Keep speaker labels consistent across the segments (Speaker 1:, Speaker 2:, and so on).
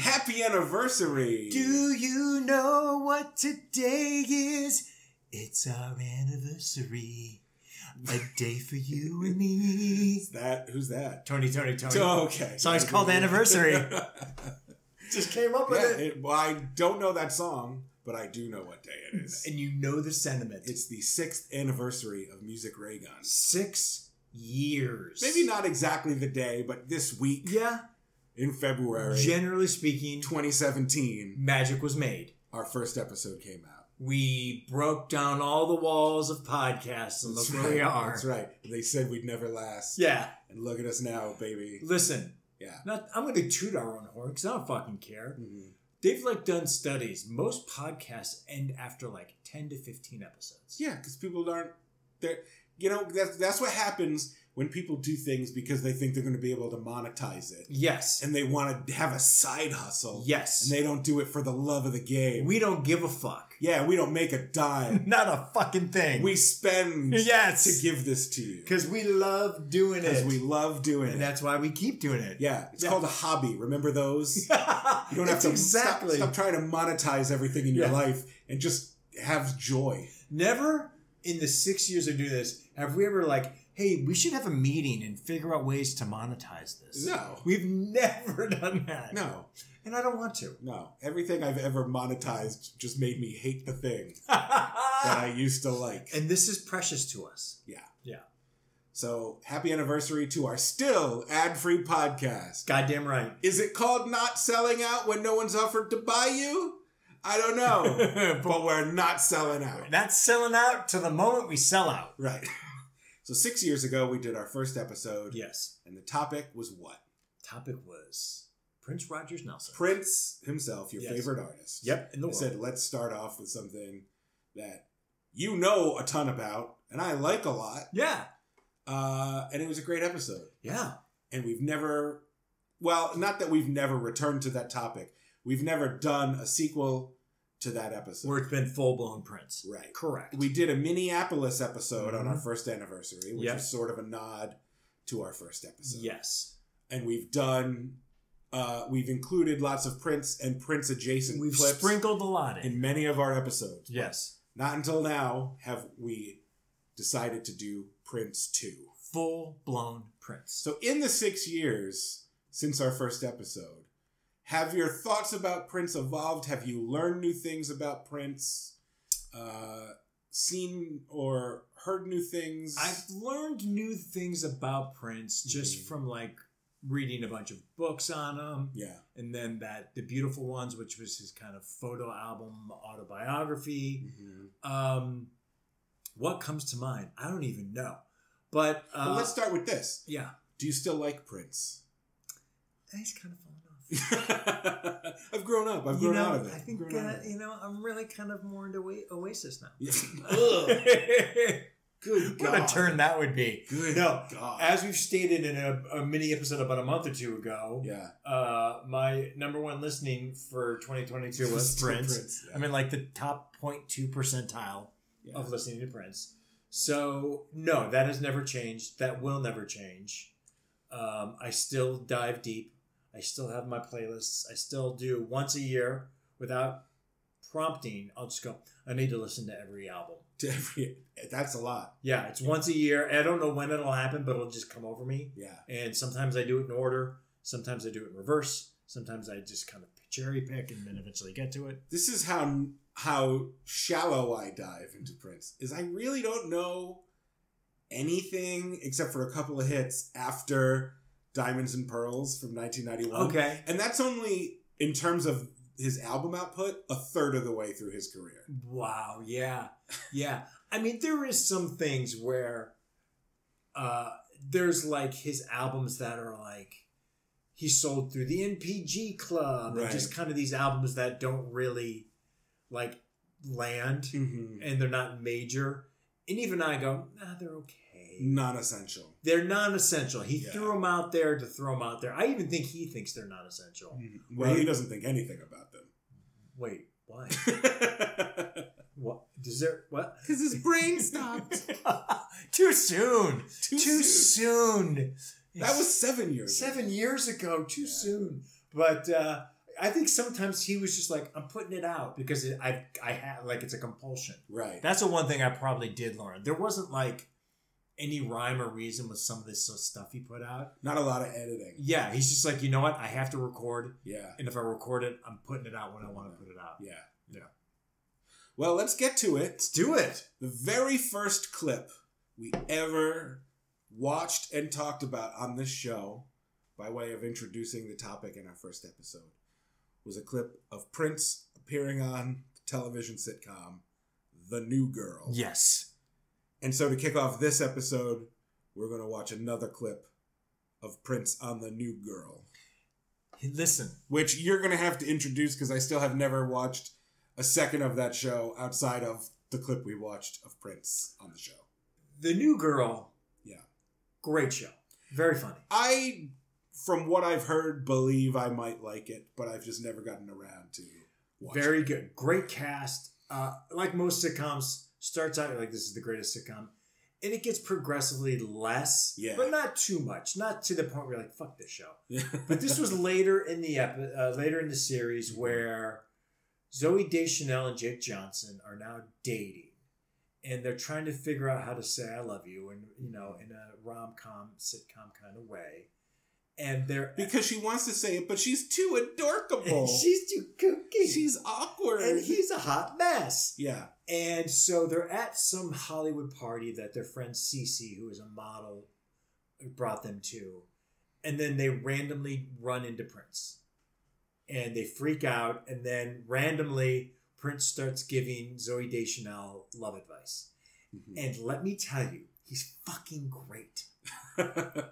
Speaker 1: Happy anniversary.
Speaker 2: Do you know what today is? It's our anniversary. A day for you and me.
Speaker 1: that who's that?
Speaker 2: Tony, Tony, Tony.
Speaker 1: Oh, okay.
Speaker 2: Song's called Anniversary.
Speaker 1: yeah,
Speaker 2: Just came up
Speaker 1: it, well, I don't know that song, but I do know what day it is.
Speaker 2: And you know the sentiment.
Speaker 1: It's the sixth anniversary of Music Ray Gun.
Speaker 2: six years.
Speaker 1: Maybe not exactly the day, but this week
Speaker 2: Yeah.
Speaker 1: in February
Speaker 2: Generally speaking,
Speaker 1: 2017,
Speaker 2: magic was made.
Speaker 1: our first episode came out.
Speaker 2: We broke down all the walls of podcasts and look
Speaker 1: That's
Speaker 2: where
Speaker 1: right.
Speaker 2: we are.
Speaker 1: That's right. They said we'd never last.
Speaker 2: Yeah.
Speaker 1: And look at us now, baby.
Speaker 2: Listen,
Speaker 1: Yeah.
Speaker 2: not, I'm going to toot our own horn because I don't fucking care.
Speaker 1: Mhm.
Speaker 2: They've like done studies. Most podcasts end after like 10 to 15 episodes.
Speaker 1: Yeah, because people aren't there. You know, that's that's what happens when people do things because they think they're going to be able to monetize it,
Speaker 2: Yes.
Speaker 1: and they want to have a side hustle.
Speaker 2: yes.
Speaker 1: and they don't do it for the love of the game.
Speaker 2: we don't give a fuck.
Speaker 1: yeah, we don't make a dime.
Speaker 2: Not a fucking thing.
Speaker 1: we spend
Speaker 2: yes.
Speaker 1: to give this to you
Speaker 2: Because we love doing
Speaker 1: because
Speaker 2: it.
Speaker 1: we love doing
Speaker 2: and
Speaker 1: it.
Speaker 2: that's why we keep doing it.
Speaker 1: Yeah, it's
Speaker 2: Yeah.
Speaker 1: called a hobby. Remember those? You don't have
Speaker 2: It's
Speaker 1: to
Speaker 2: exactly.
Speaker 1: stop, stop trying to monetize everything in your
Speaker 2: Yeah.
Speaker 1: life and just have joy.
Speaker 2: Never in the six years of doing this have we ever like, hey, we should have a meeting and figure out ways to monetize this.
Speaker 1: No,
Speaker 2: We've never done that.
Speaker 1: no,
Speaker 2: And I don't want to.
Speaker 1: no. Everything I've ever monetized just made me hate the thing that
Speaker 2: Ah. and
Speaker 1: I used to like.
Speaker 2: this is precious to us.
Speaker 1: So happy anniversary to our still ad-free podcast.
Speaker 2: Goddamn right.
Speaker 1: Is it called not selling out when no one's offered to buy you? I don't know. but we're not selling out.
Speaker 2: Not selling out to the moment we sell out.
Speaker 1: Right. So six years ago we did our first episode,
Speaker 2: Yes.
Speaker 1: and the topic was what?
Speaker 2: Topic was Prince Rogers Nelson.
Speaker 1: Prince himself, your
Speaker 2: Yes.
Speaker 1: favorite artist.
Speaker 2: Yep. In the
Speaker 1: I said, let's start off with something that you know a ton about, and I like a lot.
Speaker 2: yeah.
Speaker 1: Uh, and it was a great episode.
Speaker 2: Yeah.
Speaker 1: And we've never, well, not that we've never returned to that topic, we've never done a sequel to that episode.
Speaker 2: Where it's been full blown Prince.
Speaker 1: right.
Speaker 2: Correct.
Speaker 1: We did a Minneapolis episode on our
Speaker 2: Mhm.
Speaker 1: first anniversary, which
Speaker 2: Yep.
Speaker 1: was sort of a nod to our first episode.
Speaker 2: yes.
Speaker 1: And we've done, uh, we've included lots of Prince and Prince adjacent
Speaker 2: We've
Speaker 1: clips
Speaker 2: sprinkled a lot in.
Speaker 1: in many of our episodes.
Speaker 2: yes.
Speaker 1: Not until now have we decided to do Prince 2.
Speaker 2: Full blown Prince.
Speaker 1: So, in the six years since our first episode, have your thoughts about Prince evolved? Have you learned new things about Prince? Uh, seen or heard new things?
Speaker 2: I've learned new things about Prince just
Speaker 1: Mhm.
Speaker 2: from like reading a bunch of books on him,
Speaker 1: yeah.
Speaker 2: and then that The Beautiful Ones, which was his kind of photo album autobiography. Um, what comes to mind? I don't even know. But uh,
Speaker 1: Well, let's start with this.
Speaker 2: yeah,
Speaker 1: Do you still like Prince?
Speaker 2: he's kind of fallen off.
Speaker 1: I've grown up. I've
Speaker 2: you
Speaker 1: grown
Speaker 2: know,
Speaker 1: out of it.
Speaker 2: I think
Speaker 1: Grown
Speaker 2: uh,
Speaker 1: out of it.
Speaker 2: you know I'm really kind of more into Oa- Oasis now.
Speaker 1: Ugh, good God.
Speaker 2: that would be!
Speaker 1: Good
Speaker 2: No,
Speaker 1: God.
Speaker 2: As we've stated in a, a mini episode about a month or two ago,
Speaker 1: yeah.
Speaker 2: uh, my number one listening for 2022 was
Speaker 1: Still
Speaker 2: Prince.
Speaker 1: yeah.
Speaker 2: I mean, like the top 0.2 percentile
Speaker 1: Yeah.
Speaker 2: of listening to Prince. So no, that has never changed. That will never change. Um, I still dive deep. I still have my playlists. I still do once a year without prompting. I'll just go. I need to listen to every album.
Speaker 1: to every that's a lot
Speaker 2: Yeah, it's once a year. I don't know when it'll happen, but it'll just come over me.
Speaker 1: yeah
Speaker 2: And sometimes I do it in order. Sometimes I do it in reverse. Sometimes I just kind of cherry pick and then eventually get to it.
Speaker 1: this is how how shallow i dive into prince is i really don't know anything except for a couple of hits after diamonds and pearls from 1991
Speaker 2: Okay.
Speaker 1: and that's only in terms of his album output a third of the way through his career
Speaker 2: Wow. Yeah. Yeah. I mean, there is some things where uh, there's like his albums that are like he sold through the NPG Club and
Speaker 1: Right.
Speaker 2: just kind of these albums that don't really like land
Speaker 1: mm-hmm.
Speaker 2: and they're not major. And even I go, nah, they're okay.
Speaker 1: non-essential
Speaker 2: They're non-essential. He
Speaker 1: Mm. Yeah.
Speaker 2: threw them out there to throw them out there. I even think he thinks they're non-essential.
Speaker 1: Mm. well he doesn't think anything about them
Speaker 2: Wait, why?
Speaker 1: because
Speaker 2: what? Does there? What?
Speaker 1: his brain stopped
Speaker 2: too soon.
Speaker 1: too,
Speaker 2: Too,
Speaker 1: soon.
Speaker 2: soon.
Speaker 1: that was seven years ago.
Speaker 2: seven years ago. Too
Speaker 1: Yeah.
Speaker 2: soon. But uh, I think sometimes he was just like, I'm putting it out because it, I I had like it's a compulsion.
Speaker 1: Right.
Speaker 2: That's the one thing I probably did learn. There wasn't like any rhyme or reason with some of this sort of stuff he put out.
Speaker 1: Not a lot of editing.
Speaker 2: Yeah, he's just like, you know what? I have to record,
Speaker 1: Yeah.
Speaker 2: and if I record it, I'm putting it out when I want to put it out.
Speaker 1: Yeah.
Speaker 2: Yeah.
Speaker 1: Well, let's get to it.
Speaker 2: Let's do it.
Speaker 1: The very first clip we ever watched and talked about on this show, by way of introducing the topic in our first episode, was a clip of Prince appearing on the television sitcom The New Girl.
Speaker 2: Yes.
Speaker 1: And so to kick off this episode, we're going to watch another clip of Prince on The New Girl,
Speaker 2: Listen,
Speaker 1: which you're going to have to introduce because I still have never watched a second of that show outside of the clip we watched of Prince on the show.
Speaker 2: the new girl.
Speaker 1: Yeah.
Speaker 2: Great show. Very funny.
Speaker 1: I, from what I've heard, believe I might like it, but I've just never gotten around to watching.
Speaker 2: Very good. Great cast. Uh, like most sitcoms, starts out like this is the greatest sitcom. And it gets progressively less,
Speaker 1: Yeah.
Speaker 2: but not too much. Not to the point where you're like, fuck this show.
Speaker 1: it.
Speaker 2: But this was later in the epi- uh, later in the series
Speaker 1: Mm-hmm.
Speaker 2: where Zoe Deschanel and Jake Johnson are now dating, and they're trying to figure out how to say "I love you" and you know in a rom com sitcom kind of way, and they're
Speaker 1: because she wants to say it, but she's too adorable.
Speaker 2: and she's too kooky,
Speaker 1: she's awkward.
Speaker 2: and he's a hot mess.
Speaker 1: yeah,
Speaker 2: And so they're at some Hollywood party that their friend Cece, who is a model, brought them to. And then they randomly run into Prince. And they freak out. And then randomly, Prince starts giving Zoe Deschanel love advice. And let me tell you, he's fucking great.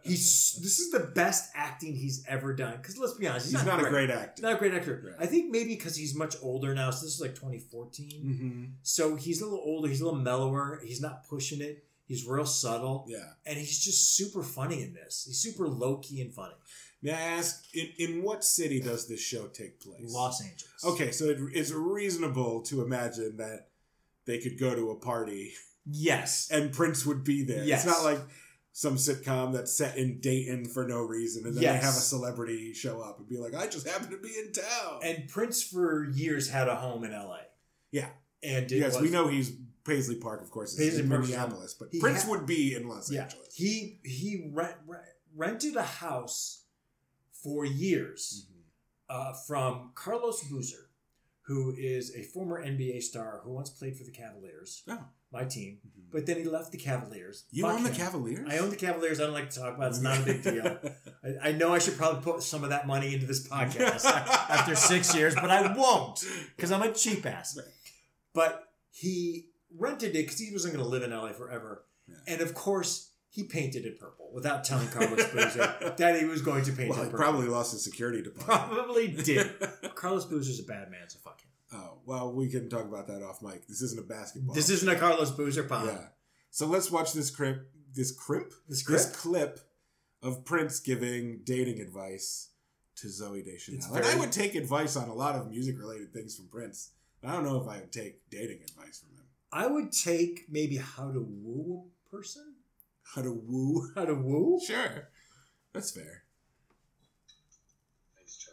Speaker 2: He's this is the best acting he's ever done. Because let's be honest,
Speaker 1: he's not a great actor.
Speaker 2: not a great actor.
Speaker 1: Right.
Speaker 2: I think maybe because he's much older now. So this is like 2014.
Speaker 1: hmm
Speaker 2: So he's a little older, he's a little mellower, he's not pushing it, he's real subtle,
Speaker 1: Yeah.
Speaker 2: and he's just super funny in this. He's super low key and funny.
Speaker 1: May I ask, in, in what city does this show take place?
Speaker 2: Los Angeles.
Speaker 1: Okay, so it, it's reasonable to imagine that they could go to a party
Speaker 2: Yes.
Speaker 1: and Prince would be there.
Speaker 2: Yes.
Speaker 1: It's not like some sitcom that's set in Dayton for no reason and then
Speaker 2: Yes.
Speaker 1: they have a celebrity show up and be like, I just happen to be in town.
Speaker 2: And Prince for years had a home in LA.
Speaker 1: Yeah.
Speaker 2: And it
Speaker 1: yes,
Speaker 2: was,
Speaker 1: we know he's Paisley Park, of course, is
Speaker 2: Paisley
Speaker 1: in
Speaker 2: Park's
Speaker 1: Minneapolis, but
Speaker 2: He
Speaker 1: Prince
Speaker 2: ha-
Speaker 1: would be in Los
Speaker 2: Yeah.
Speaker 1: Angeles.
Speaker 2: He he rent, rent, rented a house for years
Speaker 1: Mm-hmm.
Speaker 2: uh, from Carlos Boozer, who is a former NBA star who once played for the Cavaliers,
Speaker 1: Oh.
Speaker 2: my team. But then he left the Cavaliers.
Speaker 1: you
Speaker 2: Fuck
Speaker 1: own the
Speaker 2: him.
Speaker 1: Cavaliers?
Speaker 2: I own the Cavaliers. I don't like to talk about. it. It's not a big deal. I, I know I should probably put some of that money into this podcast after six years, but I won't because I'm a cheap ass. But he rented it because he wasn't going to live in LA forever,
Speaker 1: Yeah.
Speaker 2: and of course he painted it purple without telling Carlos Boozer that he was going to paint
Speaker 1: Well,
Speaker 2: it
Speaker 1: he
Speaker 2: purple.
Speaker 1: probably lost his security deposit.
Speaker 2: probably did. Carlos Boozer's a bad man, so fuck him.
Speaker 1: oh, well, we can talk about that off mic. This isn't a basketball.
Speaker 2: This isn't a Carlos Boozer pod.
Speaker 1: Yeah. So let's watch this crimp, this crimp,
Speaker 2: This
Speaker 1: this
Speaker 2: grip.
Speaker 1: clip of Prince giving dating advice to Zoe Deschanel.
Speaker 2: It's
Speaker 1: and I
Speaker 2: very-
Speaker 1: would take advice on a lot of music related things from Prince. But I don't know if I would take dating advice from him.
Speaker 2: I would take maybe how to woo a person.
Speaker 1: How to woo?
Speaker 2: How to woo?
Speaker 1: Sure, that's fair.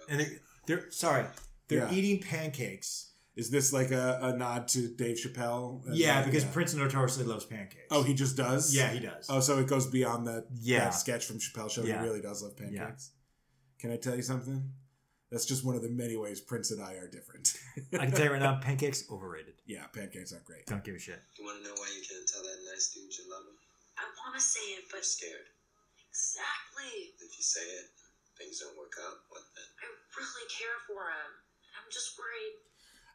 Speaker 2: and they're, they're sorry, they're
Speaker 1: Yeah.
Speaker 2: eating pancakes.
Speaker 1: Is this like a, a nod to Dave Chappelle? And
Speaker 2: yeah,
Speaker 1: like,
Speaker 2: because Prince notoriously loves pancakes.
Speaker 1: Uh, oh, he just does.
Speaker 2: yeah, he does.
Speaker 1: Oh, so it goes beyond that
Speaker 2: yeah,
Speaker 1: that sketch from Chappelle Show.
Speaker 2: Yeah.
Speaker 1: He really does love pancakes. Can I tell you something? That's just one of the many ways Prince and I are different.
Speaker 2: I can tell you right now, pancakes overrated.
Speaker 1: yeah, pancakes aren't great.
Speaker 2: Don't give a shit.
Speaker 3: You want to know why you can't tell that nice dude you love him?
Speaker 4: I want to say it,
Speaker 3: You're
Speaker 4: but
Speaker 3: scared.
Speaker 4: exactly.
Speaker 3: If you say it, things don't work out. What then?
Speaker 4: I really care for him. I'm just worried.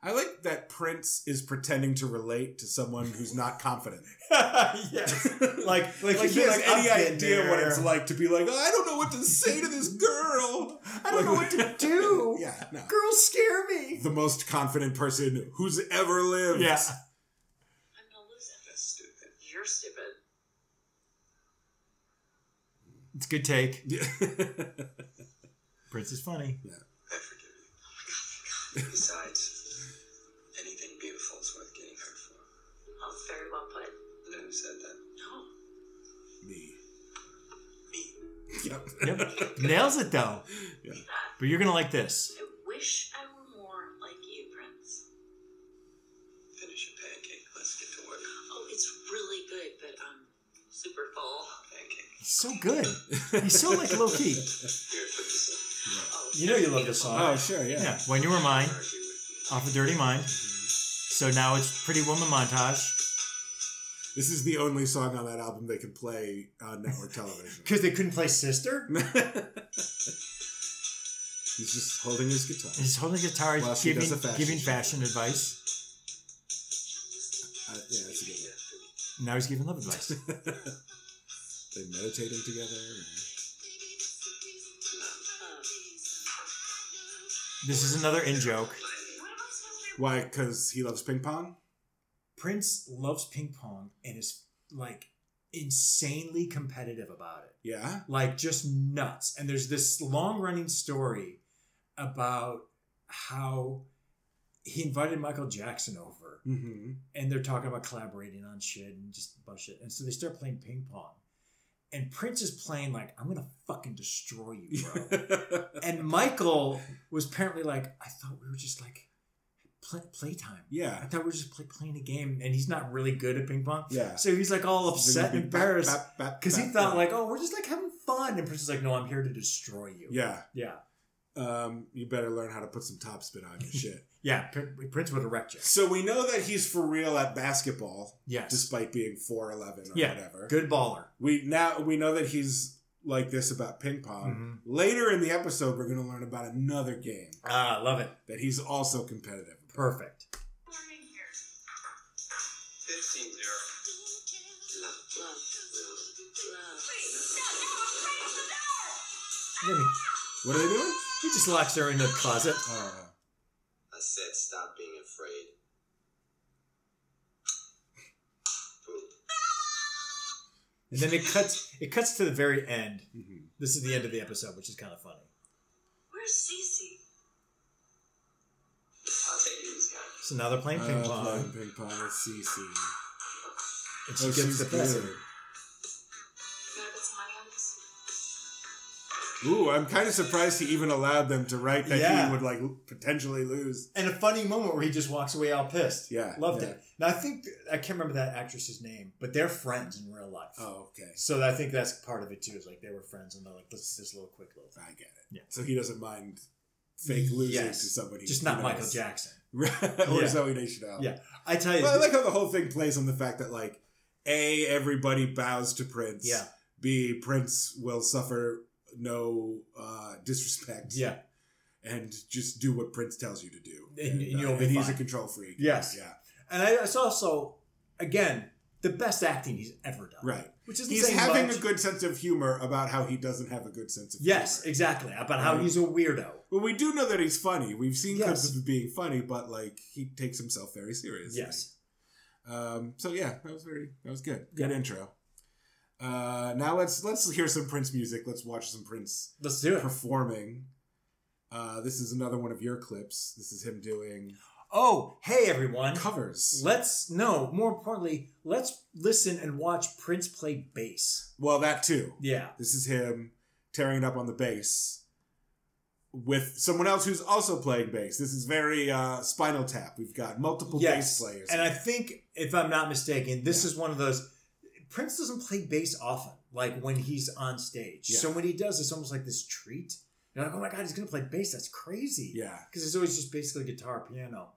Speaker 1: I like that Prince is pretending to relate to someone who's not confident.
Speaker 2: yes, like like,
Speaker 1: Like, he
Speaker 2: you're
Speaker 1: has
Speaker 2: like,
Speaker 1: any
Speaker 2: I've been
Speaker 1: idea
Speaker 2: there.
Speaker 1: what it's like to be like, "Oh, I don't know what to say to this girl.
Speaker 2: I don't know what to do.
Speaker 1: yeah, no.
Speaker 2: Girls scare me.
Speaker 1: The most confident person who's ever lived.
Speaker 2: Yeah.
Speaker 4: I'm gonna lose him.
Speaker 3: That's stupid.
Speaker 4: You're stupid.
Speaker 2: It's a good take.
Speaker 1: Yeah.
Speaker 2: Prince is funny.
Speaker 3: I forgive you. Besides, anything beautiful is worth getting hurt for.
Speaker 4: Oh, very well put.
Speaker 3: I know who said that.
Speaker 4: No.
Speaker 1: Me.
Speaker 3: Me.
Speaker 1: Yep.
Speaker 2: Yep. Nails it though.
Speaker 1: Yeah.
Speaker 2: But you're gonna like this.
Speaker 4: I wish wish I were more like you, Prince.
Speaker 3: Finish your pancake. Let's get to work.
Speaker 4: Oh, it's really good, but um, super full.
Speaker 3: Pancake.
Speaker 2: He's so good. He's so like low key.
Speaker 3: Here, put this in.
Speaker 1: Yeah.
Speaker 4: Oh,
Speaker 2: You know you love this song.
Speaker 1: Oh, sure, yeah.
Speaker 2: Yeah, when you were mine,
Speaker 3: Argue with you.
Speaker 2: off of Dirty Mind. So now it's Pretty Woman montage
Speaker 1: This is the only song on that album they could play on network television.
Speaker 2: because they couldn't play Sister.
Speaker 1: He's just holding his guitar.
Speaker 2: He's holding a guitar,
Speaker 1: Well, she
Speaker 2: giving
Speaker 1: does a fashion
Speaker 2: giving
Speaker 1: show.
Speaker 2: fashion advice.
Speaker 1: Uh, yeah, that's a good one.
Speaker 2: Now he's giving love advice.
Speaker 1: They meditating together.
Speaker 4: Um,
Speaker 2: This is another in joke.
Speaker 1: Why? Because he loves ping pong.
Speaker 2: Prince loves ping pong and is like insanely competitive about it.
Speaker 1: Yeah.
Speaker 2: Like just nuts. And there's this long running story about how he invited Michael Jackson over
Speaker 1: Mm-hmm.
Speaker 2: and they're talking about collaborating on shit and just a bunch of shit. And so they start playing ping pong. And Prince is playing like, I'm gonna fucking destroy you, bro. and Michael was apparently like, I thought we were just like play, playtime. I
Speaker 1: yeah.
Speaker 2: thought we were just play, playing a game, and he's not really good at ping pong.
Speaker 1: Yeah.
Speaker 2: So he's like all upset and embarrassed because
Speaker 1: because
Speaker 2: he thought like, "Oh, we're just like having fun," and Prince is like, "No, I'm here to destroy you."
Speaker 1: yeah,
Speaker 2: yeah,
Speaker 1: um, you better learn how to put some topspin on your shit.
Speaker 2: yeah. Pr- Prince would have wrecked you.
Speaker 1: so we know that he's for real at basketball,
Speaker 2: Yes,
Speaker 1: despite being four eleven or
Speaker 2: Yeah,
Speaker 1: whatever.
Speaker 2: good baller.
Speaker 1: We now we know that he's like this about ping pong.
Speaker 2: Mhm.
Speaker 1: Later in the episode, we're going to learn about another game
Speaker 2: Ah, love it.
Speaker 1: that he's also competitive. about.
Speaker 2: Perfect.
Speaker 3: Fifteen zero. Love,
Speaker 4: love, love.
Speaker 2: Then he,
Speaker 1: What are they doing?
Speaker 2: he just locks her in the closet.
Speaker 1: Oh,
Speaker 3: I said, stop being afraid. Poop.
Speaker 2: And then it cuts. It cuts to the very end.
Speaker 1: mhm.
Speaker 2: This is the end of the episode, which is kind of funny.
Speaker 4: Where's Cece?
Speaker 3: I'll take you easy.
Speaker 2: So now they're playing ping
Speaker 1: Uh,
Speaker 2: pong,
Speaker 1: playing ping pong with Cece.
Speaker 2: and she
Speaker 1: Oh,
Speaker 2: gets
Speaker 1: she's
Speaker 2: the best. of
Speaker 1: good.
Speaker 2: it.
Speaker 4: Can I put some money on this?
Speaker 1: Ooh, I'm kind of surprised he even allowed them to write that
Speaker 2: Yeah.
Speaker 1: he would like potentially lose.
Speaker 2: And a funny moment where he just walks away all pissed.
Speaker 1: Yeah,
Speaker 2: Loved
Speaker 1: yeah.
Speaker 2: it. Now I think I can't remember that actress's name, but they're friends in real life.
Speaker 1: Oh, okay.
Speaker 2: So I think that's part of it too. Is like they were friends, and they're like, "Let's do this little quick little thing."
Speaker 1: I get it.
Speaker 2: Yeah.
Speaker 1: So he doesn't mind fake losing
Speaker 2: Yes.
Speaker 1: to somebody.
Speaker 2: Just
Speaker 1: he
Speaker 2: not
Speaker 1: knows.
Speaker 2: Michael Jackson.
Speaker 1: or
Speaker 2: Yeah.
Speaker 1: Zoe Deschanel.
Speaker 2: Yeah. I tell you,
Speaker 1: Well, I like how the whole thing plays on the fact that like A, everybody bows to Prince.
Speaker 2: yeah,
Speaker 1: B, Prince will suffer no uh, disrespect.
Speaker 2: yeah,
Speaker 1: And just do what Prince tells you to do.
Speaker 2: And- and you'll
Speaker 1: uh,
Speaker 2: be
Speaker 1: and he's
Speaker 2: fine.
Speaker 1: a control freak.
Speaker 2: Yes.
Speaker 1: Yeah.
Speaker 2: and I, it's also again the best acting he's ever done.
Speaker 1: Right.
Speaker 2: which is
Speaker 1: He's having a
Speaker 2: good.
Speaker 1: good sense of humor about how he doesn't have a good sense of
Speaker 2: Yes,
Speaker 1: humor.
Speaker 2: exactly. About how
Speaker 1: Right.
Speaker 2: he's a weirdo.
Speaker 1: Well, we do know that he's funny. We've seen
Speaker 2: Yes.
Speaker 1: clips of him being funny, but like he takes himself very seriously.
Speaker 2: Yes.
Speaker 1: Um, so yeah, that was very that was good.
Speaker 2: Yeah.
Speaker 1: Good intro. Uh, now let's let's hear some Prince music. Let's watch some Prince
Speaker 2: Let's do it.
Speaker 1: performing. Uh, this is another one of your clips. This is him doing
Speaker 2: Oh, hey everyone.
Speaker 1: covers.
Speaker 2: Let's no. More importantly, let's listen and watch Prince play bass.
Speaker 1: Well, that too.
Speaker 2: Yeah.
Speaker 1: This is him tearing it up on the bass with someone else who's also playing bass. This is very uh, Spinal Tap. We've got multiple bass players.
Speaker 2: And I think, if I'm not mistaken, this is one of those. Prince doesn't play bass often, like when he's on stage.
Speaker 1: Yeah.
Speaker 2: So when he does, it's almost like this treat. You're like, oh my god, he's gonna play bass. That's crazy.
Speaker 1: yeah.
Speaker 2: Because it's always just basically guitar, piano.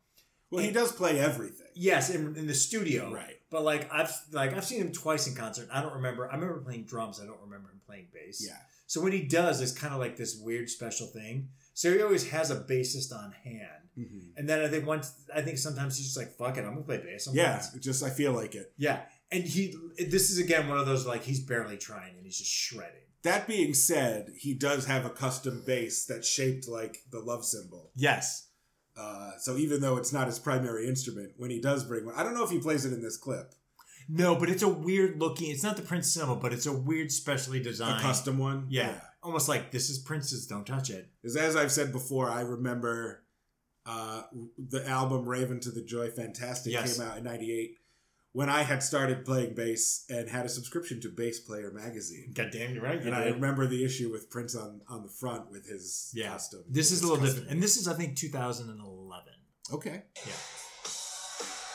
Speaker 1: Well, he does play everything.
Speaker 2: Yes, in, in the studio.
Speaker 1: Right.
Speaker 2: But like I've like I've seen him twice in concert. I don't remember. I remember playing drums. I don't remember him playing bass.
Speaker 1: Yeah.
Speaker 2: So when he does, it's kind of like this weird special thing. So he always has a bassist on hand.
Speaker 1: hmm
Speaker 2: And then I think once I think sometimes he's just like, fuck it, I'm gonna play bass. I'm
Speaker 1: Yeah.
Speaker 2: gonna-
Speaker 1: it Just I feel like it.
Speaker 2: Yeah, and he. This is again one of those like he's barely trying and he's just shredding.
Speaker 1: That being said, he does have a custom bass that's shaped like the love symbol.
Speaker 2: Yes.
Speaker 1: Uh, so even though it's not his primary instrument, when he does bring one, I don't know if he plays it in this clip,
Speaker 2: No, but it's a weird looking. It's not the Prince symbol, but it's a weird, specially
Speaker 1: a
Speaker 2: designed.
Speaker 1: custom one.
Speaker 2: Yeah. Almost like this is Prince's. Don't touch it.
Speaker 1: As, as I've said before, I remember uh, the album Raven to the Joy Fantastic
Speaker 2: Yes.
Speaker 1: came out in 98, when I had started playing bass and had a subscription to Bass Player magazine.
Speaker 2: Goddamn, you're right. You
Speaker 1: And I
Speaker 2: did.
Speaker 1: remember the issue with Prince on, on the front with his
Speaker 2: Yeah.
Speaker 1: costume.
Speaker 2: This
Speaker 1: his
Speaker 2: is a little
Speaker 1: custom.
Speaker 2: different, and this is I think 2011.
Speaker 1: okay.
Speaker 2: Yeah.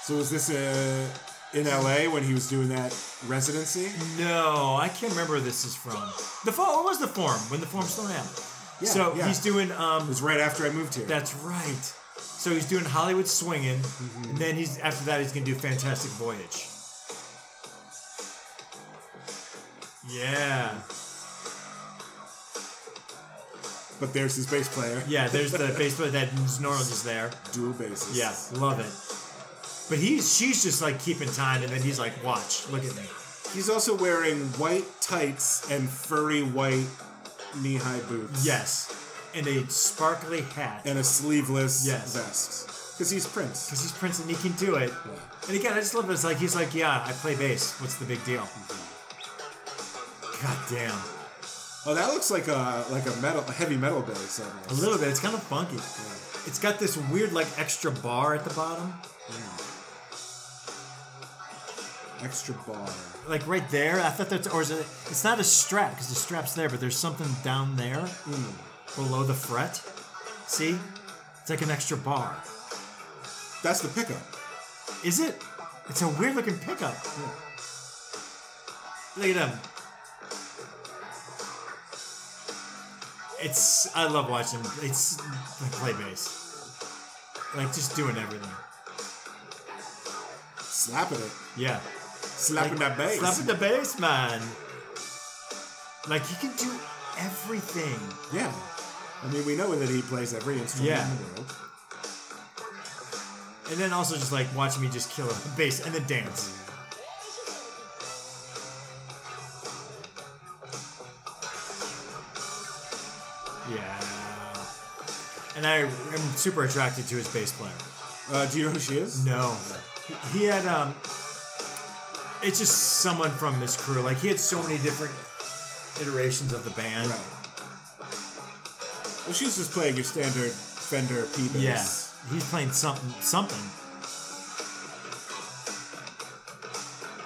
Speaker 1: So was this uh, in L.A. when he was doing that residency?
Speaker 2: No, I can't remember where this is from. The form. What was the form when the form's still out?
Speaker 1: Yeah,
Speaker 2: so
Speaker 1: yeah.
Speaker 2: he's doing.
Speaker 1: It
Speaker 2: Um,
Speaker 1: was right after I moved here.
Speaker 2: that's right. So he's doing Hollywood swinging, and then he's after that he's gonna do Fantastic Voyage. Yeah,
Speaker 1: but there's his bass player.
Speaker 2: yeah. There's the bass player that Norland is there.
Speaker 1: Dual basses.
Speaker 2: Yeah, love it. But he's she's just like keeping time, and then he's like, "Watch, look at me."
Speaker 1: He's also wearing white tights and furry white knee-high boots.
Speaker 2: Yes, and a sparkly hat.
Speaker 1: And a sleeveless
Speaker 2: Yes.
Speaker 1: vest. Because he's Prince.
Speaker 2: because he's Prince and he can do it. And again, I just love this. Like he's like, yeah, I play bass. What's the big deal? God damn,
Speaker 1: Oh, that looks like a like a metal, a heavy metal bass
Speaker 2: a
Speaker 1: almost.
Speaker 2: little bit. It's kind of funky. It's got this weird like extra bar at the bottom,
Speaker 1: Mm. Extra bar.
Speaker 2: like right there. I thought that's or is it? It's not a strap because the strap's there, but there's something down there
Speaker 1: Mm.
Speaker 2: below the fret. See, it's like an extra bar.
Speaker 1: That's the pickup.
Speaker 2: Is it? It's a weird looking pickup. Look at him. It's I love watching. him. It's like play bass, like just doing everything.
Speaker 1: Slapping it.
Speaker 2: Yeah,
Speaker 1: Slapping
Speaker 2: Like,
Speaker 1: that bass.
Speaker 2: slapping the bass, man. Like he can do everything.
Speaker 1: yeah. I mean, we know that he plays every instrument
Speaker 2: Yeah.
Speaker 1: in the world.
Speaker 2: And then also just like watching me just kill a bass and then dance. Yeah. And I am super attracted to his bass player.
Speaker 1: Uh, do you know who she is?
Speaker 2: No. He had um it's just someone from his crew. Like he had so many different iterations of the band.
Speaker 1: Right. Well, she was just playing your standard Fender P bass.
Speaker 2: Yeah. He's playing something something.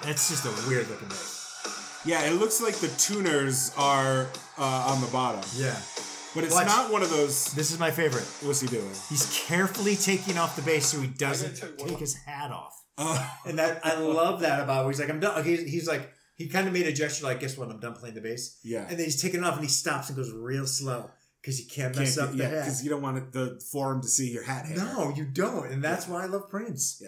Speaker 2: That's just a weird looking bass.
Speaker 1: Yeah, it looks like the tuners are uh, on the bottom.
Speaker 2: Yeah.
Speaker 1: But it's
Speaker 2: Watch.
Speaker 1: not one of those.
Speaker 2: This is my favorite.
Speaker 1: What's he doing?
Speaker 2: He's carefully taking off the bass so he doesn't
Speaker 3: I gotta tell you what-
Speaker 2: take his hat off.
Speaker 1: Uh,
Speaker 2: And that I love that about where he's like, I'm done. He's, he's like, he kind of made a gesture like, guess what? I'm done playing the bass.
Speaker 1: yeah.
Speaker 2: And then he's taking it off and he stops and goes real slow because he can't mess
Speaker 1: Can't
Speaker 2: up
Speaker 1: get-
Speaker 2: the
Speaker 1: yeah,
Speaker 2: hat.
Speaker 1: you don't want it, the forum to see your hat hair.
Speaker 2: No, you don't. And that's why I love Prince.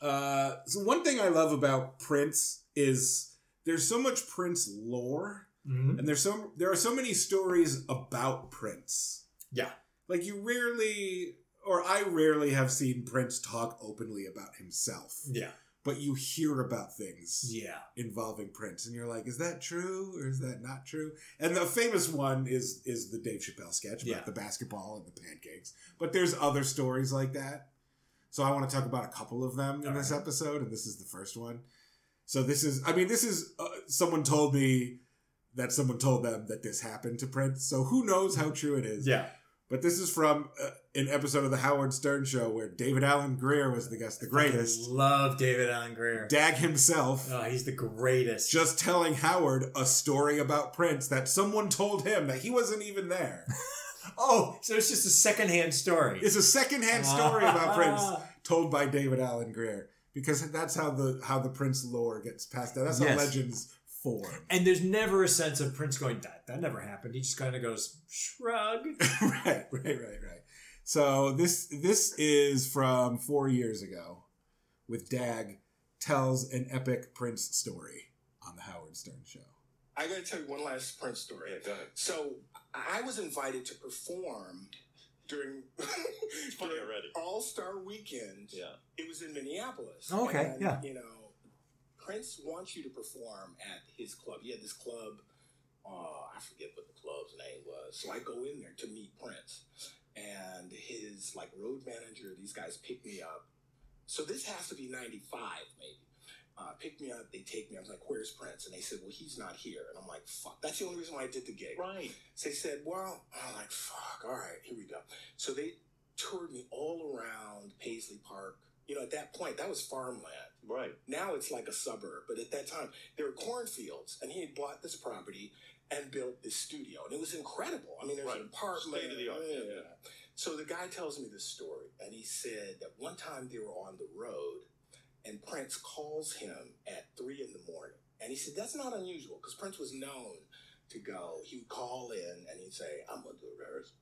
Speaker 1: Uh, so one thing I love about Prince is there's so much Prince lore,
Speaker 2: Mm-hmm.
Speaker 1: and there's so there are so many stories about Prince.
Speaker 2: Yeah.
Speaker 1: like you rarely, or I rarely have seen Prince talk openly about himself,
Speaker 2: Yeah.
Speaker 1: but you hear about things
Speaker 2: Yeah.
Speaker 1: involving Prince, and you're like, is that true or is that not true? And the famous one is is the Dave Chappelle sketch about
Speaker 2: Yeah.
Speaker 1: the basketball and the pancakes. But there's other stories like that. So I want to talk about a couple of them in
Speaker 2: All
Speaker 1: this
Speaker 2: right.
Speaker 1: episode, and this is the first one. So this is, I mean, this is uh, someone told me that someone told them that this happened to Prince. So who knows how true it is?
Speaker 2: Yeah.
Speaker 1: But this is from uh, an episode of the Howard Stern Show where David Allen Greer was the guest, the greatest.
Speaker 2: Love David Allen Greer.
Speaker 1: Dag himself
Speaker 2: oh, he's the greatest.
Speaker 1: just telling Howard a story about Prince that someone told him that he wasn't even there.
Speaker 2: oh, so it's just a secondhand story.
Speaker 1: It's a secondhand story about Prince told by David Allen Greer because that's how the how the Prince lore gets passed down. That's how
Speaker 2: Yes.
Speaker 1: legends form.
Speaker 2: And there's never a sense of Prince going, that, that never happened. He just kind of goes, shrug.
Speaker 1: right, right, right, right. So this this is from four years ago, with Dag tells an epic Prince story on the Howard Stern Show.
Speaker 5: I gotta tell you one last Prince story.
Speaker 3: Yeah, go ahead.
Speaker 5: So I I was invited to perform during,
Speaker 3: funny already.
Speaker 5: All Star Weekend.
Speaker 3: Yeah.
Speaker 5: It was in Minneapolis.
Speaker 2: Oh, okay,
Speaker 5: And,
Speaker 2: yeah.
Speaker 5: You know, Prince wants you to perform at his club. He had this club. Uh, I forget what the club's name was. So I go in there to meet Prince, and his like road manager. These guys pick me up. So this has to be '95, maybe uh, pick me up. They take me. I was like, "Where's Prince?" And they said, "Well, he's not here." And I'm like, "Fuck." That's the only reason why I did the gig.
Speaker 3: Right.
Speaker 5: So they said, "Well," I'm like, "Fuck." All right, here we go. So they toured me all around Paisley Park. You know, at that point, that was farmland.
Speaker 6: Right.
Speaker 5: Now it's like a suburb, but at that time there were cornfields, and he had bought this property and built this studio, and it was incredible. I mean, there's an
Speaker 6: Right.
Speaker 5: apartment.
Speaker 6: State of the art, yeah, yeah.
Speaker 5: So the guy tells me this story, and he said that one time they were on the road, and Prince calls him at three in the morning, and he said that's not unusual because Prince was known to go. He would call in and he'd say, "I'm gonna do a rehearsal."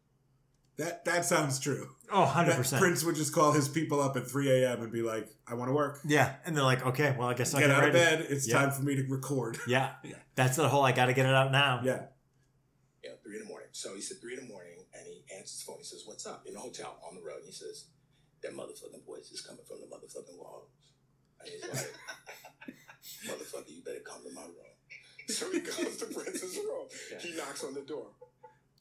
Speaker 1: That that sounds true.
Speaker 2: Oh, 100
Speaker 1: That
Speaker 2: percent.
Speaker 1: Prince would just call his people up at 3 a.m. and be like, "I want to work.
Speaker 2: Yeah, and they're like, okay, well, I guess I'll
Speaker 1: get
Speaker 2: get,
Speaker 1: out of
Speaker 2: ready.
Speaker 1: bed. It's
Speaker 2: Yeah.
Speaker 1: time for me to record."
Speaker 2: Yeah,
Speaker 1: Yeah.
Speaker 2: that's the whole. I got to get it out now.
Speaker 1: Yeah.
Speaker 5: you know, three in the morning. So he said three in the morning, and he answers the phone. He says, "What's up?" In the hotel on the road. And he says, "That motherfucking voice is coming from the motherfucking walls." And he's like, "Motherfucker, you better come to my room." So he goes to Prince's room.
Speaker 6: Yeah.
Speaker 5: He knocks on the door.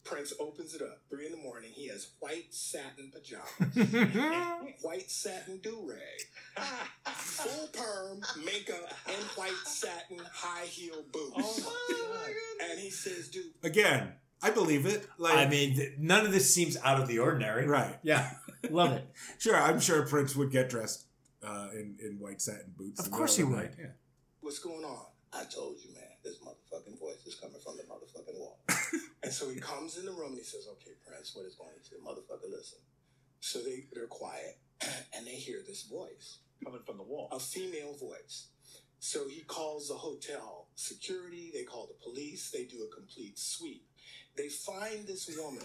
Speaker 5: Prince opens it up. Three in the morning. He has white satin pajamas, white satin do rag, full perm makeup, and white satin high heel boots.
Speaker 7: Oh
Speaker 5: and he says, "Dude,
Speaker 1: Again, I believe it. Like,
Speaker 2: I mean, th- none of this seems out of the ordinary.
Speaker 1: right?
Speaker 2: Yeah, love it.
Speaker 1: Sure, I'm sure Prince would get dressed uh, in in white satin boots.
Speaker 2: Of
Speaker 1: in the
Speaker 2: course
Speaker 1: middle
Speaker 2: he
Speaker 1: of the night.
Speaker 5: What's going on? I told you, man. This motherfucking voice is coming from the motherfucking wall. and so he comes in the room and he says, "Okay, Prince, what is going on?" He said, "Motherfucker, listen." So they they're quiet and they hear this voice,
Speaker 6: Coming from the wall.
Speaker 5: a female voice. So he calls the hotel security. They call the police. They do a complete sweep. They find this woman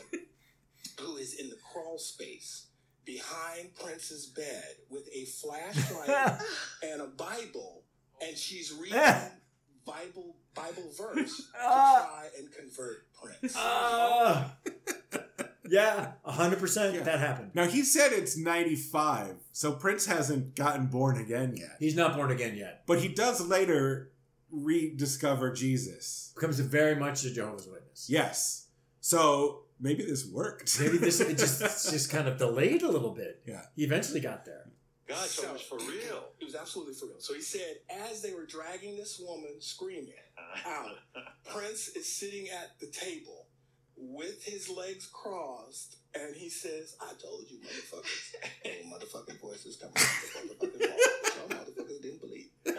Speaker 5: who is in the crawl space behind Prince's bed with a flashlight and a Bible, and she's reading Bible Bible verse to try and convert Prince.
Speaker 2: Ah. yeah, hundred
Speaker 1: Yeah.
Speaker 2: percent. That happened.
Speaker 1: Now he said it's 95, so Prince hasn't gotten born again yet,
Speaker 2: He's not born again yet.
Speaker 1: but he does later rediscover Jesus.
Speaker 2: Becomes a very much a Jehovah's Witness.
Speaker 1: Yes, so maybe this worked.
Speaker 2: Maybe this it just it's just kind of delayed a little bit.
Speaker 1: Yeah.
Speaker 2: He eventually got there.
Speaker 6: God, so it was for real.
Speaker 5: It was absolutely for real. So he said, as they were dragging this woman screaming
Speaker 7: Uh-huh.
Speaker 5: out, Prince is sitting at the table with his legs crossed, and he says, I told you, motherfuckers. Little motherfucking voices coming from the motherfucking wall. Y'all motherfuckers didn't believe. so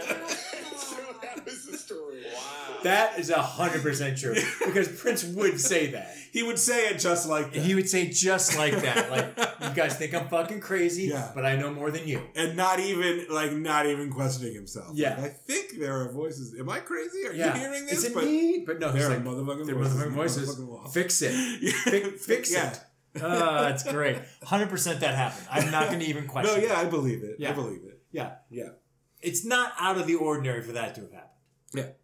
Speaker 5: that was the story.
Speaker 6: Wow.
Speaker 2: That is hundred percent true because Prince would say that.
Speaker 1: He would say it just like that,
Speaker 2: He would say just like that. Like you guys think I'm fucking crazy,
Speaker 1: Yeah.
Speaker 2: but I know more than you.
Speaker 1: and not even like not even questioning himself.
Speaker 2: Yeah.
Speaker 1: Like, I think there are voices. Am I crazy? Are
Speaker 2: Yeah.
Speaker 1: you hearing this?
Speaker 2: Is it me? But no, he's
Speaker 1: there are
Speaker 2: like,
Speaker 1: motherfucking
Speaker 2: there are
Speaker 1: voices.
Speaker 2: motherfucking
Speaker 1: in the
Speaker 2: voices.
Speaker 1: motherfucking wall.
Speaker 2: fix it.
Speaker 1: Yeah.
Speaker 2: Fi- fix
Speaker 1: Yeah.
Speaker 2: it. Ah, it's great. Hundred percent that happened. I'm not going to even question.
Speaker 1: No,
Speaker 2: it.
Speaker 1: yeah, I believe it. I
Speaker 2: Yeah.
Speaker 1: believe it.
Speaker 2: Yeah.
Speaker 1: Yeah.
Speaker 2: It's not out of the ordinary for that to have happened.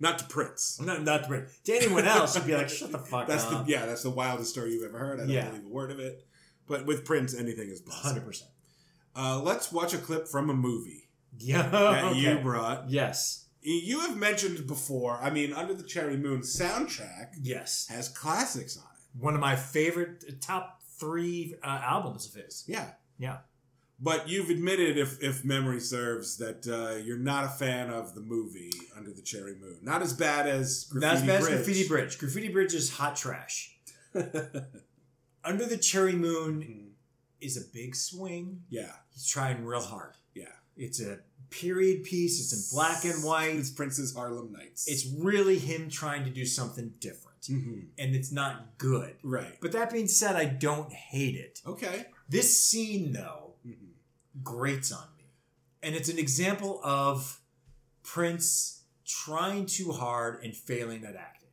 Speaker 1: Not to Prince.
Speaker 2: Not, not to, bring- to anyone else, you'd be like, shut the fuck
Speaker 1: That's the
Speaker 2: up.
Speaker 1: yeah, that's the wildest story you've ever heard. I don't
Speaker 2: Yeah.
Speaker 1: believe a word of it. But with Prince, anything is
Speaker 2: Hundred
Speaker 1: possible.
Speaker 2: percent.
Speaker 1: Uh, let's watch a clip from a movie
Speaker 2: Yeah.
Speaker 1: that
Speaker 2: Oh, okay.
Speaker 1: you brought.
Speaker 2: yes.
Speaker 1: You have mentioned before. I mean, Under the Cherry Moon soundtrack
Speaker 2: Yes.
Speaker 1: has classics on it.
Speaker 2: One of my favorite uh, top three uh, albums of his.
Speaker 1: Yeah.
Speaker 2: Yeah.
Speaker 1: But you've admitted, if if memory serves, that uh, you're not a fan of the movie Under the Cherry Moon. Not as bad as Graffiti
Speaker 2: That's best
Speaker 1: Bridge.
Speaker 2: Graffiti Bridge. Graffiti Bridge is hot trash. Under the Cherry Moon
Speaker 1: Mhm.
Speaker 2: is a big swing.
Speaker 1: Yeah,
Speaker 2: He's trying real hard.
Speaker 1: yeah.
Speaker 2: It's a period piece. It's in black and white.
Speaker 1: It's Prince's Harlem Nights.
Speaker 2: It's really him trying to do something different,
Speaker 1: Mhm.
Speaker 2: and it's not good.
Speaker 1: right.
Speaker 2: But that being said, I don't hate it.
Speaker 1: Okay.
Speaker 2: This scene, though,
Speaker 1: Mhm.
Speaker 2: grates on me. And it's an example of Prince trying too hard and failing at acting.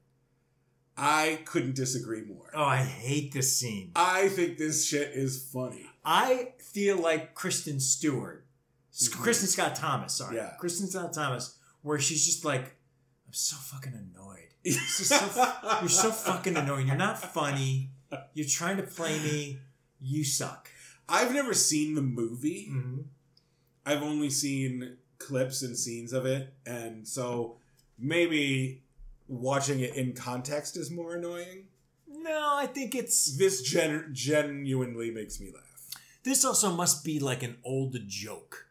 Speaker 1: I couldn't disagree more.
Speaker 2: Oh, I hate this scene.
Speaker 1: I think this shit is funny.
Speaker 2: I feel like Kristen Stewart, S-
Speaker 1: Mhm.
Speaker 2: Kristen Scott Thomas, sorry.
Speaker 1: Yeah.
Speaker 2: Kristen Scott Thomas, where she's just like, I'm so fucking annoyed. It's just so You're so fucking annoying. You're not funny. You're trying to play me. You suck.
Speaker 1: I've never seen the movie.
Speaker 2: Mm. Mm-hmm.
Speaker 1: I've only seen clips and scenes of it, and so maybe watching it in context is more annoying.
Speaker 2: No, I think it's.
Speaker 1: This gen- genuinely makes me laugh.
Speaker 2: This also must be like an old joke.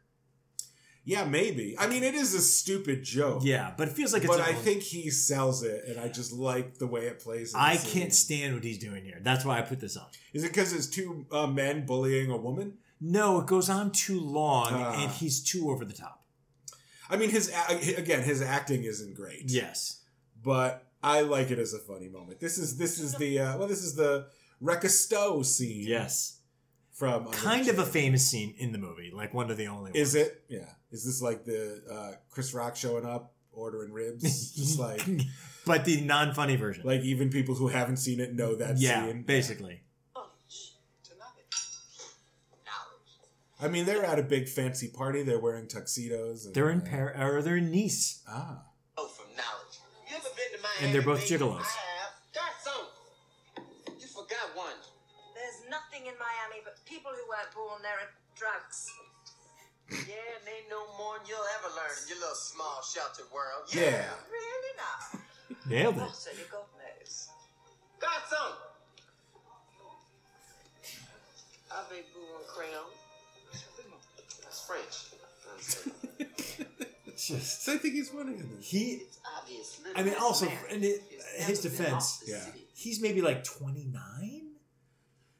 Speaker 1: Yeah, maybe. I mean, it is a stupid joke.
Speaker 2: Yeah, but it feels like it's.
Speaker 1: but
Speaker 2: an
Speaker 1: I
Speaker 2: old-
Speaker 1: think he sells it, and I just like the way it plays. in the
Speaker 2: I
Speaker 1: scene.
Speaker 2: can't stand what he's doing here. That's why I put this on.
Speaker 1: Is it because it's two uh, men bullying a woman?
Speaker 2: No, it goes on too long,
Speaker 1: Ah.
Speaker 2: and he's too over the top.
Speaker 1: I mean, his a- again, his acting isn't great.
Speaker 2: Yes,
Speaker 1: but I like it as a funny moment. This is this is the uh, well, this is the Recasto scene.
Speaker 2: yes.
Speaker 1: from Under
Speaker 2: Kind
Speaker 1: the
Speaker 2: of a
Speaker 1: Shade.
Speaker 2: famous scene in the movie, like one of the only.
Speaker 1: Is
Speaker 2: ones.
Speaker 1: it? Yeah. Is this like the uh, Chris Rock showing up ordering ribs? Just like
Speaker 2: but the non-funny version.
Speaker 1: like even people who haven't seen it know that
Speaker 2: yeah,
Speaker 1: scene.
Speaker 2: basically.
Speaker 1: I mean, they're at a big fancy party. They're wearing tuxedos. And,
Speaker 2: They're in
Speaker 1: uh,
Speaker 2: Paris, or they're in Nice.
Speaker 1: Ah,
Speaker 8: Oh, from knowledge. You ever been to Miami?
Speaker 2: And they're both
Speaker 8: baby?
Speaker 2: gigolos.
Speaker 8: I have. That's uncle. You forgot one.
Speaker 9: There's nothing in Miami but people who weren't born there and drugs.
Speaker 8: Yeah, and ain't no more than you'll ever learn in your little small sheltered world.
Speaker 1: yeah.
Speaker 9: Really not.
Speaker 2: Nailed it.
Speaker 9: Also, you God knows.
Speaker 8: That's uncle. I make boo on crayon. That's French.
Speaker 2: Just
Speaker 1: So I think he's winning in this.
Speaker 2: he.
Speaker 8: It's obvious.
Speaker 2: I mean, also, and it, his defense,
Speaker 1: yeah.
Speaker 2: he's maybe like twenty nine.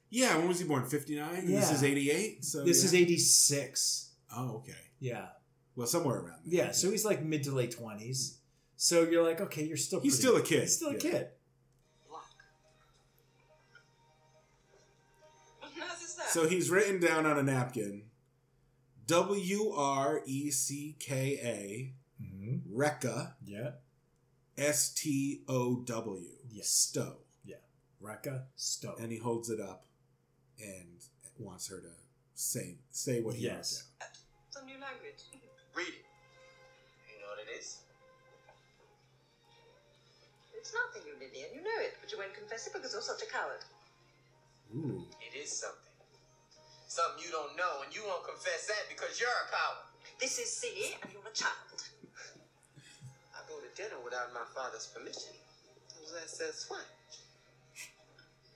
Speaker 1: Yeah. When was he born? Fifty nine. This
Speaker 2: Yeah.
Speaker 1: is eighty eight. So
Speaker 2: This
Speaker 1: yeah.
Speaker 2: is eighty six.
Speaker 1: Oh, okay.
Speaker 2: Yeah,
Speaker 1: Well, somewhere around. There.
Speaker 2: yeah. So he's like mid to late twenties. So you're like, okay, you're still
Speaker 1: He's
Speaker 2: pretty-
Speaker 1: still a kid.
Speaker 2: He's still a
Speaker 1: Yeah.
Speaker 2: kid.
Speaker 1: So he's written down on a napkin W R E C K A
Speaker 2: Mm-hmm.
Speaker 1: Recca
Speaker 2: Yeah,
Speaker 1: S T O W.
Speaker 2: Yes.
Speaker 1: Stow.
Speaker 2: Rekka Stone.
Speaker 1: And he holds it up and wants her to say say what he
Speaker 2: Yes.
Speaker 1: wrote
Speaker 4: Some new language.
Speaker 8: Read it. You know what it is?
Speaker 4: It's nothing, you Lillian. You know it, but you won't confess it because you're such a coward.
Speaker 1: down. Ooh.
Speaker 8: It is something. Something you don't know, and you won't confess that because you're a coward.
Speaker 9: This is silly, and you're a child.
Speaker 8: I go to dinner without my father's permission. Jose says, what?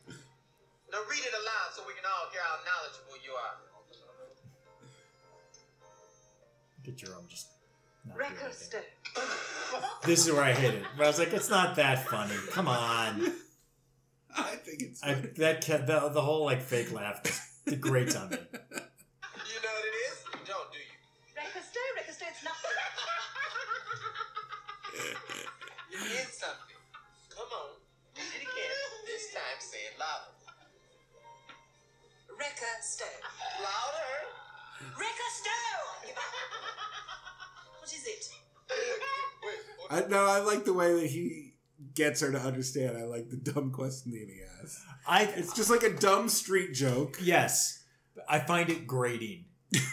Speaker 8: Now read it aloud so we can all hear how knowledgeable you are.
Speaker 2: Get your own just. not doing
Speaker 4: Record
Speaker 2: anything.
Speaker 4: stone.
Speaker 2: This is where I hit it. But I was like, it's not that funny. Come on.
Speaker 1: I think it's
Speaker 2: I,
Speaker 1: funny.
Speaker 2: that kept, the, the whole like fake laugh degrades on me.
Speaker 8: You know what it is? You don't, do you?
Speaker 4: Record stone. Record stone's nothing.
Speaker 8: It is something. Come on, read it again. This time say it louder.
Speaker 9: Wrecker Stone.
Speaker 8: Louder?
Speaker 9: Wrecker Stone! What is it?
Speaker 8: Wait, what-
Speaker 1: I no, I like the way that he gets her to understand. I like the dumb question that he asks.
Speaker 2: I
Speaker 1: It's just like a dumb street joke.
Speaker 2: yes, I find it grating.
Speaker 8: if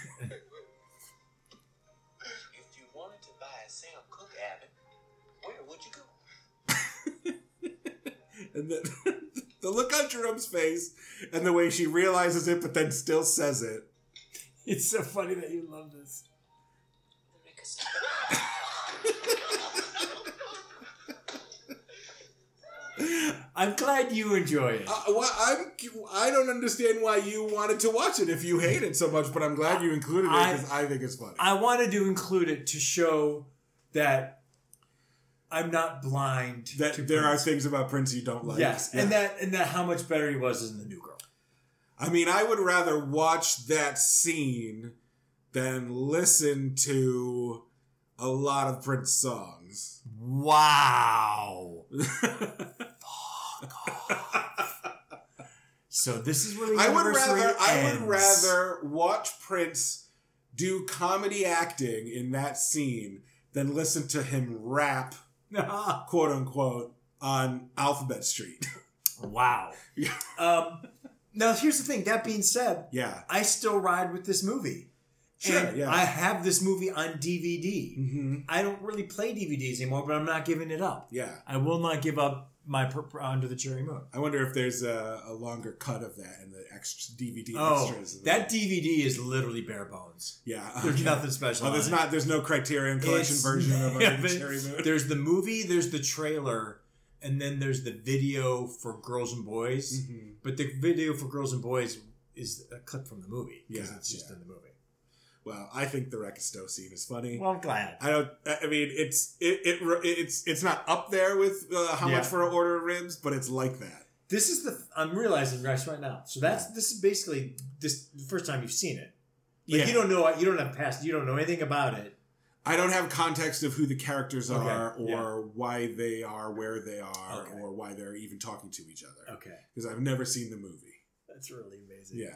Speaker 8: you wanted to buy a Sam Cook Abbott, where would you go?
Speaker 1: And then the look on Jerome's face and the way she realizes it but then still says it.
Speaker 2: It's so funny that you love this.
Speaker 9: The Wrecker Stone.
Speaker 2: I'm glad you enjoy it.
Speaker 1: Uh, well, I'm, I don't understand why you wanted to watch it if you hate it so much, but I'm glad you included it because I, think it's funny.
Speaker 2: I wanted to include it to show that I'm not blind.
Speaker 1: that
Speaker 2: to
Speaker 1: there are
Speaker 2: Prince.
Speaker 1: things about Prince you don't like.
Speaker 2: yes, and
Speaker 1: Yeah.
Speaker 2: that and that how much better he was in the New Girl.
Speaker 1: I mean, I would rather watch that scene than listen to a lot of Prince songs.
Speaker 2: Wow. So this is where the
Speaker 1: I would
Speaker 2: anniversary
Speaker 1: rather I
Speaker 2: ends.
Speaker 1: would rather watch Prince do comedy acting in that scene than listen to him rap quote unquote on Alphabet Street.
Speaker 2: wow.
Speaker 1: Yeah.
Speaker 2: Um, now here's the thing. That being said,
Speaker 1: yeah.
Speaker 2: I still ride with this movie.
Speaker 1: Sure,
Speaker 2: And
Speaker 1: yeah.
Speaker 2: I have this movie on DVD.
Speaker 1: Mm-hmm.
Speaker 2: I don't really play DVDs anymore, but I'm not giving it up.
Speaker 1: Yeah.
Speaker 2: I will not give up my per- per- Under the Cherry Moon.
Speaker 1: I wonder if there's a, a longer cut of that in the extra DVD
Speaker 2: Oh,
Speaker 1: extras. of
Speaker 2: that DVD is literally bare bones.
Speaker 1: Yeah.
Speaker 2: There's
Speaker 1: okay.
Speaker 2: nothing special.
Speaker 1: Oh,
Speaker 2: on
Speaker 1: there's
Speaker 2: it.
Speaker 1: not. There's no Criterion Collection
Speaker 2: It's-
Speaker 1: version of
Speaker 2: yeah,
Speaker 1: Under the
Speaker 2: but
Speaker 1: Cherry Moon.
Speaker 2: There's the movie, there's the trailer, and then there's the video for Girls and Boys.
Speaker 1: Mhm.
Speaker 2: But the video for Girls and Boys is a clip from the movie because
Speaker 1: Yeah,
Speaker 2: it's just in the movie.
Speaker 1: Well, I think the Rekisto scene is funny.
Speaker 2: Well, I'm glad.
Speaker 1: I don't. I I mean, it's it, it re- it's it's not up there with uh, how
Speaker 2: Yeah.
Speaker 1: much for an order of ribs, but it's like that.
Speaker 2: This is the I'm realizing guys right now. So that's this is basically this the first time you've seen it. Like
Speaker 1: yeah,
Speaker 2: you don't know you don't have past you don't know anything about it.
Speaker 1: I don't have context of who the characters
Speaker 2: Okay,
Speaker 1: are, or
Speaker 2: yeah.
Speaker 1: why they are where they are,
Speaker 2: Okay. Oh.
Speaker 1: or why they're even talking to each other.
Speaker 2: Okay,
Speaker 1: Because I've never seen the movie.
Speaker 2: that's really amazing.
Speaker 1: Yeah,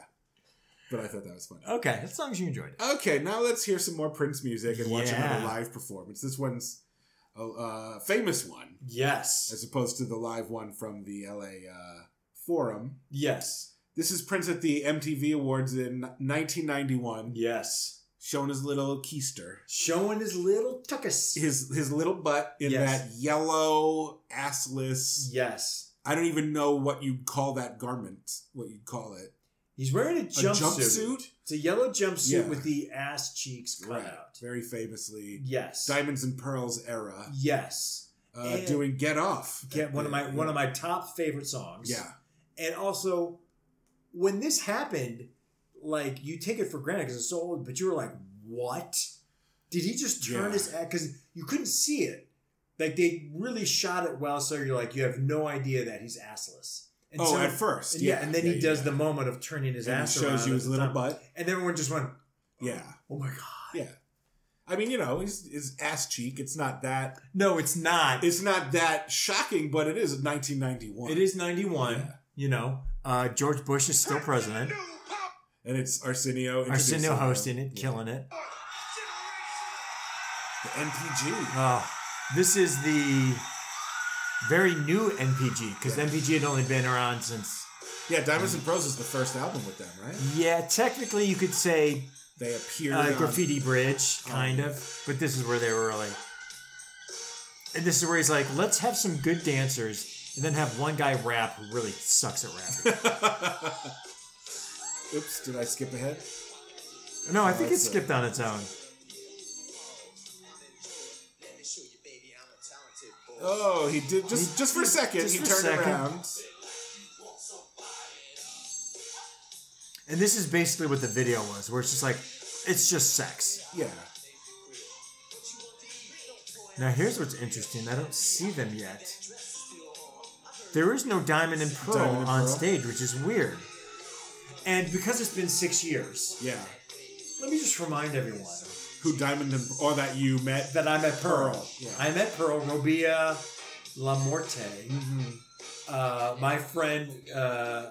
Speaker 1: but I thought that was funny.
Speaker 2: Okay, as long as you enjoyed it.
Speaker 1: Okay, now let's hear some more Prince music and watch another
Speaker 2: Oh. Yeah.
Speaker 1: live performance. This one's a uh, famous one,
Speaker 2: Yes.
Speaker 1: as opposed to the live one from the LA uh, Forum.
Speaker 2: Yes.
Speaker 1: This is Prince at the MTV Awards in 1991,
Speaker 2: Yes.
Speaker 1: showing his little keister,
Speaker 2: Showing his little tuckus.
Speaker 1: his his little butt in
Speaker 2: Yes.
Speaker 1: that yellow assless.
Speaker 2: Yes.
Speaker 1: I don't even know what you'd call that garment. What you'd call it?
Speaker 2: He's wearing a
Speaker 1: A
Speaker 2: jumpsuit.
Speaker 1: jumpsuit,
Speaker 2: It's a yellow jumpsuit
Speaker 1: Yeah.
Speaker 2: with the ass cheeks cut
Speaker 1: Right.
Speaker 2: out.
Speaker 1: very famously
Speaker 2: Yes.
Speaker 1: Diamonds and Pearls era,
Speaker 2: Yes.
Speaker 1: uh,
Speaker 2: And-
Speaker 1: doing Get Off.
Speaker 2: Get one of my one of my top favorite songs.
Speaker 1: yeah. Oh,
Speaker 2: And also, when this happened, like you take it for granted because it's so old, but you were like, "What? Did he just
Speaker 1: Yeah.
Speaker 2: turn his act?" Because you couldn't see it. Like they really shot it well, so you're like, you have no idea that he's assless. And
Speaker 1: oh,
Speaker 2: so-
Speaker 1: at first,
Speaker 2: and
Speaker 1: yeah,
Speaker 2: yeah, and then
Speaker 1: yeah,
Speaker 2: he does
Speaker 1: yeah.
Speaker 2: the moment of turning his
Speaker 1: And
Speaker 2: ass
Speaker 1: he
Speaker 2: around.
Speaker 1: shows you
Speaker 2: at
Speaker 1: his
Speaker 2: the
Speaker 1: little
Speaker 2: time.
Speaker 1: butt.
Speaker 2: and everyone just went,
Speaker 1: Yeah,
Speaker 2: "Oh my god!"
Speaker 1: I mean, you know, his, his ass cheek. It's not that.
Speaker 2: No, it's not.
Speaker 1: It's not that shocking, but it is 1991.
Speaker 2: It is 91.
Speaker 1: Yeah.
Speaker 2: You know, uh, George Bush is still president.
Speaker 1: and it's Arsenio. introducing
Speaker 2: Arsenio
Speaker 1: him.
Speaker 2: hosting it,
Speaker 1: Yeah.
Speaker 2: killing it.
Speaker 1: the NPG.
Speaker 2: Oh, this is the very new NPG because NPG had only been around since.
Speaker 1: Yeah, Diamonds and Pros is the first album with them, right?
Speaker 2: Yeah, technically you could say
Speaker 1: They appeared.
Speaker 2: uh,
Speaker 1: on- Oh.
Speaker 2: Graffiti Bridge, kind of, but this is where they were early. And this is where he's like, let's have some good dancers and then have one guy rap who really sucks at rapping.
Speaker 1: Oops, did I skip ahead?
Speaker 2: no, I think it
Speaker 1: Oh, That's it.
Speaker 2: skipped on its own.
Speaker 1: Oh, he did just just for a second.
Speaker 2: Just
Speaker 1: he
Speaker 2: for a
Speaker 1: turned
Speaker 2: second.
Speaker 1: around.
Speaker 2: And this is basically what the video was, where it's just like, it's just sex.
Speaker 1: Yeah,
Speaker 2: Now here's what's interesting. I don't see them yet. There is no diamond and pearl
Speaker 1: Diamond and
Speaker 2: on
Speaker 1: Pearl.
Speaker 2: stage, which is weird. And because it's been six years,
Speaker 1: yeah.
Speaker 2: let me just remind everyone
Speaker 1: Who Diamond and or that you met?
Speaker 2: that I met Pearl.
Speaker 1: Pearl, yeah.
Speaker 2: I met Pearl Robia Lamorte.
Speaker 1: Mhm.
Speaker 2: Uh, my friend, uh,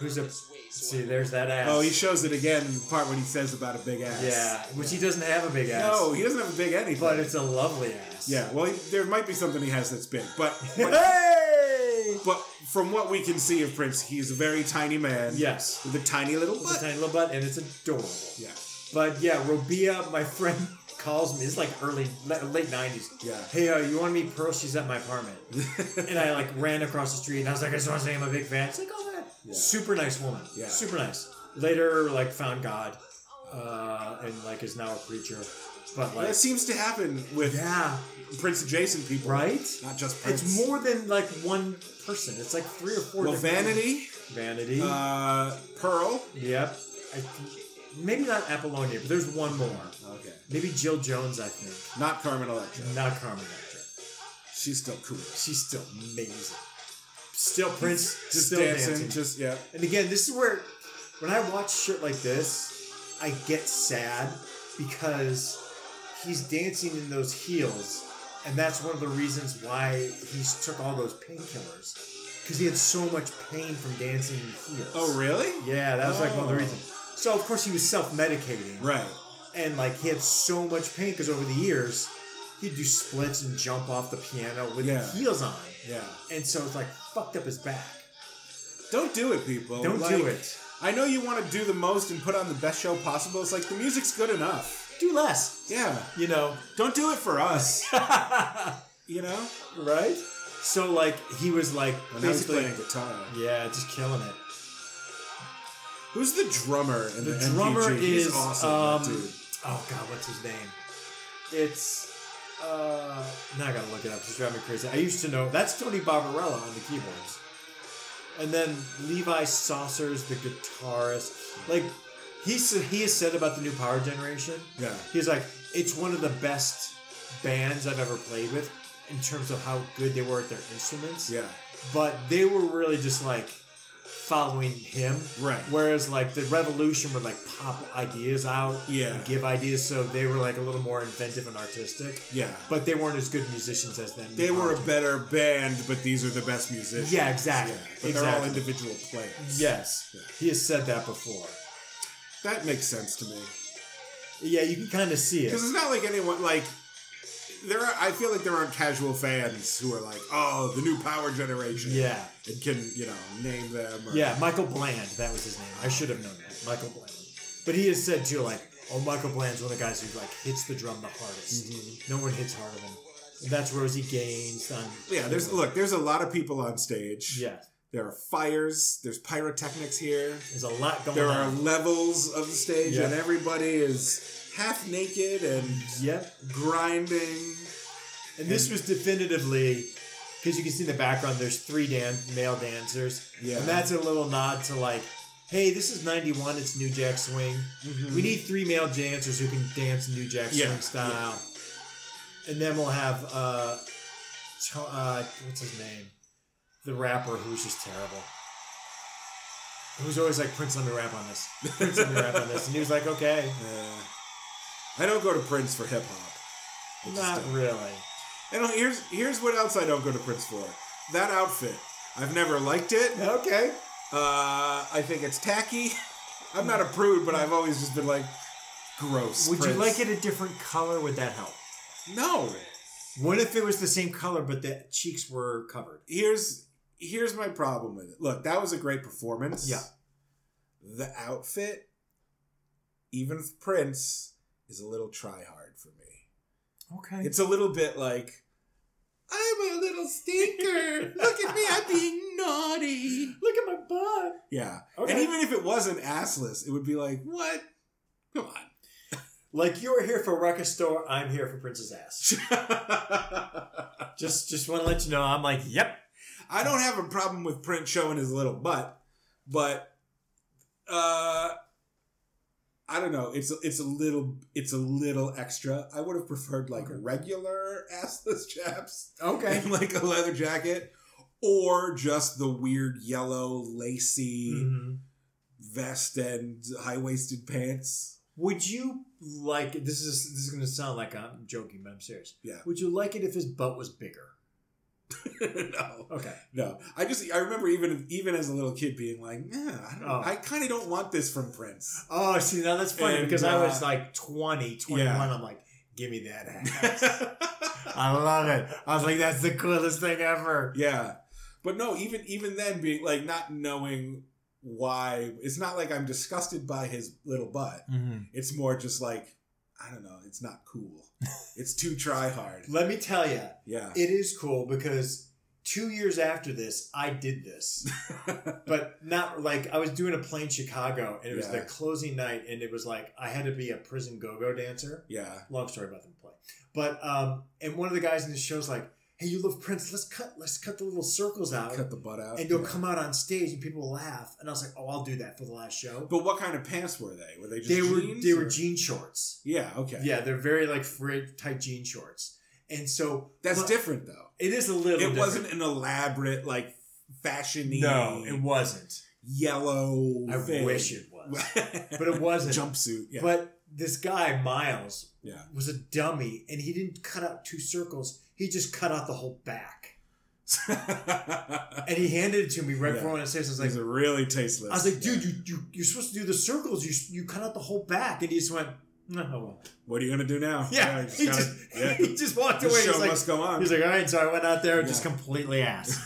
Speaker 2: who's a see, there's that ass.
Speaker 1: Oh, he shows it again. in The part when he says about a big ass.
Speaker 2: yeah, which he doesn't have a big ass.
Speaker 1: No, he doesn't have a big anything.
Speaker 2: but it's a lovely ass.
Speaker 1: yeah, well, he, there might be something he has that's big, but but,
Speaker 2: Hey!
Speaker 1: but from what we can see of Prince, he's a very tiny man.
Speaker 2: Yes.
Speaker 1: with a tiny little
Speaker 2: It's a
Speaker 1: butt.
Speaker 2: tiny little butt, and it's adorable.
Speaker 1: yeah,
Speaker 2: But yeah, Robia, my friend, calls me. It's like early, la- late nineties.
Speaker 1: Yeah.
Speaker 2: Hey, uh, you want to meet Pearl? She's at my apartment. and I like ran across the street, and I was like, I just want to say I'm a big fan. It's like, oh man,
Speaker 1: Yeah.
Speaker 2: super nice woman.
Speaker 1: Yeah.
Speaker 2: Super nice. Later, like found God, uh, and like is now a preacher. But
Speaker 1: that
Speaker 2: like,
Speaker 1: seems to happen with
Speaker 2: yeah,
Speaker 1: Prince adjacent people,
Speaker 2: right.
Speaker 1: Not just Prince.
Speaker 2: It's more than like one person. It's like three or four.
Speaker 1: well,
Speaker 2: different-
Speaker 1: vanity,
Speaker 2: Vanity.
Speaker 1: uh, Pearl.
Speaker 2: yep. I, th- maybe not Apollonia, but there's one more.
Speaker 1: Okay,
Speaker 2: Maybe Jill Jones, I think.
Speaker 1: not Carmen Electra.
Speaker 2: Not Carmen Electra.
Speaker 1: She's still cool.
Speaker 2: She's still amazing. Still Prince,
Speaker 1: Just
Speaker 2: still
Speaker 1: dancing,
Speaker 2: dancing.
Speaker 1: just yeah.
Speaker 2: and again, this is where when I watch shit like this, I get sad because he's dancing in those heels, and that's one of the reasons why he took all those painkillers because he had so much pain from dancing in heels.
Speaker 1: Oh, really?
Speaker 2: Yeah, that was like one of the
Speaker 1: Oh.
Speaker 2: reasons. So of course he was self-medicating
Speaker 1: Right.
Speaker 2: and like he had so much pain because over the years he'd do splits and jump off the piano with
Speaker 1: Yeah.
Speaker 2: the heels on
Speaker 1: Yeah.
Speaker 2: and so it's like fucked up his back
Speaker 1: Don't do it, people.
Speaker 2: don't
Speaker 1: Oh, Like,
Speaker 2: do it
Speaker 1: I know you want to do the most and put on the best show possible. It's like the music's good enough.
Speaker 2: do less
Speaker 1: Yeah.
Speaker 2: you know
Speaker 1: Don't do it for us. You know.
Speaker 2: right so like he was like
Speaker 1: When I was
Speaker 2: basically
Speaker 1: playing guitar.
Speaker 2: yeah just killing it
Speaker 1: Who's the drummer in the,
Speaker 2: The drummer
Speaker 1: MPG? He's
Speaker 2: is,
Speaker 1: awesome,
Speaker 2: um,
Speaker 1: dude.
Speaker 2: oh god what's his name it's uh now i gotta look it up it's driving me crazy i used to know that's tony barbarella on the keyboards and then levi saucers the guitarist like He said he has said about the new Power Generation.
Speaker 1: Yeah.
Speaker 2: He's like, it's one of the best bands I've ever played with in terms of how good they were at their instruments.
Speaker 1: Yeah.
Speaker 2: But they were really just like following him.
Speaker 1: Right.
Speaker 2: Whereas like the Revolution would like pop ideas out.
Speaker 1: Yeah.
Speaker 2: And give ideas, so they were like a little more inventive and artistic.
Speaker 1: Yeah.
Speaker 2: But they weren't as good musicians as them.
Speaker 1: They were a better band, but these are the best musicians.
Speaker 2: Yeah, exactly.
Speaker 1: but they're all
Speaker 2: Exactly.
Speaker 1: individual players.
Speaker 2: Yes.
Speaker 1: Yeah.
Speaker 2: He has said that before.
Speaker 1: That makes sense to me.
Speaker 2: Yeah, you can kind of see it.
Speaker 1: Because it's not like anyone like there are I feel like there aren't casual fans who are like, oh, the new power generation.
Speaker 2: Yeah.
Speaker 1: And can, you know, name them or
Speaker 2: Yeah, Michael Bland, that was his name. I should have known that. Michael Bland. But he has said too, like, oh, Michael Bland's one of the guys who like hits the drum the
Speaker 1: Mm-hmm.
Speaker 2: hardest. No one hits harder than. And that's Rosie Gaines. On,
Speaker 1: Yeah, there's look, there's a lot of people on stage.
Speaker 2: Yeah,
Speaker 1: There are fires, there's pyrotechnics here.
Speaker 2: there's a lot going
Speaker 1: There are
Speaker 2: on.
Speaker 1: levels of the stage
Speaker 2: Oh Yeah.
Speaker 1: and everybody is half naked and
Speaker 2: Yep.
Speaker 1: grinding.
Speaker 2: And this was definitively because you can see in the background there's three dan- male dancers.
Speaker 1: Yeah.
Speaker 2: And that's a little nod to like, hey, this is 91, it's New Jack Swing.
Speaker 1: Mm-hmm.
Speaker 2: We need three male dancers who can dance New Jack
Speaker 1: Mhm. Yeah,
Speaker 2: Swing style. And then we'll have, uh, To- uh, what's his name? The rapper who's just terrible. Who's always like, Prince, let me rap on this. Prince, let me rap on this. And he was like, okay.
Speaker 1: Uh, I don't go to Prince for hip hop. I just
Speaker 2: Not
Speaker 1: don't.
Speaker 2: really.
Speaker 1: And here's here's what else I don't go to Prince for. That outfit. I've never liked it.
Speaker 2: Okay.
Speaker 1: Uh, I think it's tacky. I'm not a prude, but I've always just been like, gross.
Speaker 2: Would you
Speaker 1: Prince.
Speaker 2: like it a different color? Would that help?
Speaker 1: No.
Speaker 2: What if it was the same color but the cheeks were covered?
Speaker 1: Here's here's my problem with it. Look, that was a great performance.
Speaker 2: Yeah.
Speaker 1: The outfit, even if Prince, is a little try hard for me.
Speaker 2: Okay.
Speaker 1: It's a little bit like, I'm a little stinker. Look at me, I'm being naughty.
Speaker 2: Look at my butt.
Speaker 1: Yeah.
Speaker 2: Okay.
Speaker 1: And even if it wasn't assless, it would be like, what? Come
Speaker 2: Like you're here for Ruckus Store, I'm here for Prince's ass.
Speaker 1: on.
Speaker 2: just just want to let you know, I'm like, yep.
Speaker 1: I don't have a problem with Prince showing his little butt, but uh I don't know. It's it's a little it's a little extra. I would have preferred like
Speaker 2: Okay.
Speaker 1: regular assless chaps
Speaker 2: Okay.
Speaker 1: and like a leather jacket or just the weird yellow lacy
Speaker 2: Mm. Mm-hmm.
Speaker 1: vest and high-waisted pants.
Speaker 2: Would you like this is this is gonna sound like I'm joking, but I'm serious.
Speaker 1: Yeah.
Speaker 2: Would you like it if his butt was bigger?
Speaker 1: no.
Speaker 2: Okay.
Speaker 1: No, I just I remember even even as a little kid being like, nah, I don't,
Speaker 2: Oh.
Speaker 1: I kind of don't want this from Prince.
Speaker 2: Oh, see now that's funny
Speaker 1: And,
Speaker 2: because I was
Speaker 1: uh,
Speaker 2: like 20, 21.
Speaker 1: yeah.
Speaker 2: I'm like, give me that ass. I love it. I was like, that's the coolest thing ever.
Speaker 1: yeah, but no, even even then being like not knowing why it's not like I'm disgusted by his little butt.
Speaker 2: Mm-hmm.
Speaker 1: It's more just like I don't know, it's not cool. it's too try hard.
Speaker 2: Let me tell you,
Speaker 1: Yeah,
Speaker 2: It is cool because two years after this, I did this, but not like I was doing a play in Chicago, and it was
Speaker 1: Yeah.
Speaker 2: the closing night, and it was like I had to be a prison go-go dancer.
Speaker 1: yeah,
Speaker 2: Long story about the play, but um, and one of the guys in the show's like, "Hey, you love Prince? Let's cut, let's cut the little circles out,
Speaker 1: cut the butt out.
Speaker 2: and you'll
Speaker 1: yeah.
Speaker 2: come out on stage, and people will laugh." And I was like, "Oh, I'll do that for the last show."
Speaker 1: But what kind of pants were they? Were they just
Speaker 2: they were
Speaker 1: jeans
Speaker 2: they
Speaker 1: or-
Speaker 2: were jean shorts.
Speaker 1: Yeah, okay.
Speaker 2: Yeah, they're very like frid tight jean shorts, and so
Speaker 1: that's
Speaker 2: but
Speaker 1: different though.
Speaker 2: It is a little.
Speaker 1: It
Speaker 2: different.
Speaker 1: wasn't an elaborate like fashiony.
Speaker 2: No, it wasn't.
Speaker 1: yellow.
Speaker 2: I
Speaker 1: thing.
Speaker 2: wish it was, but it wasn't.
Speaker 1: Jumpsuit. Yeah.
Speaker 2: But this guy Miles
Speaker 1: Yeah.
Speaker 2: was a dummy, and he didn't cut out two circles. He just cut out the whole back, and he handed it to me
Speaker 1: Yeah.
Speaker 2: right before I was on stage. I was
Speaker 1: These
Speaker 2: like,
Speaker 1: are really tasteless.
Speaker 2: I was like, dude, you, you you're supposed to do the circles. You you cut out the whole back, and he just went, no, I won't."
Speaker 1: what are you gonna do now?
Speaker 2: Yeah,
Speaker 1: you
Speaker 2: he
Speaker 1: gotta-
Speaker 2: just
Speaker 1: yeah,
Speaker 2: he just walked
Speaker 1: this
Speaker 2: away.
Speaker 1: show
Speaker 2: He's like,
Speaker 1: must go on.
Speaker 2: he's like, all right. So I went out there and just
Speaker 1: Yeah.
Speaker 2: completely ass,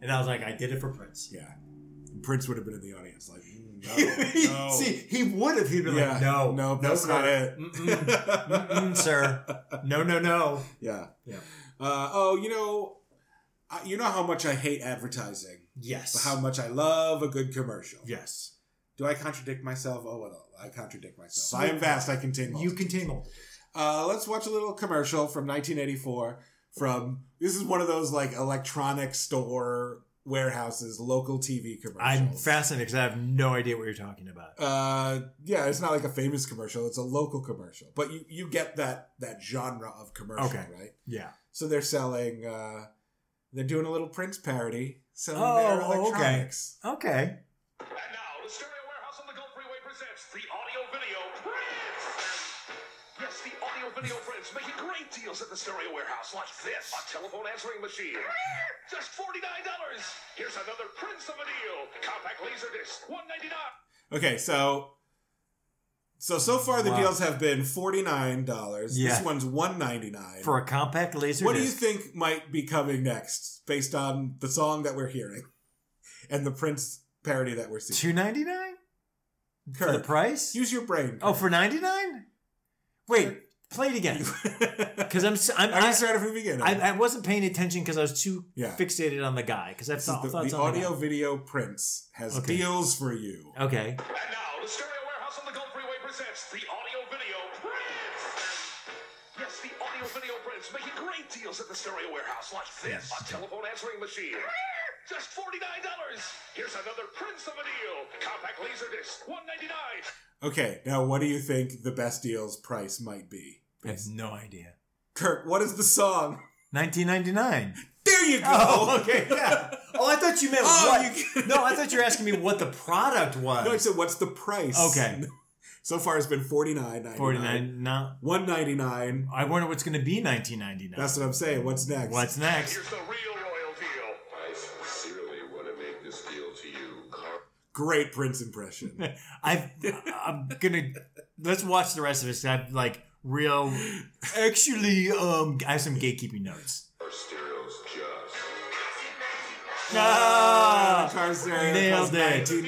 Speaker 2: and I was like, I did it for Prince.
Speaker 1: yeah. Prince would have been in the audience, like, mm, no, no.
Speaker 2: See, he would have. He'd been
Speaker 1: Yeah.
Speaker 2: like, no,
Speaker 1: no, that's not
Speaker 2: Carter.
Speaker 1: it.
Speaker 2: Mm-mm. Mm-mm, sir. No, no, no.
Speaker 1: mm, yeah.
Speaker 2: Yeah.
Speaker 1: Uh, oh, you know, I, you know how much I hate advertising, but
Speaker 2: Yes.
Speaker 1: how much I love a good commercial.
Speaker 2: yes.
Speaker 1: Do I contradict myself? Oh, well, I contradict myself.
Speaker 2: So-
Speaker 1: I am vast. I contain.
Speaker 2: You
Speaker 1: multitudes.
Speaker 2: contain all.
Speaker 1: Uh, let's watch a little commercial from 1984. From this is one of those like electronic store warehouses, local TV commercials.
Speaker 2: I'm fascinated because I have no idea what you're talking about.
Speaker 1: Uh, yeah, it's not like a famous commercial; it's a local commercial. But you you get that that genre of commercial,
Speaker 2: Okay.
Speaker 1: right?
Speaker 2: Yeah.
Speaker 1: So they're selling. Uh, they're doing a little Prince parody, selling
Speaker 2: Oh,
Speaker 1: their
Speaker 2: okay.
Speaker 1: electronics.
Speaker 2: Okay.
Speaker 7: And now, the Stereo Warehouse on the Gulf Freeway presents the Audio Video Prince! Yes, the Audio Video Prince making great deals at the Stereo Warehouse, like this a telephone answering machine. Just $49. Here's another Prince of a deal. Compact laser disc, $199.
Speaker 1: Okay, so so so far the
Speaker 2: Wow.
Speaker 1: deals have been forty nine dollars.
Speaker 2: Yeah.
Speaker 1: This one's one ninety nine.
Speaker 2: For a compact laser
Speaker 1: What do you
Speaker 2: disc.
Speaker 1: think might be coming next, based on the song that we're hearing and the Prince parody that we're seeing?
Speaker 2: Two ninety nine for the
Speaker 1: Kurt,
Speaker 2: price.
Speaker 1: use your brain.
Speaker 2: Oh, for ninety nine. Wait, play it again. Because I'm s- I'm,
Speaker 1: I'm
Speaker 2: I,
Speaker 1: gonna start from the beginning.
Speaker 2: I, I wasn't paying attention because I was too
Speaker 1: Yeah.
Speaker 2: fixated on the guy. Because I
Speaker 1: this is
Speaker 2: thought
Speaker 1: the,
Speaker 2: thoughts
Speaker 1: the
Speaker 2: on the
Speaker 1: audio
Speaker 2: guy.
Speaker 1: video Prince has
Speaker 2: Okay.
Speaker 1: deals for you.
Speaker 2: Okay.
Speaker 7: And now, the Stereo Warehouse on the Gulf Freeway presents the Audio Video Prince! Yes, the Audio Video Prince making great deals at the Stereo Warehouse, like this a telephone answering machine. Just $49. Here's another Prince of a deal. Compact laser disc, $199.
Speaker 2: Oh.
Speaker 1: Okay, now what do you think the best deals price might be?
Speaker 2: I have no idea.
Speaker 1: Kurt, what is the song?
Speaker 2: Nineteen ninety nine.
Speaker 1: There you go.
Speaker 2: Oh, okay, yeah. Oh, I thought you meant
Speaker 1: Oh,
Speaker 2: what?
Speaker 1: you-
Speaker 2: no, I thought you were asking me what the product was.
Speaker 1: No, I said, what's the price?
Speaker 2: Okay.
Speaker 1: So far, it's been forty nine ninety
Speaker 2: forty
Speaker 1: nine.
Speaker 2: nine. No,
Speaker 1: One ninety nine.
Speaker 2: I wonder what's going to be nineteen ninety nine.
Speaker 1: That's what I'm saying. What's next?
Speaker 2: Oh, What's next?
Speaker 7: Here's the real royal deal.
Speaker 8: I sincerely want to make this deal to you, Carl.
Speaker 1: Great Prince impression. Uh,
Speaker 2: I've, I'm gonna let's watch the rest of this. I've like real. Actually, um, I have some gatekeeping notes.
Speaker 8: Our stereo's just.
Speaker 1: Ah,
Speaker 2: Ah,
Speaker 1: Car stereo
Speaker 2: nailed
Speaker 1: costs
Speaker 2: it.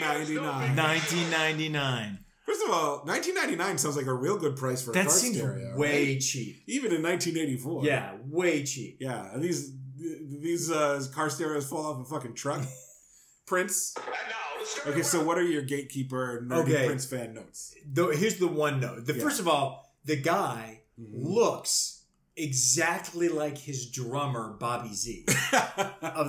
Speaker 1: 1999.
Speaker 2: nineteen ninety nine.
Speaker 1: First of all, 1999 sounds like a real good price for a
Speaker 2: That
Speaker 1: car
Speaker 2: seems
Speaker 1: stereo.
Speaker 2: way
Speaker 1: right?
Speaker 2: cheap.
Speaker 1: even in 1984.
Speaker 2: Yeah, way cheap.
Speaker 1: yeah. These these uh, car stereos fall off a fucking truck. Prince.
Speaker 7: And now, the Stereo
Speaker 1: Okay, so what are your gatekeeper nerdy
Speaker 2: Okay.
Speaker 1: Prince fan notes?
Speaker 2: Though here's the one note. The
Speaker 1: Yeah.
Speaker 2: first of all, the guy
Speaker 1: Mm-hmm.
Speaker 2: looks exactly like his drummer Bobby Z of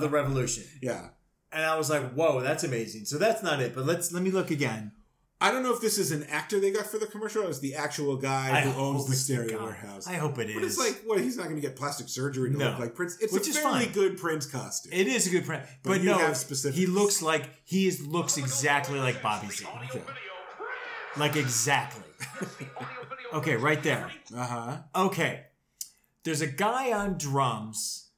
Speaker 2: the Revolution,
Speaker 1: yeah,
Speaker 2: and I was like, "Whoa, that's amazing." So that's not it. But let's let me look again.
Speaker 1: I don't know if this is an actor they got for the commercial. or It's the actual guy who
Speaker 2: hope
Speaker 1: owns the
Speaker 2: it's
Speaker 1: stereo
Speaker 2: guy.
Speaker 1: warehouse.
Speaker 2: I hope it is.
Speaker 1: but it's like, well, he's not going to get plastic surgery to
Speaker 2: No.
Speaker 1: look like Prince. It's
Speaker 2: Which
Speaker 1: a
Speaker 2: is
Speaker 1: fairly
Speaker 2: fine.
Speaker 1: good Prince costume.
Speaker 2: It is a good print,
Speaker 1: But
Speaker 2: but,
Speaker 1: you
Speaker 2: no,
Speaker 1: have specifics.
Speaker 2: he looks like he is, looks exactly like Bobby Z,
Speaker 1: Okay.
Speaker 2: like exactly. okay, right there.
Speaker 1: Uh huh.
Speaker 2: Okay, there's a guy on drums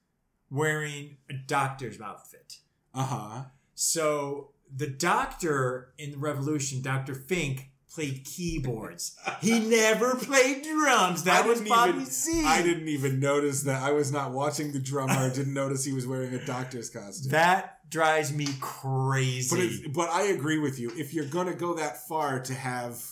Speaker 2: wearing a doctor's outfit.
Speaker 1: Uh huh.
Speaker 2: So the doctor in the Revolution, Doctor Fink, played keyboards. He never played drums. That
Speaker 1: I
Speaker 2: was
Speaker 1: didn't
Speaker 2: Bobby
Speaker 1: even-
Speaker 2: Z.
Speaker 1: I didn't even notice that. I was not watching the drummer. didn't notice he was wearing a doctor's costume.
Speaker 2: That drives me crazy.
Speaker 1: but, it's, but I agree with you. If you're gonna go that far to have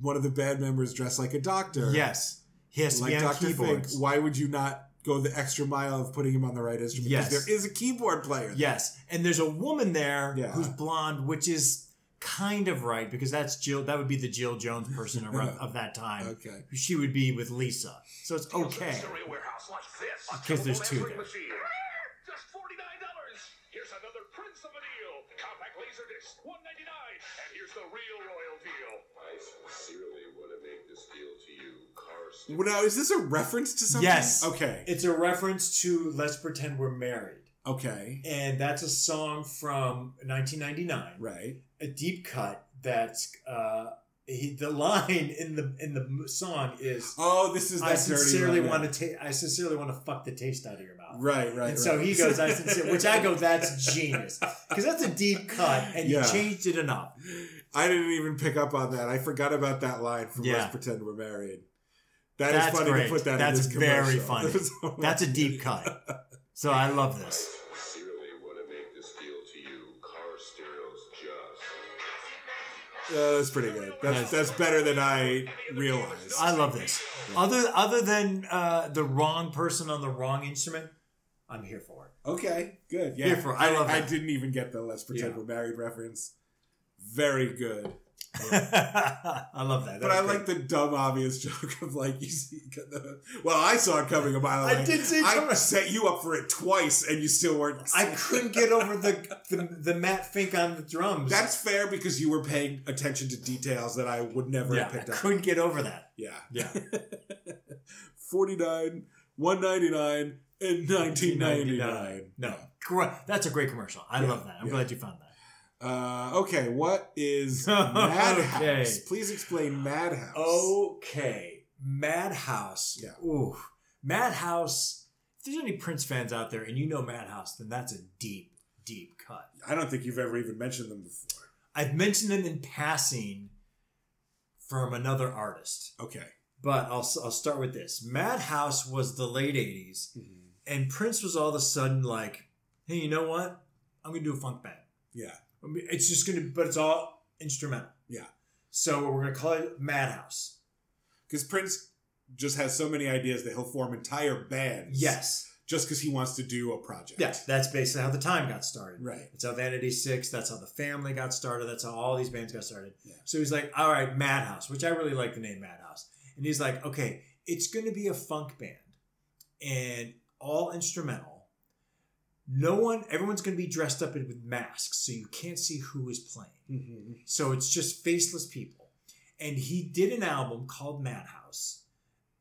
Speaker 1: one of the band members dressed like a doctor,
Speaker 2: yes, he has to
Speaker 1: like
Speaker 2: be on
Speaker 1: Doctor Fink,
Speaker 2: keyboards.
Speaker 1: why would you not go the extra mile of putting him on the right instrument?
Speaker 2: Yes.
Speaker 1: Because there is a keyboard player.
Speaker 2: Yes, and there's a woman there
Speaker 1: Yeah.
Speaker 2: who's blonde, which is kind of right because that's Jill. That would be the Jill Jones person of, of that time.
Speaker 1: Okay.
Speaker 2: She would be with Lisa, so it's okay.
Speaker 7: Stereo Warehouse, like this a
Speaker 2: Because there's two
Speaker 7: telephone answering
Speaker 2: there.
Speaker 7: machine. Just $49. Here's another Prince of a deal. Compact laser disc, $199. And here's the real royal deal.
Speaker 8: I sincerely want to make this deal to you, Carl.
Speaker 1: Well, Now, is this a reference to something?
Speaker 2: Yes.
Speaker 1: Okay.
Speaker 2: It's a reference to "Let's Pretend We're Married,"
Speaker 1: okay.
Speaker 2: and that's a song from 1999,
Speaker 1: Right.
Speaker 2: a deep cut. That's uh, he, the line in the in the song is.
Speaker 1: Oh, this is that
Speaker 2: I
Speaker 1: dirty
Speaker 2: sincerely
Speaker 1: runner.
Speaker 2: want to. Ta- I sincerely want to fuck the taste out of your mouth.
Speaker 1: Right, right.
Speaker 2: and so
Speaker 1: right.
Speaker 2: he goes, I sincere, which I go, that's genius. Because that's a deep cut, and
Speaker 1: Yeah.
Speaker 2: you changed it enough.
Speaker 1: I didn't even pick up on that. I forgot about that line from
Speaker 2: Yeah.
Speaker 1: Let's Pretend We're Married. That is
Speaker 2: That's
Speaker 1: funny
Speaker 2: great.
Speaker 1: to put that
Speaker 2: That's
Speaker 1: in this
Speaker 2: very
Speaker 1: commercial.
Speaker 2: funny.
Speaker 1: That's-
Speaker 2: That's a deep cut. So I love
Speaker 8: I
Speaker 2: this.
Speaker 8: sincerely want to make this deal to you, Car Stereo's just.
Speaker 1: Uh, that's pretty good. That's, that's better than I realized.
Speaker 2: I love this. Other other than uh, the wrong person on the wrong instrument, I'm here for it.
Speaker 1: Okay, good. Yeah,
Speaker 2: Here for- I love
Speaker 1: I
Speaker 2: that.
Speaker 1: didn't even get the Let's Pretend
Speaker 2: Yeah.
Speaker 1: We're Married reference. Very good.
Speaker 2: I love that. That
Speaker 1: But
Speaker 2: was
Speaker 1: I
Speaker 2: great.
Speaker 1: like the dumb, obvious joke of like, you see, well, I saw it coming a mile away.
Speaker 2: I did see it
Speaker 1: I
Speaker 2: coming.
Speaker 1: set you up for it twice, and you still weren't.
Speaker 2: I couldn't get over the, the the Matt Fink on the drums.
Speaker 1: That's fair because you were paying attention to details that I would never
Speaker 2: yeah,
Speaker 1: have
Speaker 2: I
Speaker 1: picked up.
Speaker 2: couldn't get over that.
Speaker 1: Yeah.
Speaker 2: Yeah.
Speaker 1: 49, 199, and 1999.
Speaker 2: No, great. That's a great commercial. I
Speaker 1: Yeah,
Speaker 2: love that. I'm
Speaker 1: yeah.
Speaker 2: glad you found that.
Speaker 1: Uh, okay, what is Madhouse?
Speaker 2: Okay.
Speaker 1: Please explain Madhouse.
Speaker 2: Oh. Okay, Madhouse.
Speaker 1: Yeah.
Speaker 2: Ooh, Madhouse. If there's any Prince fans out there and you know Madhouse, then that's a deep, deep cut.
Speaker 1: I don't think you've ever even mentioned them before.
Speaker 2: I've mentioned them in passing from another artist,
Speaker 1: Okay.
Speaker 2: but I'll I'll start with this. Madhouse was the late '80s. And Prince was all of a sudden like, hey, you know what? I'm gonna do a funk band.
Speaker 1: Yeah.
Speaker 2: I mean, It's just gonna, but it's all instrumental.
Speaker 1: Yeah.
Speaker 2: So we're gonna call it Madhouse.
Speaker 1: Because Prince just has so many ideas that he'll form entire bands.
Speaker 2: Yes.
Speaker 1: Just because he wants to do a project.
Speaker 2: Yeah. That's basically how the time got started.
Speaker 1: Right.
Speaker 2: It's how Vanity Six. That's how the Family got started. That's how all these bands got started.
Speaker 1: Yeah.
Speaker 2: So he's like, all right, Madhouse, which I really like the name Madhouse. And he's like, okay, it's going to be a funk band and all instrumental. No one, everyone's going to be dressed up in- with masks, so you can't see who is playing.
Speaker 1: hmm
Speaker 2: So it's just faceless people. And he did an album called Madhouse,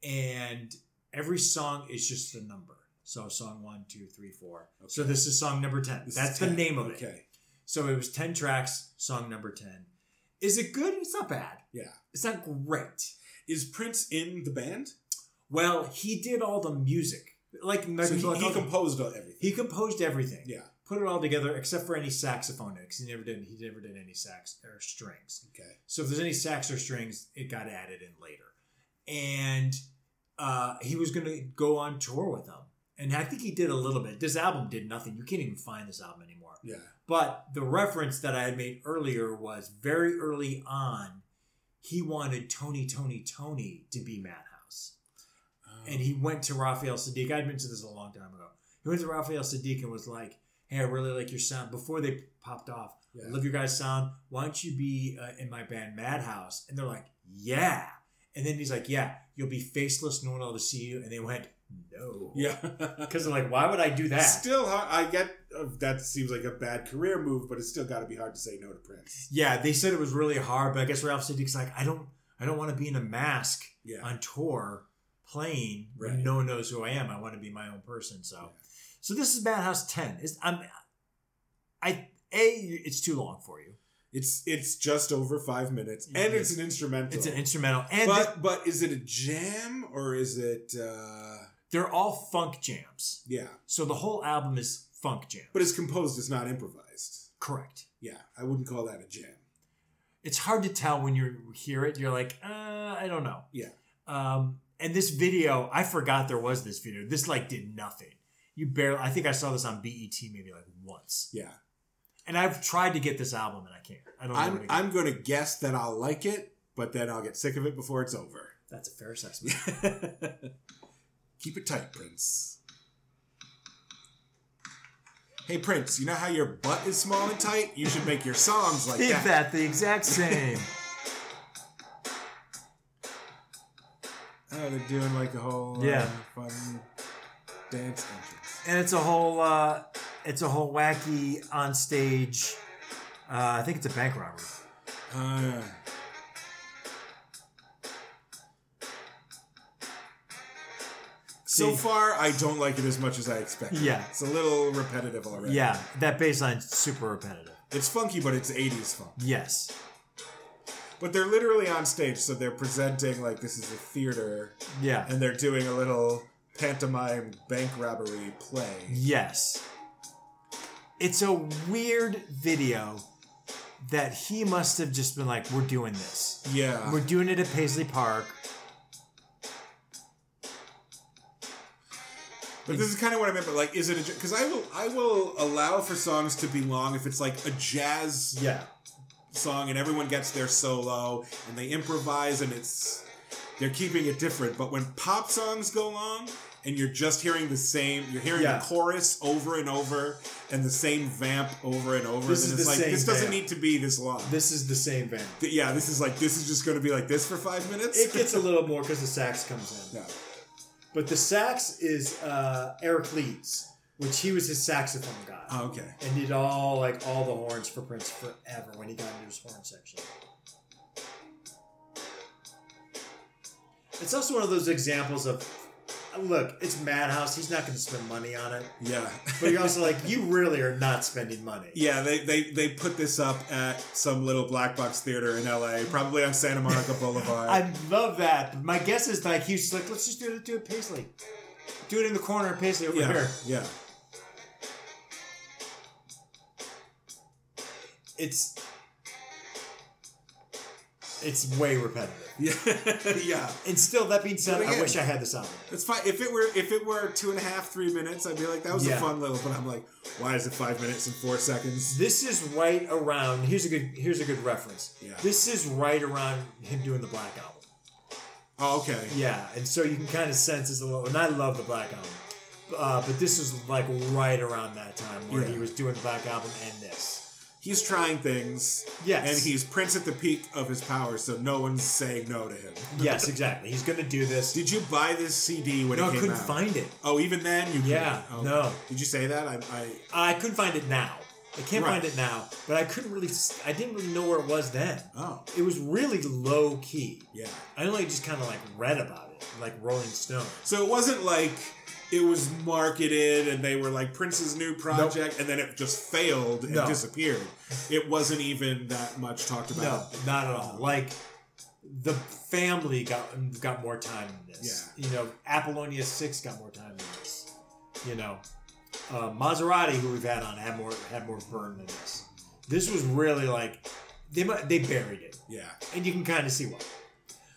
Speaker 2: and every song is just a number. So song one, two, three, four. So this is song number 10. That's the name of it.
Speaker 1: Okay.
Speaker 2: So it was 10 tracks, song number 10. Is it good? It's not bad.
Speaker 1: Yeah.
Speaker 2: It's not great.
Speaker 1: Is Prince in the band?
Speaker 2: Well, he did all the music. Like,
Speaker 1: so he, he
Speaker 2: he,
Speaker 1: composed everything.
Speaker 2: he composed everything.
Speaker 1: yeah.
Speaker 2: Put it all together except for any saxophone because he never did he never did any sax or strings.
Speaker 1: Okay.
Speaker 2: So if there's any sax or strings, it got added in later. And uh, he was going to go on tour with them. And I think he did a little bit. This album did nothing. You can't even find this album anymore.
Speaker 1: Yeah.
Speaker 2: But the reference that I had made earlier was very early on, he wanted Tony, Tony, Tony to be Madhouse. And
Speaker 1: Oh.
Speaker 2: he went to Raphael Sadiq. I'd mentioned this a long time ago. He went to Raphael Sadiq and was like, hey, I really like your sound. Before they popped off,
Speaker 1: Yeah.
Speaker 2: I love your guys' sound. Why don't you be uh, in my band Madhouse? And they're like, yeah. And then he's like, yeah, you'll be faceless. No one will ever see you. And they went, no.
Speaker 1: Yeah.
Speaker 2: Because they're like, why would I do that?
Speaker 1: Still, hard, I get uh, that seems like a bad career move, but it's still got to be hard to say no to Prince.
Speaker 2: Yeah, they said it was really hard, but I guess Ralph Siddick's like, I don't, I don't want to be in a mask
Speaker 1: Yeah.
Speaker 2: on tour playing
Speaker 1: Right.
Speaker 2: when no one knows who I am. I want to be my own person. So, so this is Madhouse Ten. Is I'm, I a it's too long for you.
Speaker 1: It's it's just over five minutes, and it's an instrumental.
Speaker 2: It's an instrumental, and
Speaker 1: but
Speaker 2: th-
Speaker 1: but is it a jam or is it? uh
Speaker 2: they're all funk jams.
Speaker 1: Yeah,
Speaker 2: So the whole album is funk jam.
Speaker 1: but it's composed. It's not improvised.
Speaker 2: Correct.
Speaker 1: Yeah, I wouldn't call that a jam.
Speaker 2: It's hard to tell when you hear it. You're like, uh, I don't know.
Speaker 1: Yeah.
Speaker 2: Um, and this video, I forgot there was this video. This like did nothing. You barely. I think I saw this on BET maybe like once.
Speaker 1: Yeah,
Speaker 2: And I've tried to get this album and I can't. I don't. know where
Speaker 1: I'm
Speaker 2: to get it.
Speaker 1: I'm going to guess that I'll like it, but then I'll get sick of it before it's over.
Speaker 2: That's a fair assessment.
Speaker 1: Keep it tight, Prince. Hey Prince, you know how your butt is small and tight? You should make your songs like
Speaker 2: Keep
Speaker 1: that.
Speaker 2: that the exact same.
Speaker 1: Oh, they're doing like a whole uh,
Speaker 2: Yeah.
Speaker 1: fun dance entrance.
Speaker 2: and it's a whole. uh It's a whole wacky on stage. Uh, I think it's a bank robbery.
Speaker 1: Uh, so
Speaker 2: See?
Speaker 1: far, I don't like it as much as I expected.
Speaker 2: Yeah.
Speaker 1: it's a little repetitive already.
Speaker 2: Yeah, that bass line's super repetitive.
Speaker 1: it's funky, but it's '80s funk.
Speaker 2: Yes.
Speaker 1: But they're literally on stage, so they're presenting like this is a theater,
Speaker 2: Yeah.
Speaker 1: and they're doing a little pantomime bank robbery play.
Speaker 2: Yes. It's a weird video that he must have just been like, we're doing this.
Speaker 1: Yeah,
Speaker 2: We're doing it at Paisley Park.
Speaker 1: But this is kind of what I meant. But like, is it a? Because I will, I will allow for songs to be long if it's like a jazz
Speaker 2: Yeah.
Speaker 1: song and everyone gets their solo and they improvise and it's. they're keeping it different. But when pop songs go on and you're just hearing the same, you're hearing
Speaker 2: Yeah.
Speaker 1: the chorus over and over and the same vamp over and over,
Speaker 2: This
Speaker 1: then
Speaker 2: is
Speaker 1: it's
Speaker 2: the
Speaker 1: like
Speaker 2: same
Speaker 1: this doesn't
Speaker 2: vamp.
Speaker 1: need to be this long.
Speaker 2: This is the same band.
Speaker 1: Th- yeah, this is like this is just going to be like this for five minutes.
Speaker 2: It gets a little more because the sax comes in.
Speaker 1: no.
Speaker 2: But the sax is uh, Eric Leeds, which he was his saxophone guy.
Speaker 1: Oh, okay.
Speaker 2: and did all like all the horns for Prince forever when he got into his horn section. It's also one of those examples of look, it's Madhouse, he's not gonna spend money on it.
Speaker 1: Yeah.
Speaker 2: But you're also like, you really are not spending money.
Speaker 1: Yeah, they, they, they put this up at some little black box theater in LA, probably on Santa Monica Boulevard.
Speaker 2: I love that. But my guess is like he's just like, let's just do it do it Paisley. Do it in the corner of Paisley over
Speaker 1: yeah,
Speaker 2: here.
Speaker 1: yeah.
Speaker 2: It's it's way repetitive.
Speaker 1: Yeah, yeah.
Speaker 2: And still, that being said,
Speaker 1: But
Speaker 2: I
Speaker 1: again-
Speaker 2: wish I had this album.
Speaker 1: It's fine. If it were if it were two and a half, three minutes, I'd be like, that was a
Speaker 2: Yeah.
Speaker 1: fun little. But I'm like, why is it five minutes and four seconds?
Speaker 2: This is right around. Here's a good. Here's a good reference.
Speaker 1: Yeah.
Speaker 2: This is right around him doing the Black Album.
Speaker 1: Oh, okay.
Speaker 2: Yeah, and so you can kind of sense it's a little. And I love the Black Album, uh, but this is like right around that time where
Speaker 1: Yeah.
Speaker 2: he was doing the Black Album and this.
Speaker 1: He's trying things,
Speaker 2: Yes.
Speaker 1: and he's Prince at the peak of his power, so no one's saying no to him.
Speaker 2: Yes, exactly. He's gonna do this.
Speaker 1: Did you buy this CD when
Speaker 2: no,
Speaker 1: it
Speaker 2: I
Speaker 1: came
Speaker 2: couldn't
Speaker 1: out?
Speaker 2: find it.
Speaker 1: Oh, even then you.
Speaker 2: Yeah,
Speaker 1: couldn't? Oh.
Speaker 2: no.
Speaker 1: Did you say that? I. I
Speaker 2: I couldn't find it now. I can't
Speaker 1: Right.
Speaker 2: find it now, but I couldn't really. s- I didn't really know where it was then.
Speaker 1: oh,
Speaker 2: It was really low key.
Speaker 1: yeah.
Speaker 2: I only just kind of like read about it, like Rolling Stone.
Speaker 1: So it wasn't like it was marketed and they were like Prince's new project, and then it just failed and
Speaker 2: No.
Speaker 1: disappeared. It wasn't even that much talked
Speaker 2: No,
Speaker 1: about.
Speaker 2: not at all. Like the family got got more time in this. You know, Apollonia Six got more time in this. You know, uh, Maserati, who we've had on, had more had more burn than this. This was really like they mu- they buried it,
Speaker 1: Yeah.
Speaker 2: and you can kind of see why.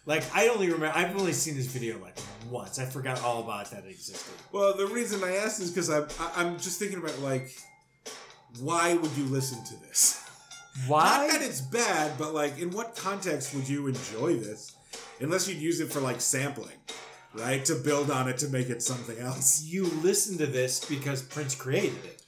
Speaker 2: Like I only remember, I've only seen this video like once. I forgot all about that it existed.
Speaker 1: Well, the reason I asked is because I'm I- I'm just thinking about like, why would you listen to this? Not that
Speaker 2: Why?
Speaker 1: it's bad, but like, in what context would you enjoy this? Unless you'd use it for like sampling, right? To build on it to make it something else,
Speaker 2: You listen to this because Prince created it.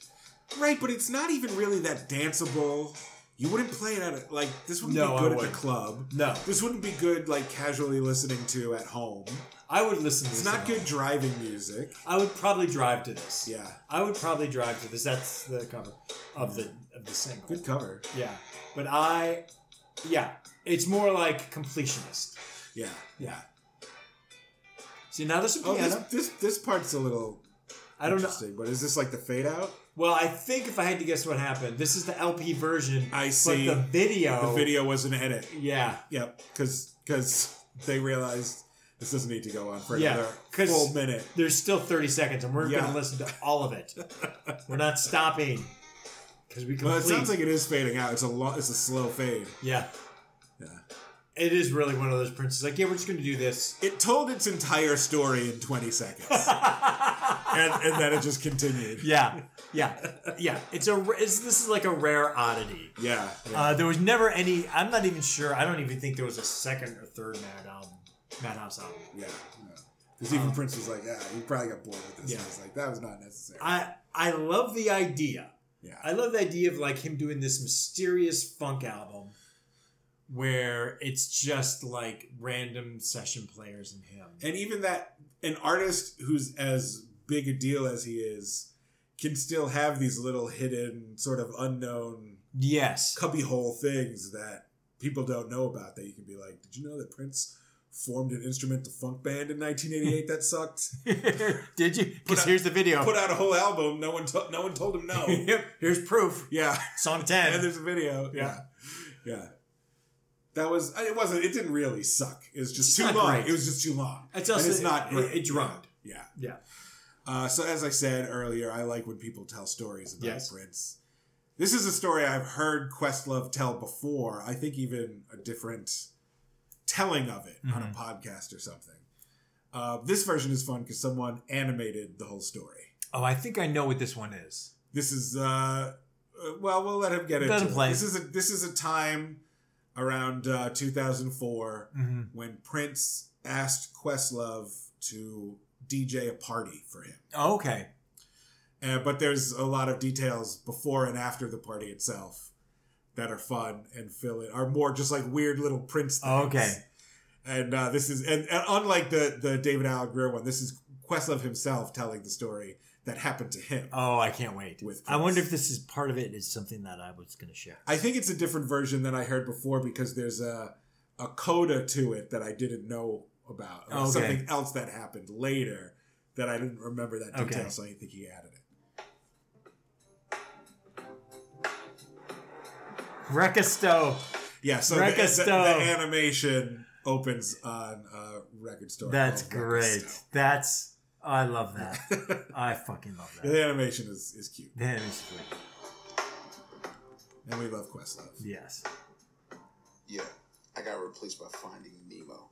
Speaker 1: right? But it's not even really that danceable. You wouldn't play it at a, like this wouldn't
Speaker 2: No, I
Speaker 1: be good at the
Speaker 2: wouldn't.
Speaker 1: club.
Speaker 2: No,
Speaker 1: This wouldn't be good like casually listening to at home.
Speaker 2: I would listen to this.
Speaker 1: It's not
Speaker 2: now.
Speaker 1: good driving music.
Speaker 2: I would probably drive to this.
Speaker 1: Yeah,
Speaker 2: I would probably drive to this. That's the cover of the of the single.
Speaker 1: good cover.
Speaker 2: Yeah, but I, yeah, it's more like completionist.
Speaker 1: Yeah, yeah.
Speaker 2: See, now there's some
Speaker 1: Oh,
Speaker 2: piano.
Speaker 1: this, this this part's a little
Speaker 2: I don't know.
Speaker 1: Interesting, But is this like the fade out?
Speaker 2: Well, I think if I had to guess what happened, this is the LP version.
Speaker 1: I see.
Speaker 2: But the video.
Speaker 1: The video was an edit.
Speaker 2: Yeah,
Speaker 1: Yep, because they realized this doesn't need to go on for
Speaker 2: Yeah,
Speaker 1: another
Speaker 2: 'cause-
Speaker 1: full minute.
Speaker 2: there's still 30 seconds, and we're
Speaker 1: Yeah.
Speaker 2: gonna listen to all of it. we're not stopping because we complete.
Speaker 1: Well, it sounds like it is fading out. It's a lo- It's a slow fade.
Speaker 2: yeah.
Speaker 1: Yeah.
Speaker 2: It is really one of those princes. Like, yeah, we're just gonna do this.
Speaker 1: It told its entire story in 20 seconds, and, and then it just continued.
Speaker 2: Yeah, yeah, yeah. It's a it's, this is like a rare oddity.
Speaker 1: Yeah, yeah.
Speaker 2: Uh, there was never any. I'm not even sure. I don't even think there was a second or third Mad album, Madhouse album.
Speaker 1: yeah. Because even
Speaker 2: Um,
Speaker 1: Prince was like, "Yeah, you probably got bored with this."
Speaker 2: Yeah.
Speaker 1: Yeah. I was like, "That was not necessary."
Speaker 2: I I love the idea.
Speaker 1: yeah,
Speaker 2: I love the idea of like him doing this mysterious funk album, where it's just like random session players and him.
Speaker 1: and even that an artist who's as big a deal as he is can still have these little hidden sort of unknown
Speaker 2: yes,
Speaker 1: cubbyhole things that people don't know about that you can be like did you know that prince formed an instrumental funk band in 1988 that sucked
Speaker 2: did you?
Speaker 1: Put
Speaker 2: Because
Speaker 1: out-
Speaker 2: here's the video.
Speaker 1: put out a whole album no one to- no one told him no
Speaker 2: Yep, here's proof.
Speaker 1: yeah
Speaker 2: Song ten.
Speaker 1: and there's a video yeah
Speaker 2: Yeah.
Speaker 1: yeah that was uh, it wasn't it didn't really suck it was just
Speaker 2: It's
Speaker 1: too
Speaker 2: not
Speaker 1: long
Speaker 2: great.
Speaker 1: it was just too long
Speaker 2: It's also
Speaker 1: And it's not
Speaker 2: it-
Speaker 1: great.
Speaker 2: It, drummed.
Speaker 1: yeah
Speaker 2: Yeah.
Speaker 1: Uh, so as I said earlier, I like when people tell stories about
Speaker 2: Yes.
Speaker 1: Prince. This is a story I've heard Questlove tell before. I think even a different telling of it on a
Speaker 2: Mm-hmm.
Speaker 1: podcast or something. Uh, this version is fun because someone animated the whole story.
Speaker 2: Oh, I think I know what this one is.
Speaker 1: This is uh, uh, well, we'll let him get into
Speaker 2: Doesn't
Speaker 1: it.
Speaker 2: play.
Speaker 1: This is a this is a time. around uh, 2004
Speaker 2: Mm-hmm.
Speaker 1: when Prince asked Questlove to DJ a party for him.
Speaker 2: Oh, Okay.
Speaker 1: Uh, but there's a lot of details before and after the party itself that are fun and fill in are more just like weird little Prince things.
Speaker 2: Oh, Okay.
Speaker 1: And uh, this is and, and unlike the the David Alan Greer one, this is Questlove himself telling the story that happened to him.
Speaker 2: Oh, I can't wait.
Speaker 1: With
Speaker 2: I wonder
Speaker 1: Prince.
Speaker 2: if this is part of it is something that I was going to share.
Speaker 1: I think it's a different version than I heard before because there's a a coda to it that I didn't know about. Or
Speaker 2: Okay.
Speaker 1: Something else that happened later that I didn't remember that detail,
Speaker 2: Okay.
Speaker 1: so I think he added it.
Speaker 2: Wreck a stove.
Speaker 1: Yeah, so the,
Speaker 2: Record
Speaker 1: the, the
Speaker 2: Store.
Speaker 1: animation opens on a record store.
Speaker 2: That's
Speaker 1: called Record
Speaker 2: great. That's I love that.
Speaker 1: Store.
Speaker 2: I fucking love
Speaker 1: the
Speaker 2: that.
Speaker 1: animation is, is cute,
Speaker 2: That is great.
Speaker 1: and we love Questlove.
Speaker 2: Yes.
Speaker 7: Yeah, I got replaced by Finding Nemo.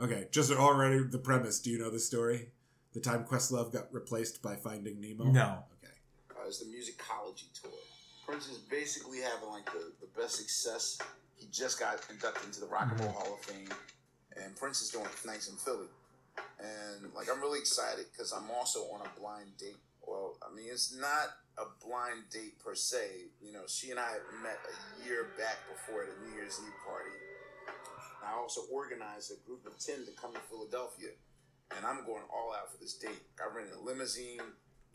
Speaker 1: Okay, just already the premise. Do you know the story? The time Questlove got replaced by Finding Nemo.
Speaker 2: No.
Speaker 1: Okay.
Speaker 7: Uh, it's the musicology tour. Prince is basically having like the, the best success. He just got inducted into the Rock and Roll Hall of Fame, and Prince is doing nights in Philly. And like I'm really excited because I'm also on a blind date. Well, I mean it's not a blind date per se. You know, she and I had met a year back before the New Year's Eve party. And I also organized a group of ten to come to Philadelphia, and I'm going all out for this date. I rented a limousine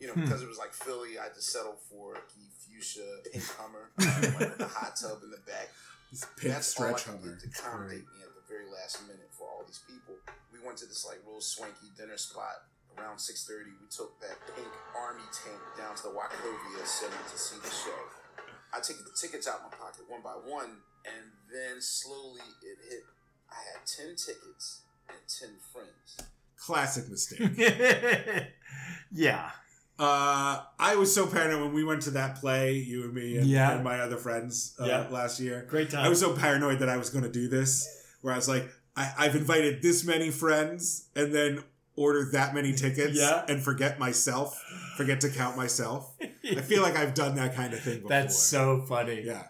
Speaker 7: you know,
Speaker 2: Hmm.
Speaker 7: because it was like Philly, I just settled for the fuchsia pink Hummer, uh, like with a hot tub in the back.
Speaker 1: This pink
Speaker 7: That's all I
Speaker 1: stretch
Speaker 7: could
Speaker 1: hummer.
Speaker 7: get to accommodate me at the very last minute for all these people. We went to this like real swanky dinner spot around six thirty. We took that pink army tank down to the Wachovia Center to see the show. I took the tickets out of my pocket one by one, and then slowly it hit. I had ten tickets and ten friends.
Speaker 1: Classic mistake.
Speaker 2: yeah.
Speaker 1: Uh, I was so paranoid when we went to that play, you and me and,
Speaker 2: Yeah.
Speaker 1: and my other friends uh,
Speaker 2: Yeah.
Speaker 1: last year.
Speaker 2: Great time.
Speaker 1: I was so paranoid that I was going to do this, where I was like, I, I've invited this many friends and then order that many tickets
Speaker 2: Yeah.
Speaker 1: and forget myself, forget to count myself. I feel like I've done that kind of thing before.
Speaker 2: That's so funny.
Speaker 1: Yeah.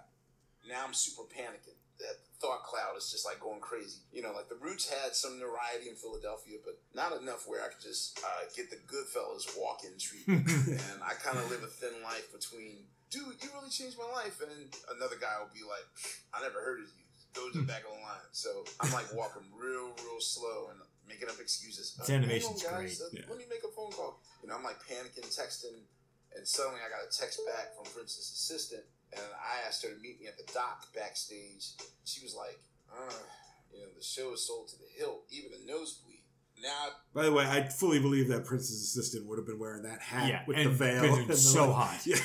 Speaker 7: now I'm super panicking. That thought cloud is just like going crazy. You know, like the Roots had some notoriety in Philadelphia, but not enough where I could just uh, get the Goodfellas walk-in treatment. and I kind of live a thin life between, dude, you really changed my life, and another guy will be like, I never heard of you. Go to the back of the line. So I'm like walking real, real slow and making up excuses.
Speaker 2: This
Speaker 7: Uh, hang on,
Speaker 2: animation's
Speaker 7: guys.
Speaker 2: great.
Speaker 7: Uh,
Speaker 1: Yeah.
Speaker 7: Let me make a phone call. You know, I'm like panicking, texting, and suddenly I got a text back from Prince's assistant, and I asked her to meet me at the dock backstage. She was like, uh, you know, the show is sold to the hilt, even the nosebleed. Now,
Speaker 1: By the way, I fully believe that Prince's assistant would have been wearing that hat
Speaker 2: Yeah,
Speaker 1: with the
Speaker 2: and
Speaker 1: veil.
Speaker 2: been
Speaker 1: and the,
Speaker 2: so
Speaker 1: like-
Speaker 2: hot.
Speaker 1: Yeah.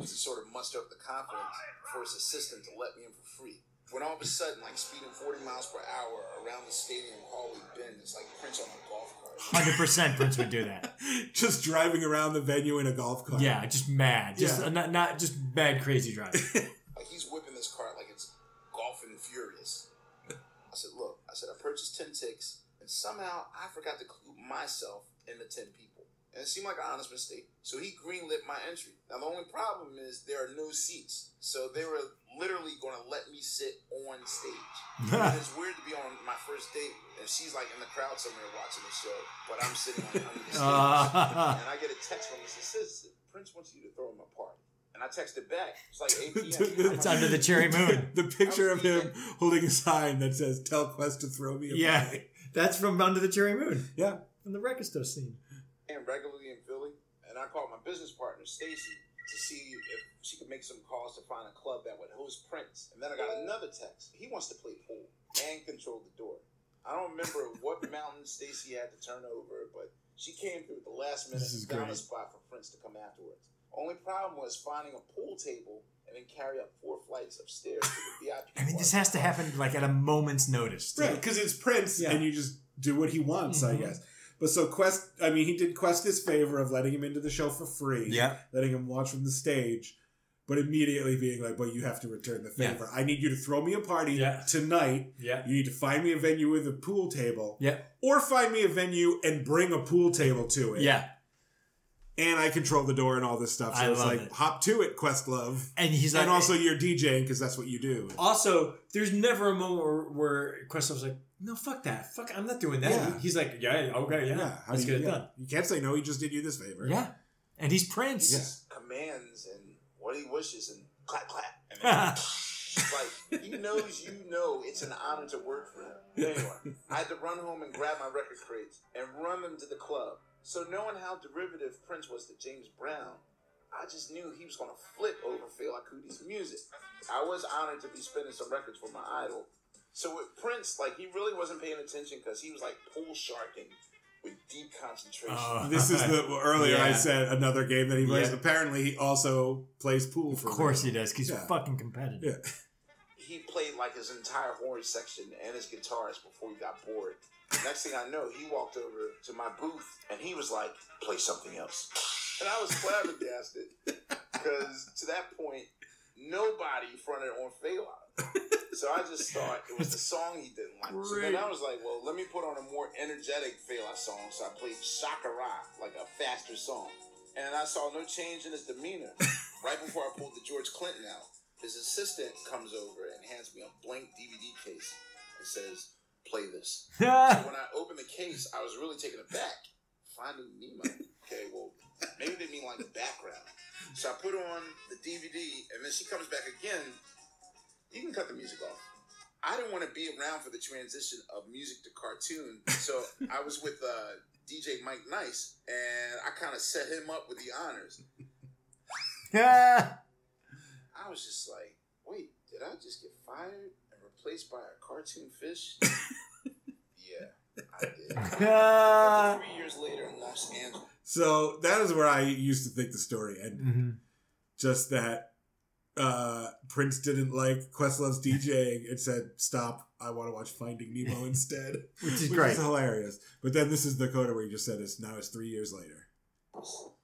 Speaker 7: to sort of muster up the confidence for his assistant to let me in for free. When all of a sudden, like speeding 40 miles per hour around the stadium hallway bend, it's like Prince on a golf cart.
Speaker 2: Hundred percent, Prince would do that.
Speaker 1: just driving around the venue in a golf cart.
Speaker 2: Yeah, just mad, just
Speaker 1: Yeah.
Speaker 2: uh, not, not just bad, crazy driving.
Speaker 7: Like he's whipping this cart like it's golfing furious. I said, look, I said I purchased ten ticks, and somehow I forgot to include myself in the ten people, and it seemed like an honest mistake. So he greenlit my entry. Now the only problem is there are no seats, so they were literally going to let me sit on stage.
Speaker 2: Uh,
Speaker 7: and it's weird to be on my first date, and she's like in the crowd somewhere watching the show, but I'm sitting like under the stage
Speaker 2: Uh,
Speaker 7: and I get a text from his assistant. Prince wants you to throw him a party. And I texted back. It's like 8 p.m.
Speaker 2: It's under the cherry moon.
Speaker 1: the picture of him holding a sign that says "Tell Quest to throw me a
Speaker 2: yeah,
Speaker 1: party."
Speaker 2: that's from Under the Cherry Moon.
Speaker 1: Yeah.
Speaker 2: from the Rekisto scene.
Speaker 7: And regularly in Philly. And I called my business partner, Stacy, to see if she could make some calls to find a club that would host Prince. And then I got another text. He wants to play pool and control the door. I don't remember what mountain Stacy had to turn over, but she came through at the last minute
Speaker 1: This is
Speaker 7: and found a
Speaker 1: great.
Speaker 7: spot for Prince to come afterwards. Only problem was finding a pool table and then carry up four flights of stairs to the VIP.
Speaker 2: I mean, this
Speaker 7: party.
Speaker 2: has to happen like at a moment's notice. too.
Speaker 1: right because it's Prince,
Speaker 2: Yeah.
Speaker 1: and you just do what he wants, I
Speaker 2: Mhm.
Speaker 1: guess. But so Quest, I mean, he did Quest this favor of letting him into the show for free,
Speaker 2: Yeah.
Speaker 1: letting him watch from the stage, but immediately being like, "Well, you have to return the
Speaker 2: Yeah.
Speaker 1: favor. I need you to throw me a party
Speaker 2: Yeah.
Speaker 1: tonight.
Speaker 2: Yeah.
Speaker 1: You need to find me a venue with a pool table,
Speaker 2: Yeah.
Speaker 1: or find me a venue and bring a pool table to it,
Speaker 2: Yeah.
Speaker 1: and I control the door and all this stuff. So
Speaker 2: I
Speaker 1: it's
Speaker 2: love
Speaker 1: like
Speaker 2: it.
Speaker 1: hop to it, Questlove.
Speaker 2: and Oh, he's like,
Speaker 1: and also you're DJing because that's what you do.
Speaker 2: Also, there's never a moment where, where Questlove's like, no, fuck that. Fuck, I'm not doing that.
Speaker 1: Yeah.
Speaker 2: He's like, yeah, okay, yeah.
Speaker 1: how
Speaker 2: Let's
Speaker 1: do
Speaker 2: get
Speaker 1: you,
Speaker 2: it
Speaker 1: yeah.
Speaker 2: done.
Speaker 1: You can't say no. He just did you this favor.
Speaker 2: Yeah. And he's Prince.
Speaker 7: Just commands and what he wishes and clap clap. And then, like he knows you know it's an honor to work for him. Anyway, I had to run home and grab my record crates and run them to the club. So knowing how derivative Prince was to James Brown, I just knew he was gonna flip over Phil Akuti's music. I was honored to be spinning some records for my idol. So with Prince, like he really wasn't paying attention because he was like pool sharking with deep concentration.
Speaker 2: Oh.
Speaker 1: This is the well, earlier I
Speaker 2: Yeah.
Speaker 1: said another game that he plays.
Speaker 2: Yeah.
Speaker 1: Apparently, he also plays pool.
Speaker 2: Of
Speaker 1: For a
Speaker 2: course he
Speaker 1: living.
Speaker 2: does. 'cause He's
Speaker 1: Yeah.
Speaker 2: fucking competitive.
Speaker 1: Yeah.
Speaker 7: he played like his entire horn section and his guitarist before he got bored. Next thing I know, he walked over to my booth and he was like, "Play something else," and I was flabbergasted because to that point, nobody fronted on Fail Out. So I just thought it was the song he didn't like. So then I was like, "Well, let me put on a more energetic Fail Out song." So I played Shakara, like a faster song, and I saw no change in his demeanor. right before I pulled the George Clinton out, his assistant comes over and hands me a blank DVD case and says, "Play this." So when I opened the case, I was really taken aback. Finding Nemo. Okay, well, maybe they mean like the background. So I put on the DVD, and then she comes back again. You can cut the music off. I didn't want to be around for the transition of music to cartoon, so I was with uh, DJ Mike Nice, and I kind of set him up with the honors.
Speaker 2: Yeah.
Speaker 7: I was just like, wait, did I just get fired and replaced by a cartoon fish? yeah, I did. Three years later in Los Angeles.
Speaker 1: So that is where I used to think the story ended.
Speaker 2: Mhm.
Speaker 1: Just that uh, Prince didn't like Questlove's DJing and said, "Stop! I want to watch Finding Nemo instead,"
Speaker 2: Which is
Speaker 1: which
Speaker 2: great.
Speaker 1: is hilarious. But then this is the coda where you just said it's now it's three years later.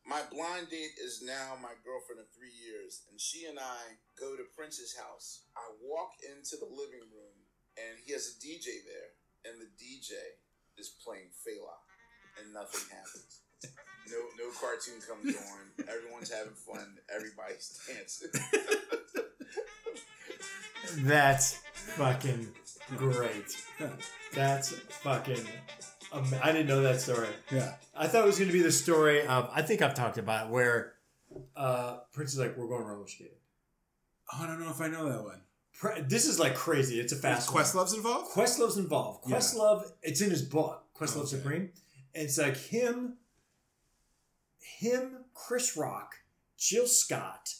Speaker 7: My blind date is now my girlfriend of three years, and she and I go to Prince's house. I walk into the living room, and he has a DJ there, and the DJ is playing Fela, and nothing happens. No, no cartoon comes on. Everyone's having fun. Everybody's dancing.
Speaker 2: That's fucking great. That's fucking. Am- I didn't know that story.
Speaker 1: Yeah,
Speaker 2: I thought it was going to be the story of. I think I've talked about it, where uh, Prince is like, "We're going roller skating."
Speaker 1: oh, I don't know if I know that one.
Speaker 2: Pr- This is like crazy. It's a fast one.
Speaker 1: Questlove's involved.
Speaker 2: Questlove's involved.
Speaker 1: Yeah.
Speaker 2: Questlove, it's in his book, Questlove
Speaker 1: Okay.
Speaker 2: Supreme. And it's like him, him, Chris Rock, Jill Scott,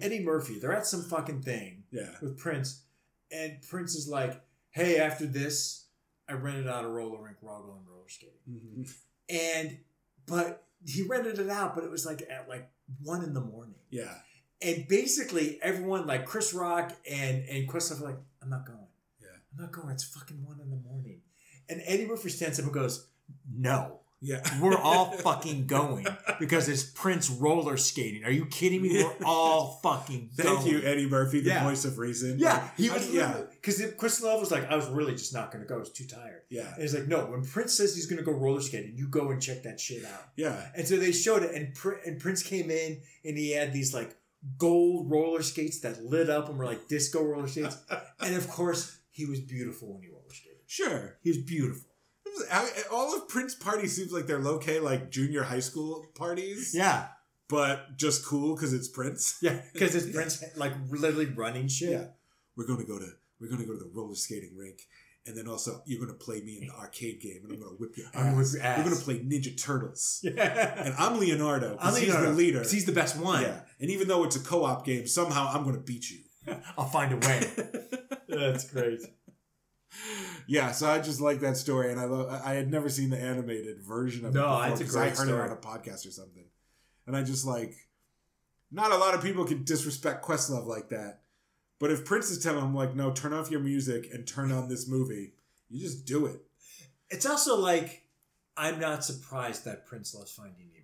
Speaker 2: Eddie Murphy. They're at some fucking thing
Speaker 1: yeah,
Speaker 2: with Prince, and Prince is like, "Hey, after this, I rented out a roller rink. We're all going roller skating." And but he rented it out, but it was like at like one in the morning.
Speaker 1: yeah,
Speaker 2: And basically, everyone like Chris Rock and and Questlove are like, "I'm not going.
Speaker 1: Yeah.
Speaker 2: I'm not going. It's fucking one in the morning." And Eddie Murphy stands up and goes, "No."
Speaker 1: yeah.
Speaker 2: We're all fucking going because it's Prince roller skating. Are you kidding me? We're all fucking going.
Speaker 1: Thank you, Eddie Murphy, the
Speaker 2: Yeah.
Speaker 1: voice of reason.
Speaker 2: Yeah, he
Speaker 1: I-
Speaker 2: was.
Speaker 1: yeah,
Speaker 2: because Chris Love was like, I was really just not going to go. I was too tired.
Speaker 1: yeah,
Speaker 2: And he's like, No, when Prince says he's going to go roller skating, you go and check that shit out.
Speaker 1: yeah.
Speaker 2: And so they showed it, and Pr- and Prince came in, and he had these like gold roller skates that lit up and were like disco roller skates. and of course, he was beautiful when he roller skated.
Speaker 1: Sure.
Speaker 2: He was beautiful.
Speaker 1: It was- I mean, all of Prince parties seems like they're low key like junior high school parties,
Speaker 2: Yeah,
Speaker 1: but just cool because it's Prince.
Speaker 2: yeah, because it's Prince like literally running shit.
Speaker 1: Yeah. We're gonna go to we're gonna go to the roller skating rink, and then also you're gonna play me in the arcade game, and I'm gonna whip your
Speaker 2: I'm
Speaker 1: ass.
Speaker 2: gonna whip your
Speaker 1: We're
Speaker 2: ass.
Speaker 1: gonna play Ninja Turtles,
Speaker 2: Yeah,
Speaker 1: and I'm Leonardo. 'cause
Speaker 2: I'm
Speaker 1: he's
Speaker 2: Leonardo,
Speaker 1: the leader.
Speaker 2: 'cause He's the best one.
Speaker 1: yeah, and even though it's a co-op game, somehow I'm gonna beat you.
Speaker 2: I'll find a way. That's great.
Speaker 1: Yeah, so I just like that story, and I love. I had never seen the animated version of it.
Speaker 2: No,
Speaker 1: before
Speaker 2: it's a
Speaker 1: because
Speaker 2: great
Speaker 1: I heard
Speaker 2: story.
Speaker 1: it on a podcast or something, and I just like. Not a lot of people can disrespect Questlove like that, but if Prince is telling him like, "No, turn off your music and turn on this movie," you just do it.
Speaker 2: It's also like I'm not surprised that Prince loves Finding Nemo.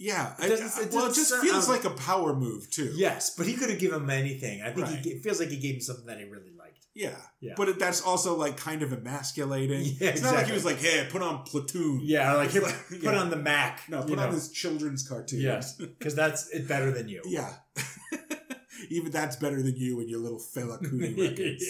Speaker 1: Yeah, I-
Speaker 2: doesn't- it
Speaker 1: well, it
Speaker 2: doesn't
Speaker 1: just
Speaker 2: sound-
Speaker 1: feels
Speaker 2: um,
Speaker 1: like a power move too.
Speaker 2: Yes, but he could have given him anything. I think
Speaker 1: Right.
Speaker 2: he, it feels like he gave him something that he really liked.
Speaker 1: Yeah.
Speaker 2: Yeah.
Speaker 1: But that's also like kind of emasculating.
Speaker 2: Yeah,
Speaker 1: it's not like
Speaker 2: exactly.
Speaker 1: he was like, "Hey, put on Platoon."
Speaker 2: Yeah, like
Speaker 1: It's
Speaker 2: here,
Speaker 1: like-
Speaker 2: put
Speaker 1: yeah.
Speaker 2: on the Mac.
Speaker 1: No, put
Speaker 2: you
Speaker 1: on
Speaker 2: know.
Speaker 1: this children's cartoon.
Speaker 2: Yes, because that's it better than you.
Speaker 1: Yeah. Even that's better than you and your little fella cootie records.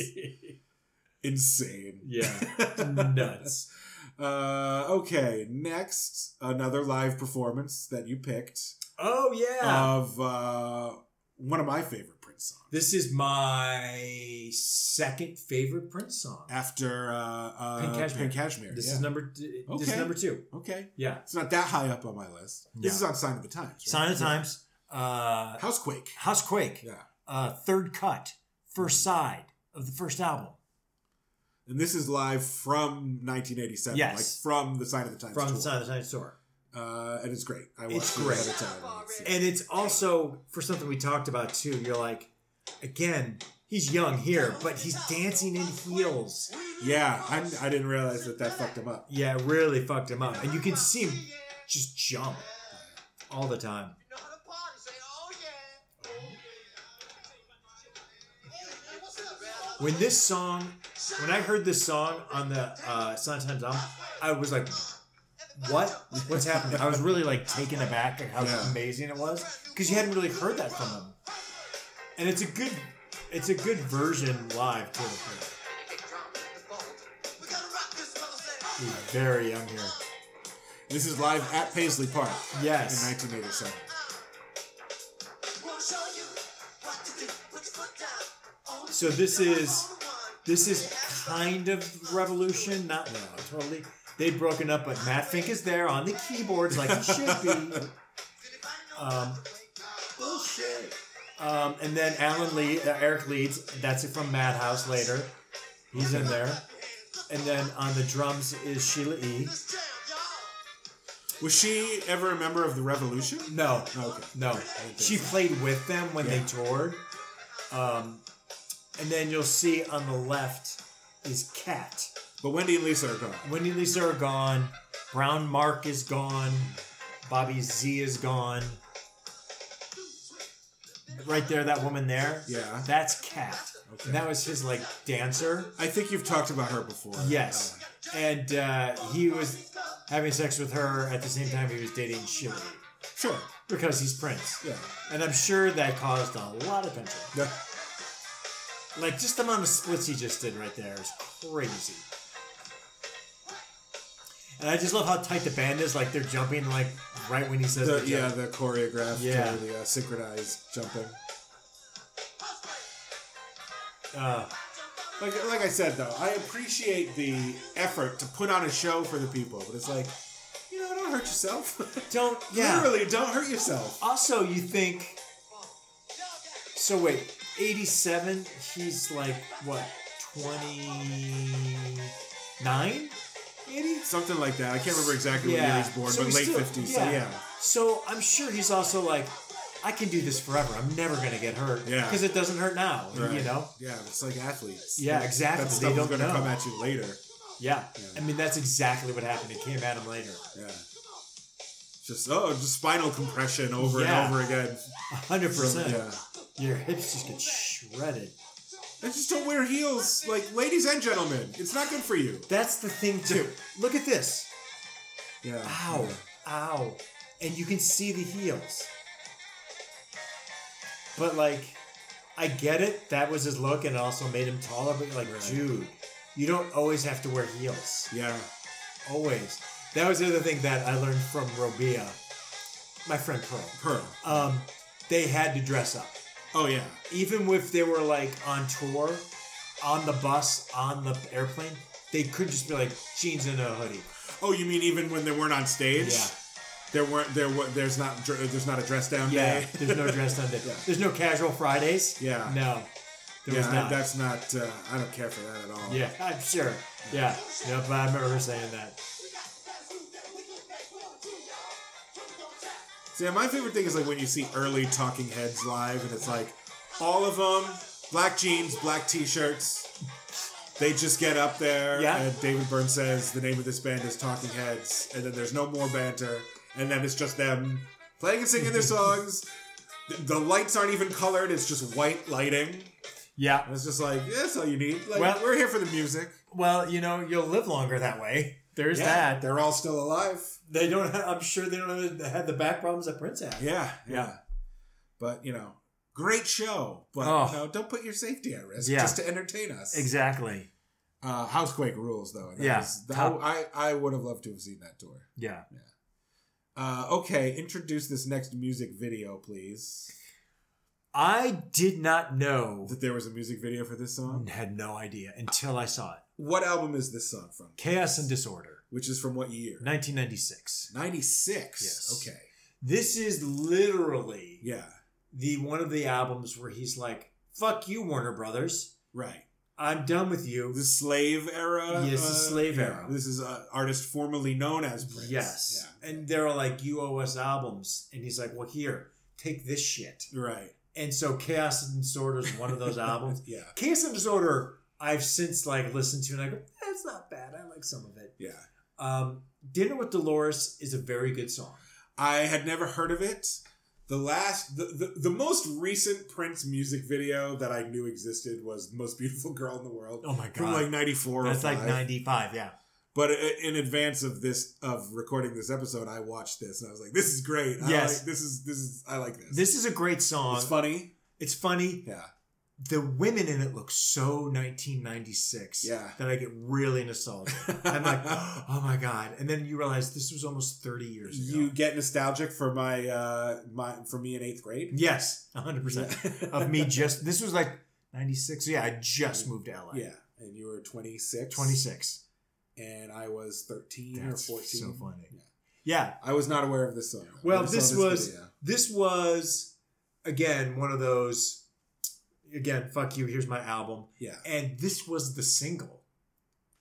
Speaker 1: Insane.
Speaker 2: yeah, nuts.
Speaker 1: Uh, okay, next, another live performance that you picked
Speaker 2: Oh yeah,
Speaker 1: of uh, one of my favorite Prince songs.
Speaker 2: this is my second favorite Prince song.
Speaker 1: After uh, uh,
Speaker 2: Pink Cashmere.
Speaker 1: Pink Cashmere.
Speaker 2: This
Speaker 1: yeah.
Speaker 2: is number. This is
Speaker 1: Okay.
Speaker 2: number two.
Speaker 1: Okay.
Speaker 2: Yeah,
Speaker 1: It's not that high up on my list. This
Speaker 2: Yeah.
Speaker 1: is on Sign of the Times. Right?
Speaker 2: Sign of the Times, uh,
Speaker 1: Housequake.
Speaker 2: Housequake,
Speaker 1: Yeah.
Speaker 2: uh, Third Cut, First Side of the first album
Speaker 1: And this is live from 1987.
Speaker 2: Yes.
Speaker 1: Like from the Sign of the Times.
Speaker 2: from
Speaker 1: tour.
Speaker 2: the Sign of the Times tour.
Speaker 1: Uh, and it's great. I watched
Speaker 2: It's
Speaker 1: it
Speaker 2: great.
Speaker 1: ahead of time. It's-
Speaker 2: And it's also for something we talked about too. You're like, again, he's young here, but he's dancing in heels.
Speaker 1: Yeah, I'm, I didn't realize that that fucked him up.
Speaker 2: Yeah, it really fucked him up, and you can see him just jump all the time.
Speaker 8: You know how to party, say, oh yeah. Hey, what's up, man?
Speaker 2: When this song, when I heard this song on the uh, Silent Times album, I was like, "What? What's happening?" I was really like taken aback at how
Speaker 1: Yeah.
Speaker 2: amazing it was because you hadn't really heard that from them. And it's a good, it's a good version live too.
Speaker 8: We gotta rock this mother, say, oh.
Speaker 2: He's very young here.
Speaker 1: This is live at Paisley Park in
Speaker 2: Yes.
Speaker 1: 1987.
Speaker 8: Wanna show you what to do. Put your foot down. Oh,
Speaker 2: So this is this is kind of revolution, not no, totally. They've broken up, but Matt Fink is there on the keyboards like he should be. Um,
Speaker 7: Bullshit.
Speaker 2: um, and then Alan Lee, uh, Eric leads. That's it from Madhouse later. He's in there. And then on the drums is Sheila E.
Speaker 1: Was she ever a member of the Revolution?
Speaker 2: No,
Speaker 1: Okay.
Speaker 2: no. She played with them when they
Speaker 1: Yeah.
Speaker 2: toured. Um, and then you'll see on the left is Cat.
Speaker 1: But Wendy and Lisa are gone.
Speaker 2: Wendy and Lisa are gone. Brown Mark is gone. Bobby Z is gone. Right there, that woman there.
Speaker 1: Yeah.
Speaker 2: That's Cat.
Speaker 1: Okay.
Speaker 2: And that was his like dancer.
Speaker 1: I think you've talked about her before. Oh,
Speaker 2: Yes. And uh, he was having sex with her at the same time he was dating Shirley
Speaker 1: Uh, sure.
Speaker 2: because he's Prince.
Speaker 1: Yeah.
Speaker 2: And I'm sure that caused a lot of tension.
Speaker 1: Yeah.
Speaker 2: Like just the amount of splits he just did right there is crazy. And I just love how tight the band is. Like they're jumping like right when he says
Speaker 1: The,
Speaker 2: they're
Speaker 1: yeah,
Speaker 2: jumping.
Speaker 1: the choreographed,
Speaker 2: Yeah.
Speaker 1: or the uh, synchronized jumping.
Speaker 2: Uh,
Speaker 1: Like, like I said though, I appreciate the effort to put on a show for the people, but it's like, you know, don't hurt yourself.
Speaker 2: don't yeah.
Speaker 1: Literally, don't hurt yourself.
Speaker 2: Also, you think. So wait, eighty-seven. He's like what, twenty-nine? Eighty.
Speaker 1: Something like that. I can't remember exactly when
Speaker 2: Yeah.
Speaker 1: he was born,
Speaker 2: So
Speaker 1: but
Speaker 2: he's
Speaker 1: late
Speaker 2: still-
Speaker 1: fifties. So
Speaker 2: yeah.
Speaker 1: yeah.
Speaker 2: So I'm sure he's also like, I can do this forever. I'm never gonna get hurt.
Speaker 1: Yeah.
Speaker 2: Because it doesn't hurt now. You
Speaker 1: Right.
Speaker 2: know.
Speaker 1: Yeah, it's like athletes.
Speaker 2: Yeah, exactly.
Speaker 1: That
Speaker 2: They
Speaker 1: stuff is
Speaker 2: don't
Speaker 1: going to
Speaker 2: know.
Speaker 1: come at you later.
Speaker 2: Yeah.
Speaker 1: Yeah.
Speaker 2: I mean, that's exactly what happened. It came at him later.
Speaker 1: Yeah. Just oh, just spinal compression over
Speaker 2: Yeah.
Speaker 1: and over again.
Speaker 2: hundred
Speaker 1: From-
Speaker 2: percent.
Speaker 1: yeah.
Speaker 2: Your hips just get shredded.
Speaker 1: And just don't wear heels, like ladies and gentlemen. It's not good for you.
Speaker 2: That's the thing too. Look at this.
Speaker 1: Yeah.
Speaker 2: Ow, ow. And you can see the heels. But like, I get it. That was his look, and it also made him taller. But like,
Speaker 1: Right.
Speaker 2: dude, you don't always have to wear heels.
Speaker 1: Yeah.
Speaker 2: Always. That was the other thing that I learned from Robia, my friend Pearl.
Speaker 1: Pearl.
Speaker 2: Um, they had to dress up.
Speaker 1: Oh yeah.
Speaker 2: even if they were like on tour, on the bus, on the airplane, they could just be like jeans and a hoodie.
Speaker 1: Oh, you mean even when they weren't on stage?
Speaker 2: Yeah.
Speaker 1: There weren't there were there's not dr- there's not a dress down
Speaker 2: Yeah,
Speaker 1: day.
Speaker 2: there's no dress down day.
Speaker 1: Yeah.
Speaker 2: There's no casual Fridays.
Speaker 1: Yeah.
Speaker 2: No, there
Speaker 1: yeah,
Speaker 2: was not.
Speaker 1: that's not. Uh, I don't care for that at all.
Speaker 2: yeah, I'm sure. Yeah, no, but I remember her saying that.
Speaker 1: See, my favorite thing is like when you see early Talking Heads live, and it's like all of them black jeans, black t-shirts. They just get up there,
Speaker 2: Yeah.
Speaker 1: and David Byrne says the name of this band is Talking Heads, and then there's no more banter, and then it's just them playing and singing their songs. The- The lights aren't even colored; it's just white lighting.
Speaker 2: Yeah.
Speaker 1: And it's just like, that's all you need. Like,
Speaker 2: Well-
Speaker 1: we're here for the music.
Speaker 2: Well, you know, you'll live longer that way. There's
Speaker 1: Yeah,
Speaker 2: that.
Speaker 1: They're all still alive.
Speaker 2: They don't. Have, I'm sure they don't have, have the back problems that Prince had.
Speaker 1: Yeah, yeah.
Speaker 2: Yeah.
Speaker 1: But, you know, great show. But,
Speaker 2: Oh.
Speaker 1: you know, don't put your safety at risk
Speaker 2: Yeah.
Speaker 1: just to entertain us.
Speaker 2: Exactly.
Speaker 1: Uh, Housequake rules, though. That
Speaker 2: Yeah,
Speaker 1: was- that-
Speaker 2: top.
Speaker 1: I, I would have loved to have seen that tour.
Speaker 2: Yeah.
Speaker 1: Uh, okay, introduce this next music video, please.
Speaker 2: I did not know.
Speaker 1: That there was a music video for this song.
Speaker 2: Had no idea until I saw it.
Speaker 1: What album is this song from?
Speaker 2: Chaos and Disorder,
Speaker 1: Which is from what year?
Speaker 2: 1996.
Speaker 1: 96.
Speaker 2: Yes.
Speaker 1: Okay.
Speaker 2: This is literally
Speaker 1: Yeah,
Speaker 2: the one of the albums where he's like, "Fuck you, Warner Brothers.
Speaker 1: right.
Speaker 2: I'm done with you."
Speaker 1: The slave era?
Speaker 2: Yes, the
Speaker 1: uh,
Speaker 2: slave
Speaker 1: yeah,
Speaker 2: era.
Speaker 1: This is an artist formerly known as Prince.
Speaker 2: Yes.
Speaker 1: Yeah.
Speaker 2: And they're like, you owe us albums. And he's like, well, here, take this shit.
Speaker 1: Right.
Speaker 2: And so Chaos and Disorder is one of those albums.
Speaker 1: Yeah.
Speaker 2: Chaos and Disorder, I've since like listened to and I go, that's not bad. I like some of it.
Speaker 1: Yeah.
Speaker 2: Um, Dinner with Dolores is a very good song.
Speaker 1: I had never heard of it. The last, the, the, the most recent Prince music video that I knew existed was Most Beautiful Girl in the World
Speaker 2: Oh my
Speaker 1: from like 94
Speaker 2: that's
Speaker 1: or
Speaker 2: like
Speaker 1: 5.
Speaker 2: 95, yeah.
Speaker 1: But i- in advance of this, of recording this episode, I watched this and I was like, this is great. I
Speaker 2: Yes.
Speaker 1: Like, this is, this is, I like this.
Speaker 2: This is a great song.
Speaker 1: It's funny.
Speaker 2: It's funny.
Speaker 1: Yeah.
Speaker 2: The women in it look so 1996
Speaker 1: Yeah.
Speaker 2: that I get really nostalgic. I'm like, oh my god! And then you realize this was almost 30 years ago.
Speaker 1: you get nostalgic for my, uh, my, for me in eighth grade.
Speaker 2: yes, 100 percent of me. Just this was like 96. Yeah, I just moved to LA.
Speaker 1: Yeah. And you were 26.
Speaker 2: 26.
Speaker 1: And I was 13
Speaker 2: That's
Speaker 1: or 14.
Speaker 2: so funny.
Speaker 1: Yeah.
Speaker 2: Yeah,
Speaker 1: I was not aware of this song. I
Speaker 2: Well,
Speaker 1: never saw
Speaker 2: this was-
Speaker 1: video.
Speaker 2: this was again one of those. Again, fuck you. Here's my album,
Speaker 1: Yeah.
Speaker 2: and this was the single,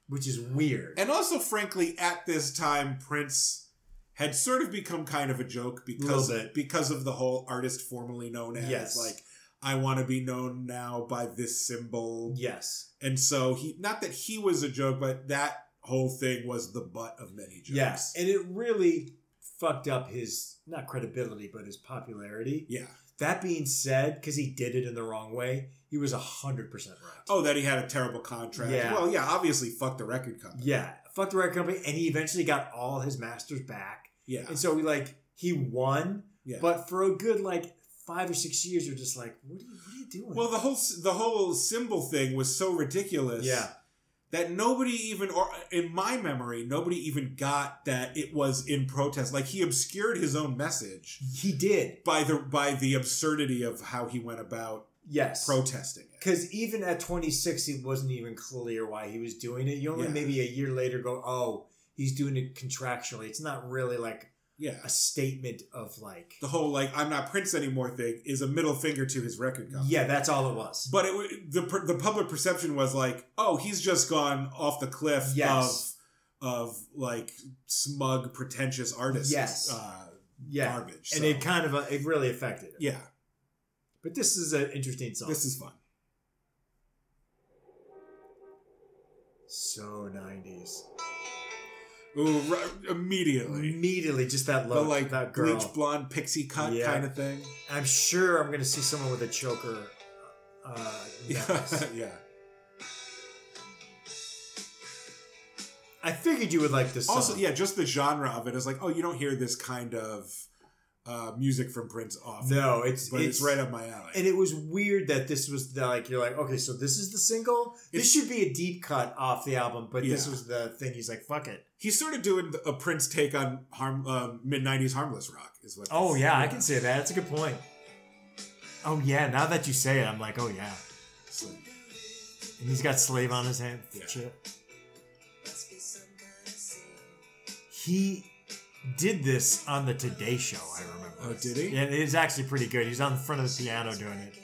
Speaker 2: which is weird.
Speaker 1: And also, frankly, at this time, Prince had sort of become kind of a joke because
Speaker 2: Little bit.
Speaker 1: because of the whole artist formerly known as
Speaker 2: Yes.
Speaker 1: like I want to be known now by this symbol,
Speaker 2: yes,
Speaker 1: and so he not that he was a joke, but that whole thing was the butt of many jokes.
Speaker 2: yes, and it really fucked up his not credibility but his popularity.
Speaker 1: yeah.
Speaker 2: That being said, because he did it in the wrong way, he was 100% right.
Speaker 1: Oh, that he had a terrible contract.
Speaker 2: Yeah.
Speaker 1: Well, yeah, obviously, fuck the record company.
Speaker 2: Yeah. Fuck the record company. And he eventually got all his masters back.
Speaker 1: yeah,
Speaker 2: And so, we like, he won.
Speaker 1: yeah.
Speaker 2: But for a good, like, five or six years, you're just like, what are you, what are you doing?
Speaker 1: well, the whole the whole symbol thing was so ridiculous.
Speaker 2: yeah.
Speaker 1: that nobody even or in my memory nobody even got that it was in protest like he obscured his own message
Speaker 2: He did.
Speaker 1: by the by the absurdity of how he went about
Speaker 2: Yes.
Speaker 1: protesting it
Speaker 2: Because even at 26, it wasn't even clear why he was doing it. You only
Speaker 1: Yeah.
Speaker 2: maybe a year later go, oh, he's doing it contractually. It's not really like
Speaker 1: yeah
Speaker 2: a statement of, like,
Speaker 1: the whole like i'm not prince anymore thing is a middle finger to his record company
Speaker 2: yeah, that's all it was.
Speaker 1: but it wa- the per- the public perception was like oh he's just gone off the cliff
Speaker 2: Yes.
Speaker 1: of of like smug pretentious artist
Speaker 2: Yes.
Speaker 1: uh,
Speaker 2: yeah.
Speaker 1: garbage
Speaker 2: and
Speaker 1: So,
Speaker 2: it kind of uh, it really affected it.
Speaker 1: yeah
Speaker 2: But this is an interesting song.
Speaker 1: this is fun
Speaker 2: so nineties.
Speaker 1: Ooh, right, immediately
Speaker 2: Immediately, just that
Speaker 1: the
Speaker 2: look,
Speaker 1: like
Speaker 2: that girl.
Speaker 1: bleach blonde pixie cut
Speaker 2: Yeah.
Speaker 1: kind of thing.
Speaker 2: I'm sure I'm gonna see someone with a choker. Uh, necklace.
Speaker 1: yeah.
Speaker 2: I figured you would like this song.
Speaker 1: Also, yeah, just the genre of it is like, oh, you don't hear this kind of uh, music from Prince often.
Speaker 2: No, it's
Speaker 1: but it's, right up my alley.
Speaker 2: And it was weird that this was the, like you're like okay, so this is the single.
Speaker 1: It's-
Speaker 2: this should be a deep cut off the album, but this
Speaker 1: Yeah.
Speaker 2: was the thing. He's like, fuck it.
Speaker 1: He's sort of doing a Prince take on harm uh, mid '90s harmless rock, is what.
Speaker 2: Oh
Speaker 1: this-
Speaker 2: yeah, I can say that. That's a good point. Oh yeah, now that you say it, I'm like, oh yeah.
Speaker 1: It's like-
Speaker 2: And he's got slave on his hand.
Speaker 1: Yeah.
Speaker 2: Shit. He did this on the Today Show, I remember.
Speaker 1: Oh, did he?
Speaker 2: Yeah, it was actually pretty good. He's on the front of the piano doing it.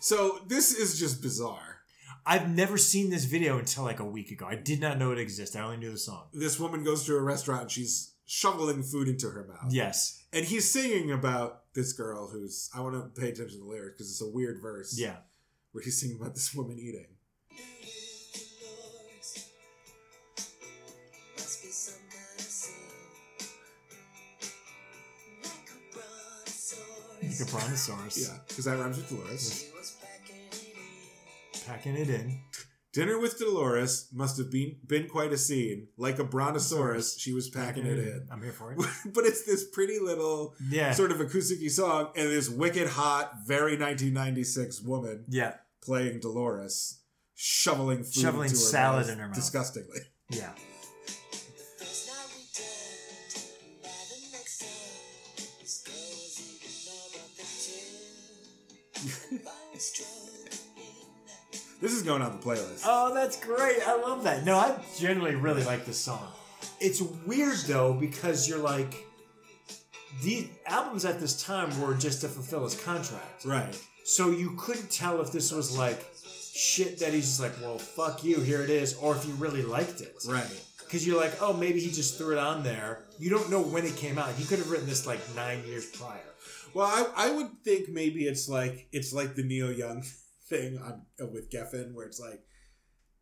Speaker 1: So this is just bizarre.
Speaker 2: I've never seen this video until like a week ago. I did not know it existed. I only knew the song.
Speaker 1: This woman goes to a restaurant and she's shoveling food into her
Speaker 2: Oh.
Speaker 1: mouth.
Speaker 2: Yes.
Speaker 1: And he's singing about this girl who's I want to pay attention to the lyrics because it's a weird verse.
Speaker 2: Yeah.
Speaker 1: Where he's singing about this woman eating.
Speaker 2: The brontosaurus.
Speaker 1: Yeah, because that rhymes with Dolores.
Speaker 2: Packing it in.
Speaker 1: Dinner with Dolores must have been, been quite a scene. Like a brontosaurus, she was packing it in.
Speaker 2: I'm here for it.
Speaker 1: but it's this pretty little
Speaker 2: Yeah.
Speaker 1: sort of acoustic song and this wicked hot, very 1996 woman
Speaker 2: yeah.
Speaker 1: playing Dolores, shoveling food
Speaker 2: Shoveling
Speaker 1: into her
Speaker 2: salad
Speaker 1: mouth
Speaker 2: in her mouth.
Speaker 1: disgustingly.
Speaker 2: Yeah.
Speaker 1: This is going on the playlist.
Speaker 2: Oh, that's great. I love that. No, I generally really like this song. It's weird though because you're like the albums at this time were just to fulfill his contract.
Speaker 1: Right.
Speaker 2: So you couldn't tell if this was like shit that he's just like, well, fuck you, here it is, or if you really liked it.
Speaker 1: Right.
Speaker 2: Because you're like, oh, maybe he just threw it on there. You don't know when it came out. He could have written this like nine years prior.
Speaker 1: Well, I, I would think maybe it's like it's like the Neil Young thing on uh, with Geffen, where it's like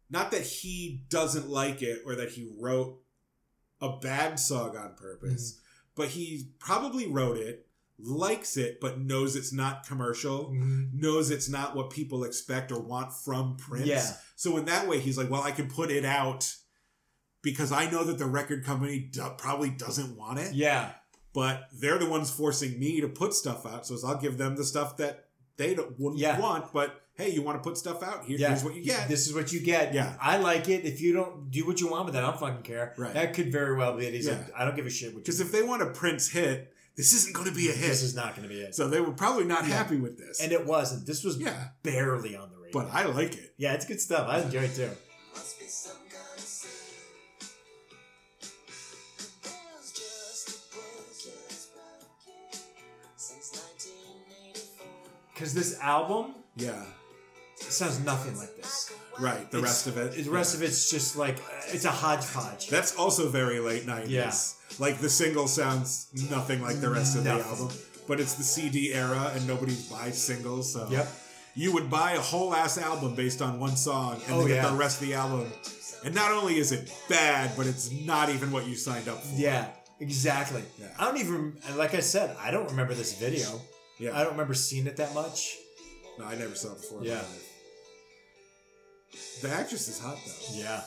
Speaker 1: not that he doesn't like it or that he wrote a bad song on purpose, but he probably wrote it, likes it, but knows it's not commercial,
Speaker 2: Mm-hmm.
Speaker 1: knows it's not what people expect or want from Prince.
Speaker 2: Yeah.
Speaker 1: So in that way, he's like, well, I can put it out because I know that the record company do- probably doesn't want it
Speaker 2: Yeah.
Speaker 1: but they're the ones forcing me to put stuff out. So it's- I'll give them the stuff that they don't, wouldn't
Speaker 2: Yeah.
Speaker 1: want. But hey, you want to put stuff out? Here,
Speaker 2: Yeah.
Speaker 1: Here's what you get.
Speaker 2: This is what you get.
Speaker 1: Yeah.
Speaker 2: I like it. If you don't do what you want with it, I don't fucking care.
Speaker 1: Right.
Speaker 2: That could very well be it. He's
Speaker 1: Yeah.
Speaker 2: like, I don't give a shit what you
Speaker 1: Because if they want a Prince hit, this isn't going to be a hit.
Speaker 2: This is not going to be it.
Speaker 1: so they were probably not
Speaker 2: Yeah.
Speaker 1: happy with this.
Speaker 2: and it wasn't. This was
Speaker 1: yeah,
Speaker 2: barely on the radio.
Speaker 1: but I like it.
Speaker 2: yeah, it's good stuff. I enjoy it too. Because this album
Speaker 1: Yeah,
Speaker 2: sounds nothing like this.
Speaker 1: right. The
Speaker 2: It's-
Speaker 1: rest of it.
Speaker 2: The rest
Speaker 1: yeah.
Speaker 2: of it's just like it's a hodgepodge.
Speaker 1: That's also very late nineties. Like the single sounds nothing like the rest of the
Speaker 2: Nothing.
Speaker 1: album, but it's the CD era, and nobody buys singles. So
Speaker 2: Yep.
Speaker 1: you would buy a whole ass album based on one song and
Speaker 2: Oh,
Speaker 1: then get
Speaker 2: yeah.
Speaker 1: the rest of the album. And not only is it bad, but it's not even what you signed up for.
Speaker 2: Yeah. Exactly.
Speaker 1: Yeah.
Speaker 2: I don't even like I said. I don't remember this video.
Speaker 1: Yeah.
Speaker 2: I don't remember seeing it that much.
Speaker 1: no, I never saw it before.
Speaker 2: Yeah.
Speaker 1: The actress is hot though.
Speaker 2: Yeah.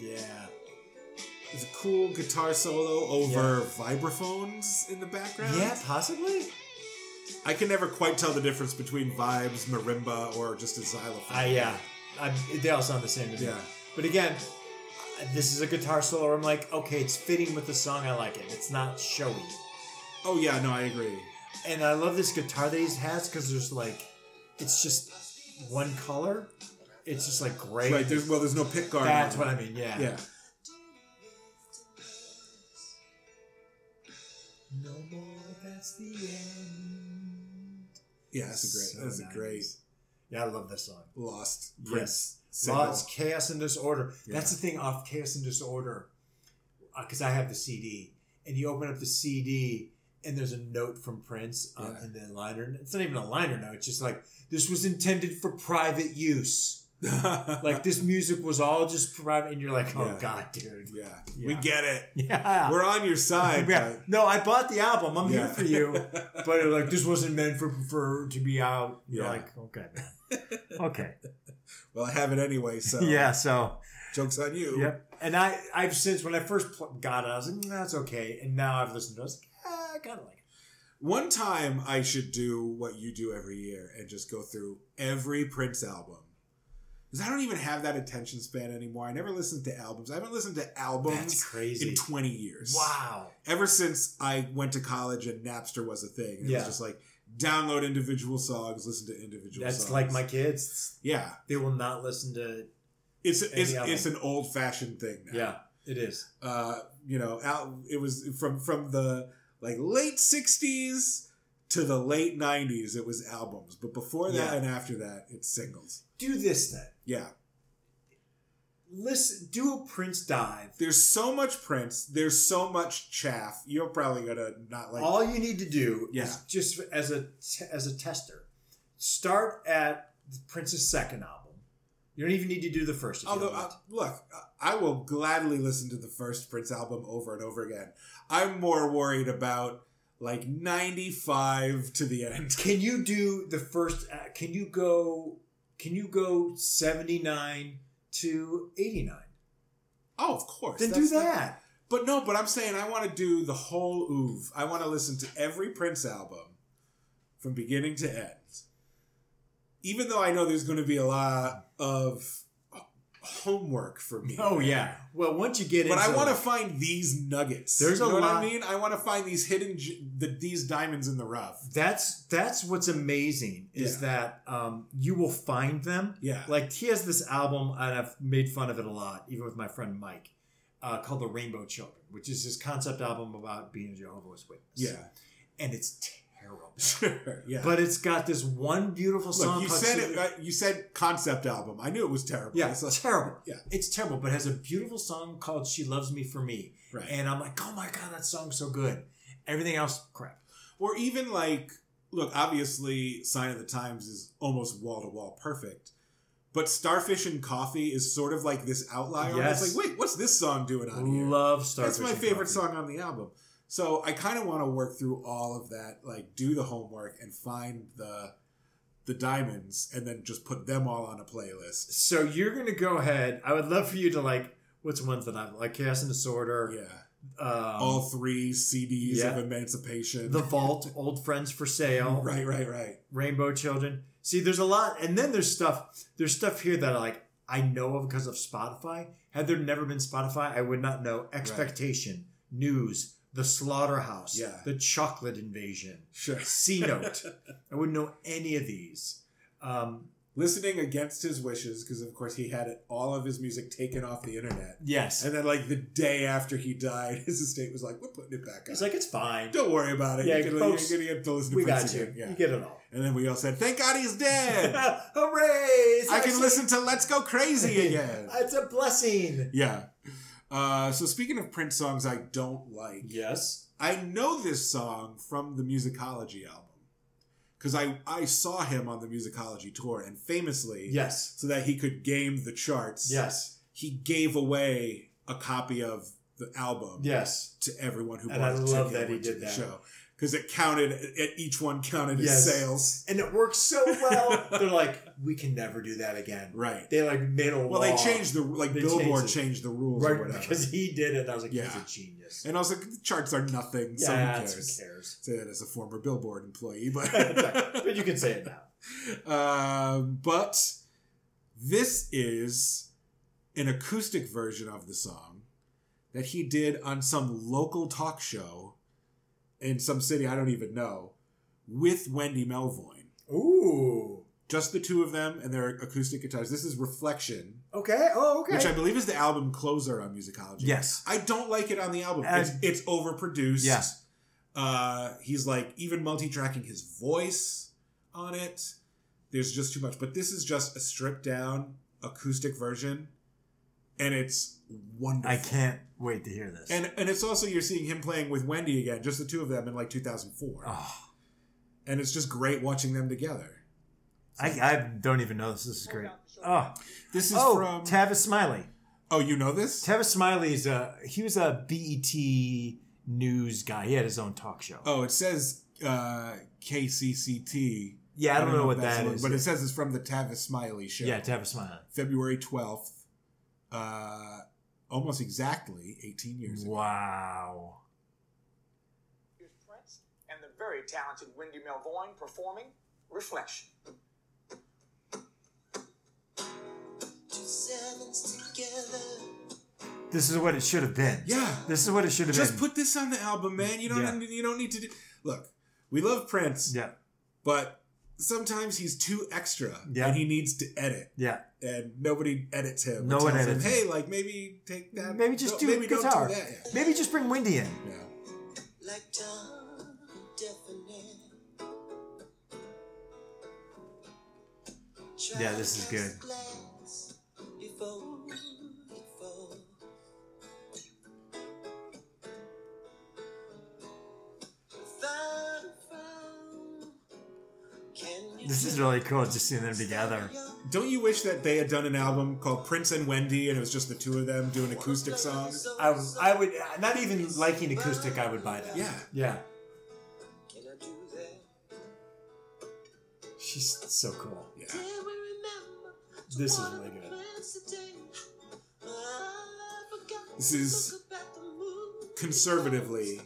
Speaker 2: Yeah.
Speaker 1: It's a cool guitar solo over vibraphones in the background.
Speaker 2: Yeah, possibly.
Speaker 1: I can never quite tell the difference between vibes, marimba, or just a xylophone.
Speaker 2: I yeah. I, they all sound the same to me.
Speaker 1: Yeah.
Speaker 2: But again, this is a guitar solo. Where I'm like, okay, it's fitting with the song. I like it. It's not showy.
Speaker 1: Oh yeah, no, I agree.
Speaker 2: And I love this guitar that he has because there's like, it's just one color. It's just like gray.
Speaker 1: Right, there's well, there's no pick guard.
Speaker 2: That's
Speaker 1: on
Speaker 2: what
Speaker 1: it.
Speaker 2: I mean. Yeah.
Speaker 1: Yeah.
Speaker 2: No more. That's the end.
Speaker 1: Yeah, that's a
Speaker 2: So
Speaker 1: great. That's a
Speaker 2: nice.
Speaker 1: great
Speaker 2: Yeah, I love this song.
Speaker 1: lost
Speaker 2: Yes.
Speaker 1: Prince single.
Speaker 2: Lots, chaos and disorder. That's
Speaker 1: Yeah.
Speaker 2: the thing off chaos and disorder, because I have the CD, and you open up the CD, and there's a note from Prince um,
Speaker 1: Yeah.
Speaker 2: in the liner. It's not even a liner note. It's just like this was intended for private use. Like this music was all just private, and you're like, oh
Speaker 1: Yeah.
Speaker 2: god, dude.
Speaker 1: yeah, we
Speaker 2: Yeah.
Speaker 1: get it.
Speaker 2: Yeah.
Speaker 1: We're on your side.
Speaker 2: yeah.
Speaker 1: but-
Speaker 2: No, I bought the album. I'm here
Speaker 1: Yeah.
Speaker 2: for you. But like this wasn't meant for, for to be out. You're
Speaker 1: Yeah.
Speaker 2: like, okay, man. Okay.
Speaker 1: well, I have it anyway. So
Speaker 2: Yeah, so
Speaker 1: jokes on you.
Speaker 2: Yep. And I, I've since when I first pl- got it, I was like, "Nah, that's okay. And now I've listened to it, I was like, ah, I kind of like it.
Speaker 1: One time I should do what you do every year and just go through every Prince album. Because I don't even have that attention span anymore. I never listened to albums. I haven't listened to
Speaker 2: That's
Speaker 1: albums
Speaker 2: crazy.
Speaker 1: in 20 years.
Speaker 2: Wow.
Speaker 1: ever since I went to college and Napster was a thing. It
Speaker 2: Yeah.
Speaker 1: was just like download individual songs, listen to individual
Speaker 2: That's
Speaker 1: songs.
Speaker 2: like my kids.
Speaker 1: Yeah.
Speaker 2: They will not listen to.
Speaker 1: It's it's,
Speaker 2: album.
Speaker 1: it's an old fashioned thing now.
Speaker 2: Yeah, it is.
Speaker 1: Uh, you know, out it was from from the like late sixties to the late nineties it was albums. But before that
Speaker 2: Yeah.
Speaker 1: and after that it's singles.
Speaker 2: Do this then.
Speaker 1: Yeah.
Speaker 2: Listen, do a Prince dive.
Speaker 1: There's so much Prince, there's so much chaff. You're probably gonna not like
Speaker 2: All you need to do
Speaker 1: Yeah.
Speaker 2: is just as a as a tester, start at Prince's second album. You don't even need to do the first. If
Speaker 1: Although,
Speaker 2: you don't
Speaker 1: uh,
Speaker 2: want.
Speaker 1: look, I will gladly listen to the first Prince album over and over again. I'm more worried about like 95 to the end.
Speaker 2: can you do the first? uh, Can you go? Can you go seventy nine to eighty nine?
Speaker 1: Oh, of course.
Speaker 2: Then do
Speaker 1: That's the-
Speaker 2: that.
Speaker 1: but no, but I'm saying I want to do the whole oeuvre. I want to listen to every Prince album from beginning to end. Even though I know there's going to be a lot of uh, homework for me.
Speaker 2: Oh yeah. Well, once you get
Speaker 1: But
Speaker 2: into,
Speaker 1: I want to
Speaker 2: it-
Speaker 1: find these nuggets.
Speaker 2: There's
Speaker 1: you
Speaker 2: a
Speaker 1: know what
Speaker 2: lot-
Speaker 1: I mean. I want to find these hidden, j- the, these diamonds in the rough.
Speaker 2: that's that's what's amazing is that um, you will find them.
Speaker 1: Yeah,
Speaker 2: Like he has this album, and I've made fun of it a lot, even with my friend Mike, uh, called "The Rainbow Children," which is his concept album about being a Jehovah's Witness.
Speaker 1: yeah,
Speaker 2: and it's terrible.
Speaker 1: sure, yeah.
Speaker 2: But it's got this one beautiful song.
Speaker 1: Look, you
Speaker 2: called
Speaker 1: said
Speaker 2: Super-
Speaker 1: it. uh, You said concept album. I knew it was terrible.
Speaker 2: Yeah,
Speaker 1: It's like-
Speaker 2: it's terrible.
Speaker 1: Yeah.
Speaker 2: it's terrible, but it has a beautiful song called "She Loves Me for Me,"
Speaker 1: right.
Speaker 2: and I'm like, oh my god, that song's so good. Everything else, crap.
Speaker 1: or even like, look, obviously, Sign of the Times is almost wall to wall perfect. But Starfish and Coffee is sort of like this outlier.
Speaker 2: Yes.
Speaker 1: It's like, wait, what's this song doing on here?
Speaker 2: Love Starfish.
Speaker 1: That's my
Speaker 2: and
Speaker 1: favorite
Speaker 2: Coffee.
Speaker 1: song on the album. So I kind of want to work through all of that, like do the homework and find the the diamonds, and then just put them all on a playlist.
Speaker 2: So you're gonna go ahead. I would love for you to like. What's ones that I like? Chaos and Disorder.
Speaker 1: Yeah,
Speaker 2: um,
Speaker 1: all three CDs
Speaker 2: yeah.
Speaker 1: of Emancipation.
Speaker 2: The Vault, Old Friends for Sale,
Speaker 1: right, right, right.
Speaker 2: Rainbow Children. See, there's a lot, and then there's stuff. There's stuff here that I like. I know of because of Spotify. Had there never been Spotify, I would not know. Expectation, News, The Slaughterhouse,
Speaker 1: Yeah.
Speaker 2: The Chocolate Invasion,
Speaker 1: Sure.
Speaker 2: C Note. I wouldn't know any of these. Um,
Speaker 1: Listening against his wishes, because of course he had it, all of his music taken off the internet,
Speaker 2: yes,
Speaker 1: and then like the day after he died, his estate was like, "We're putting it back
Speaker 2: it's
Speaker 1: up.
Speaker 2: like it's fine.
Speaker 1: Don't worry about it.
Speaker 2: Yeah,
Speaker 1: you can,
Speaker 2: folks,
Speaker 1: you're gonna get to listen to
Speaker 2: We
Speaker 1: Prince
Speaker 2: got you.
Speaker 1: again." Yeah.
Speaker 2: You get it all.
Speaker 1: and then we all said, "Thank God he's dead."
Speaker 2: Hooray! It's
Speaker 1: I can
Speaker 2: actually-
Speaker 1: listen to Let's Go Crazy again.
Speaker 2: It's a blessing.
Speaker 1: yeah. Uh, so speaking of Prince songs I don't like,
Speaker 2: Yes.
Speaker 1: I know this song from the Musicology album because I I saw him on the Musicology tour and famously,
Speaker 2: Yes.
Speaker 1: so that he could game the charts.
Speaker 2: Yes.
Speaker 1: he gave away a copy of the album
Speaker 2: Yes.
Speaker 1: to everyone who
Speaker 2: And
Speaker 1: bought
Speaker 2: I
Speaker 1: a ticket
Speaker 2: love that
Speaker 1: and
Speaker 2: he
Speaker 1: went to
Speaker 2: did
Speaker 1: the
Speaker 2: that.
Speaker 1: show because it counted. It, each one counted
Speaker 2: Yes.
Speaker 1: as sales.
Speaker 2: And it works so well. They're like, we can never do that again.
Speaker 1: Right.
Speaker 2: They like made a
Speaker 1: Well, they changed the like
Speaker 2: They
Speaker 1: Billboard
Speaker 2: changed
Speaker 1: changed,
Speaker 2: it.
Speaker 1: the rules or
Speaker 2: right
Speaker 1: whatever.
Speaker 2: because he did it. I was like,
Speaker 1: Yeah.
Speaker 2: he's a genius.
Speaker 1: And also, the charts are nothing, so
Speaker 2: yeah,
Speaker 1: who
Speaker 2: that's who
Speaker 1: cares?
Speaker 2: cares?
Speaker 1: Say that as a former Billboard employee, but
Speaker 2: but you can say it now.
Speaker 1: um, but this is an acoustic version of the song that he did on some local talk show in some city I don't even know with Wendy Melvoin.
Speaker 2: Ooh.
Speaker 1: Just the two of them and their acoustic guitars. This is Reflection,
Speaker 2: Okay. Oh, okay.
Speaker 1: which I believe is the album closer on Musicology.
Speaker 2: yes.
Speaker 1: I don't like it on the album.
Speaker 2: And-
Speaker 1: It's, it's overproduced.
Speaker 2: Yeah.
Speaker 1: Uh, he's like even multi-tracking his voice on it. There's just too much. But this is just a stripped down acoustic version, and it's wonderful.
Speaker 2: I can't wait to hear this.
Speaker 1: And and it's also you're seeing him playing with Wendy again, just the two of them in like 2004,
Speaker 2: oh,
Speaker 1: and it's just great watching them together.
Speaker 2: I, I don't even know this. This is great. Oh,
Speaker 1: This is
Speaker 2: oh
Speaker 1: from.
Speaker 2: Tavis Smiley.
Speaker 1: oh, you know this?
Speaker 2: Tavis Smiley is a he was a BET news guy. He had his own talk show.
Speaker 1: oh, it says uh, KCCT.
Speaker 2: yeah, I don't, know,
Speaker 1: if
Speaker 2: what
Speaker 1: that's
Speaker 2: that
Speaker 1: the one,
Speaker 2: is.
Speaker 1: but it says it's from the Tavis Smiley show.
Speaker 2: yeah, Tavis Smiley.
Speaker 1: February 12th, uh, almost exactly 18 years ago.
Speaker 2: Wow.
Speaker 8: Here's Prince and the very talented Wendy Melvoin performing Reflection.
Speaker 3: Two sevens together.
Speaker 2: This is what it should have been.
Speaker 1: Yeah.
Speaker 2: This is what it should have
Speaker 1: Just
Speaker 2: been.
Speaker 1: put this on the album, man. You don't
Speaker 2: Yeah.
Speaker 1: you don't need to do Look, we love Prince,
Speaker 2: yeah.
Speaker 1: but sometimes he's too extra
Speaker 2: Yeah.
Speaker 1: and he needs to edit
Speaker 2: Yeah.
Speaker 1: and nobody edits him.
Speaker 2: No
Speaker 1: or
Speaker 2: one
Speaker 1: tells
Speaker 2: edits
Speaker 1: him,
Speaker 2: him.
Speaker 1: Hey, like maybe take that
Speaker 2: Maybe just
Speaker 1: don't-
Speaker 2: do
Speaker 1: maybe don't
Speaker 2: guitar.
Speaker 1: do that.
Speaker 2: Maybe just bring Wendy in.
Speaker 1: Yeah. Yeah.
Speaker 3: Like time definite.
Speaker 2: Yeah, this is good.
Speaker 3: Before it falls. Thought I found- Can you
Speaker 2: This is
Speaker 3: tell
Speaker 2: really cool just seeing them together.
Speaker 3: your
Speaker 1: Don't you wish that they had done an album called Prince and Wendy and it was just the two of them doing acoustic songs?
Speaker 2: I, Um, I would uh, not even liking acoustic. I would buy that.
Speaker 1: Yeah.
Speaker 2: Yeah.
Speaker 3: Can I do that?
Speaker 2: She's so cool.
Speaker 1: Yeah.
Speaker 2: This is really good.
Speaker 1: This is conservatively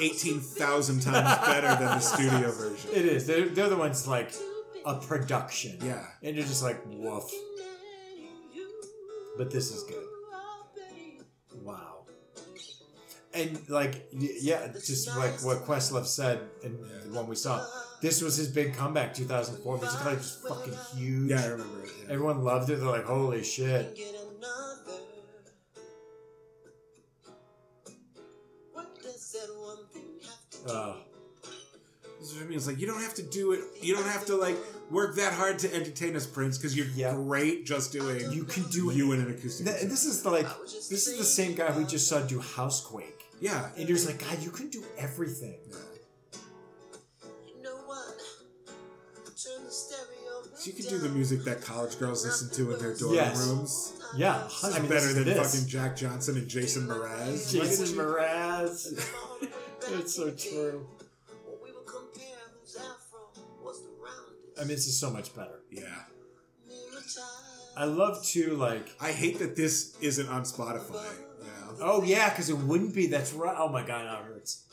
Speaker 1: 18,000 times better than the studio version.
Speaker 2: It is. They're, they're the ones like a production.
Speaker 1: Yeah.
Speaker 2: And you're just like woof. But this is good. Wow. And like y- yeah, just like what Questlove said in the one we saw, this was his big comeback, 2004. Musically, just fucking huge.
Speaker 1: Yeah, I remember it. yeah.
Speaker 2: Everyone loved it. They're like, holy shit.
Speaker 3: Get another. What does that one thing have to
Speaker 2: Oh,
Speaker 1: This is what I mean. It's like you don't have to do it. You don't have to like work that hard to entertain us, Prince, because you're
Speaker 2: Yeah.
Speaker 1: great just doing
Speaker 2: you can do it.
Speaker 1: you in an acoustic.
Speaker 2: Th-
Speaker 1: guitar.
Speaker 2: this is the, like this is the same guy we just saw do Housequake.
Speaker 1: yeah.
Speaker 2: And you're just like, God, you can do everything.
Speaker 3: No one. Turn the stereo.
Speaker 1: She could do the music that college girls listen to in their dorm
Speaker 2: Yes.
Speaker 1: rooms.
Speaker 2: Yeah,
Speaker 1: It's
Speaker 2: I mean,
Speaker 1: better
Speaker 2: this-
Speaker 1: than
Speaker 2: this.
Speaker 1: fucking Jack Johnson and Jason Mraz.
Speaker 2: Jason
Speaker 1: Like,
Speaker 2: Mraz. It's so true.
Speaker 3: We will compare who's afro, what's the roundest.
Speaker 2: I mean, this is so much better.
Speaker 1: Yeah.
Speaker 3: Mirror time.
Speaker 2: I love to like.
Speaker 1: I hate that this isn't on Spotify. You know?
Speaker 2: Oh yeah, because it wouldn't be. That's right. Oh my god, that hurts.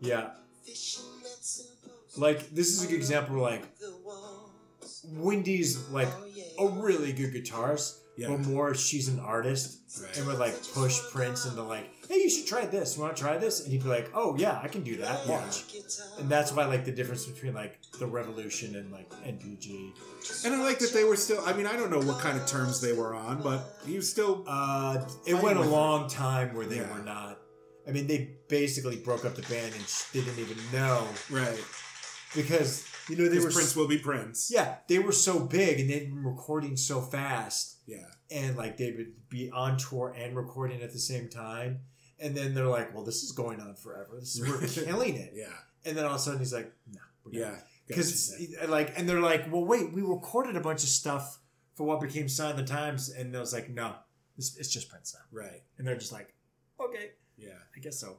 Speaker 2: Yeah,
Speaker 3: Fishing nets and boats.
Speaker 2: like this is a good example. Where, like
Speaker 3: The walls.
Speaker 2: Wendy's like
Speaker 3: Oh, yeah.
Speaker 2: a really good guitarist,
Speaker 1: Yeah.
Speaker 2: but more she's an artist
Speaker 1: Right.
Speaker 2: and would like push Prince into like, hey, you should try this. You want to try this? And he'd be like, oh yeah, I can do that.
Speaker 1: Yeah.
Speaker 2: Watch. And that's why like the difference between like the Revolution and like NPG.
Speaker 1: And I like that they were still. I mean, I don't know what kind of terms they were on, but you still.
Speaker 2: Uh, it
Speaker 1: Fine
Speaker 2: went a
Speaker 1: with it.
Speaker 2: long time where they
Speaker 1: Yeah.
Speaker 2: were not. I mean, they basically broke up the band and sh- they didn't even know
Speaker 1: Right.
Speaker 2: because you know they were
Speaker 1: Because Prince will be Prince.
Speaker 2: yeah they were so big and they've been recording so fast
Speaker 1: Yeah.
Speaker 2: and like they would be on tour and recording at the same time and then they're like well this is going on forever this is, we're
Speaker 1: Right.
Speaker 2: killing it
Speaker 1: Yeah.
Speaker 2: and then all of a sudden he's like no we're
Speaker 1: Yeah.
Speaker 2: because uh,
Speaker 1: Gotcha.
Speaker 2: like and they're like well wait we recorded a bunch of stuff for what became sign of the times and I was like no this, it's just Prince now
Speaker 1: Right.
Speaker 2: and they're just like okay
Speaker 1: Yeah.
Speaker 2: I guess so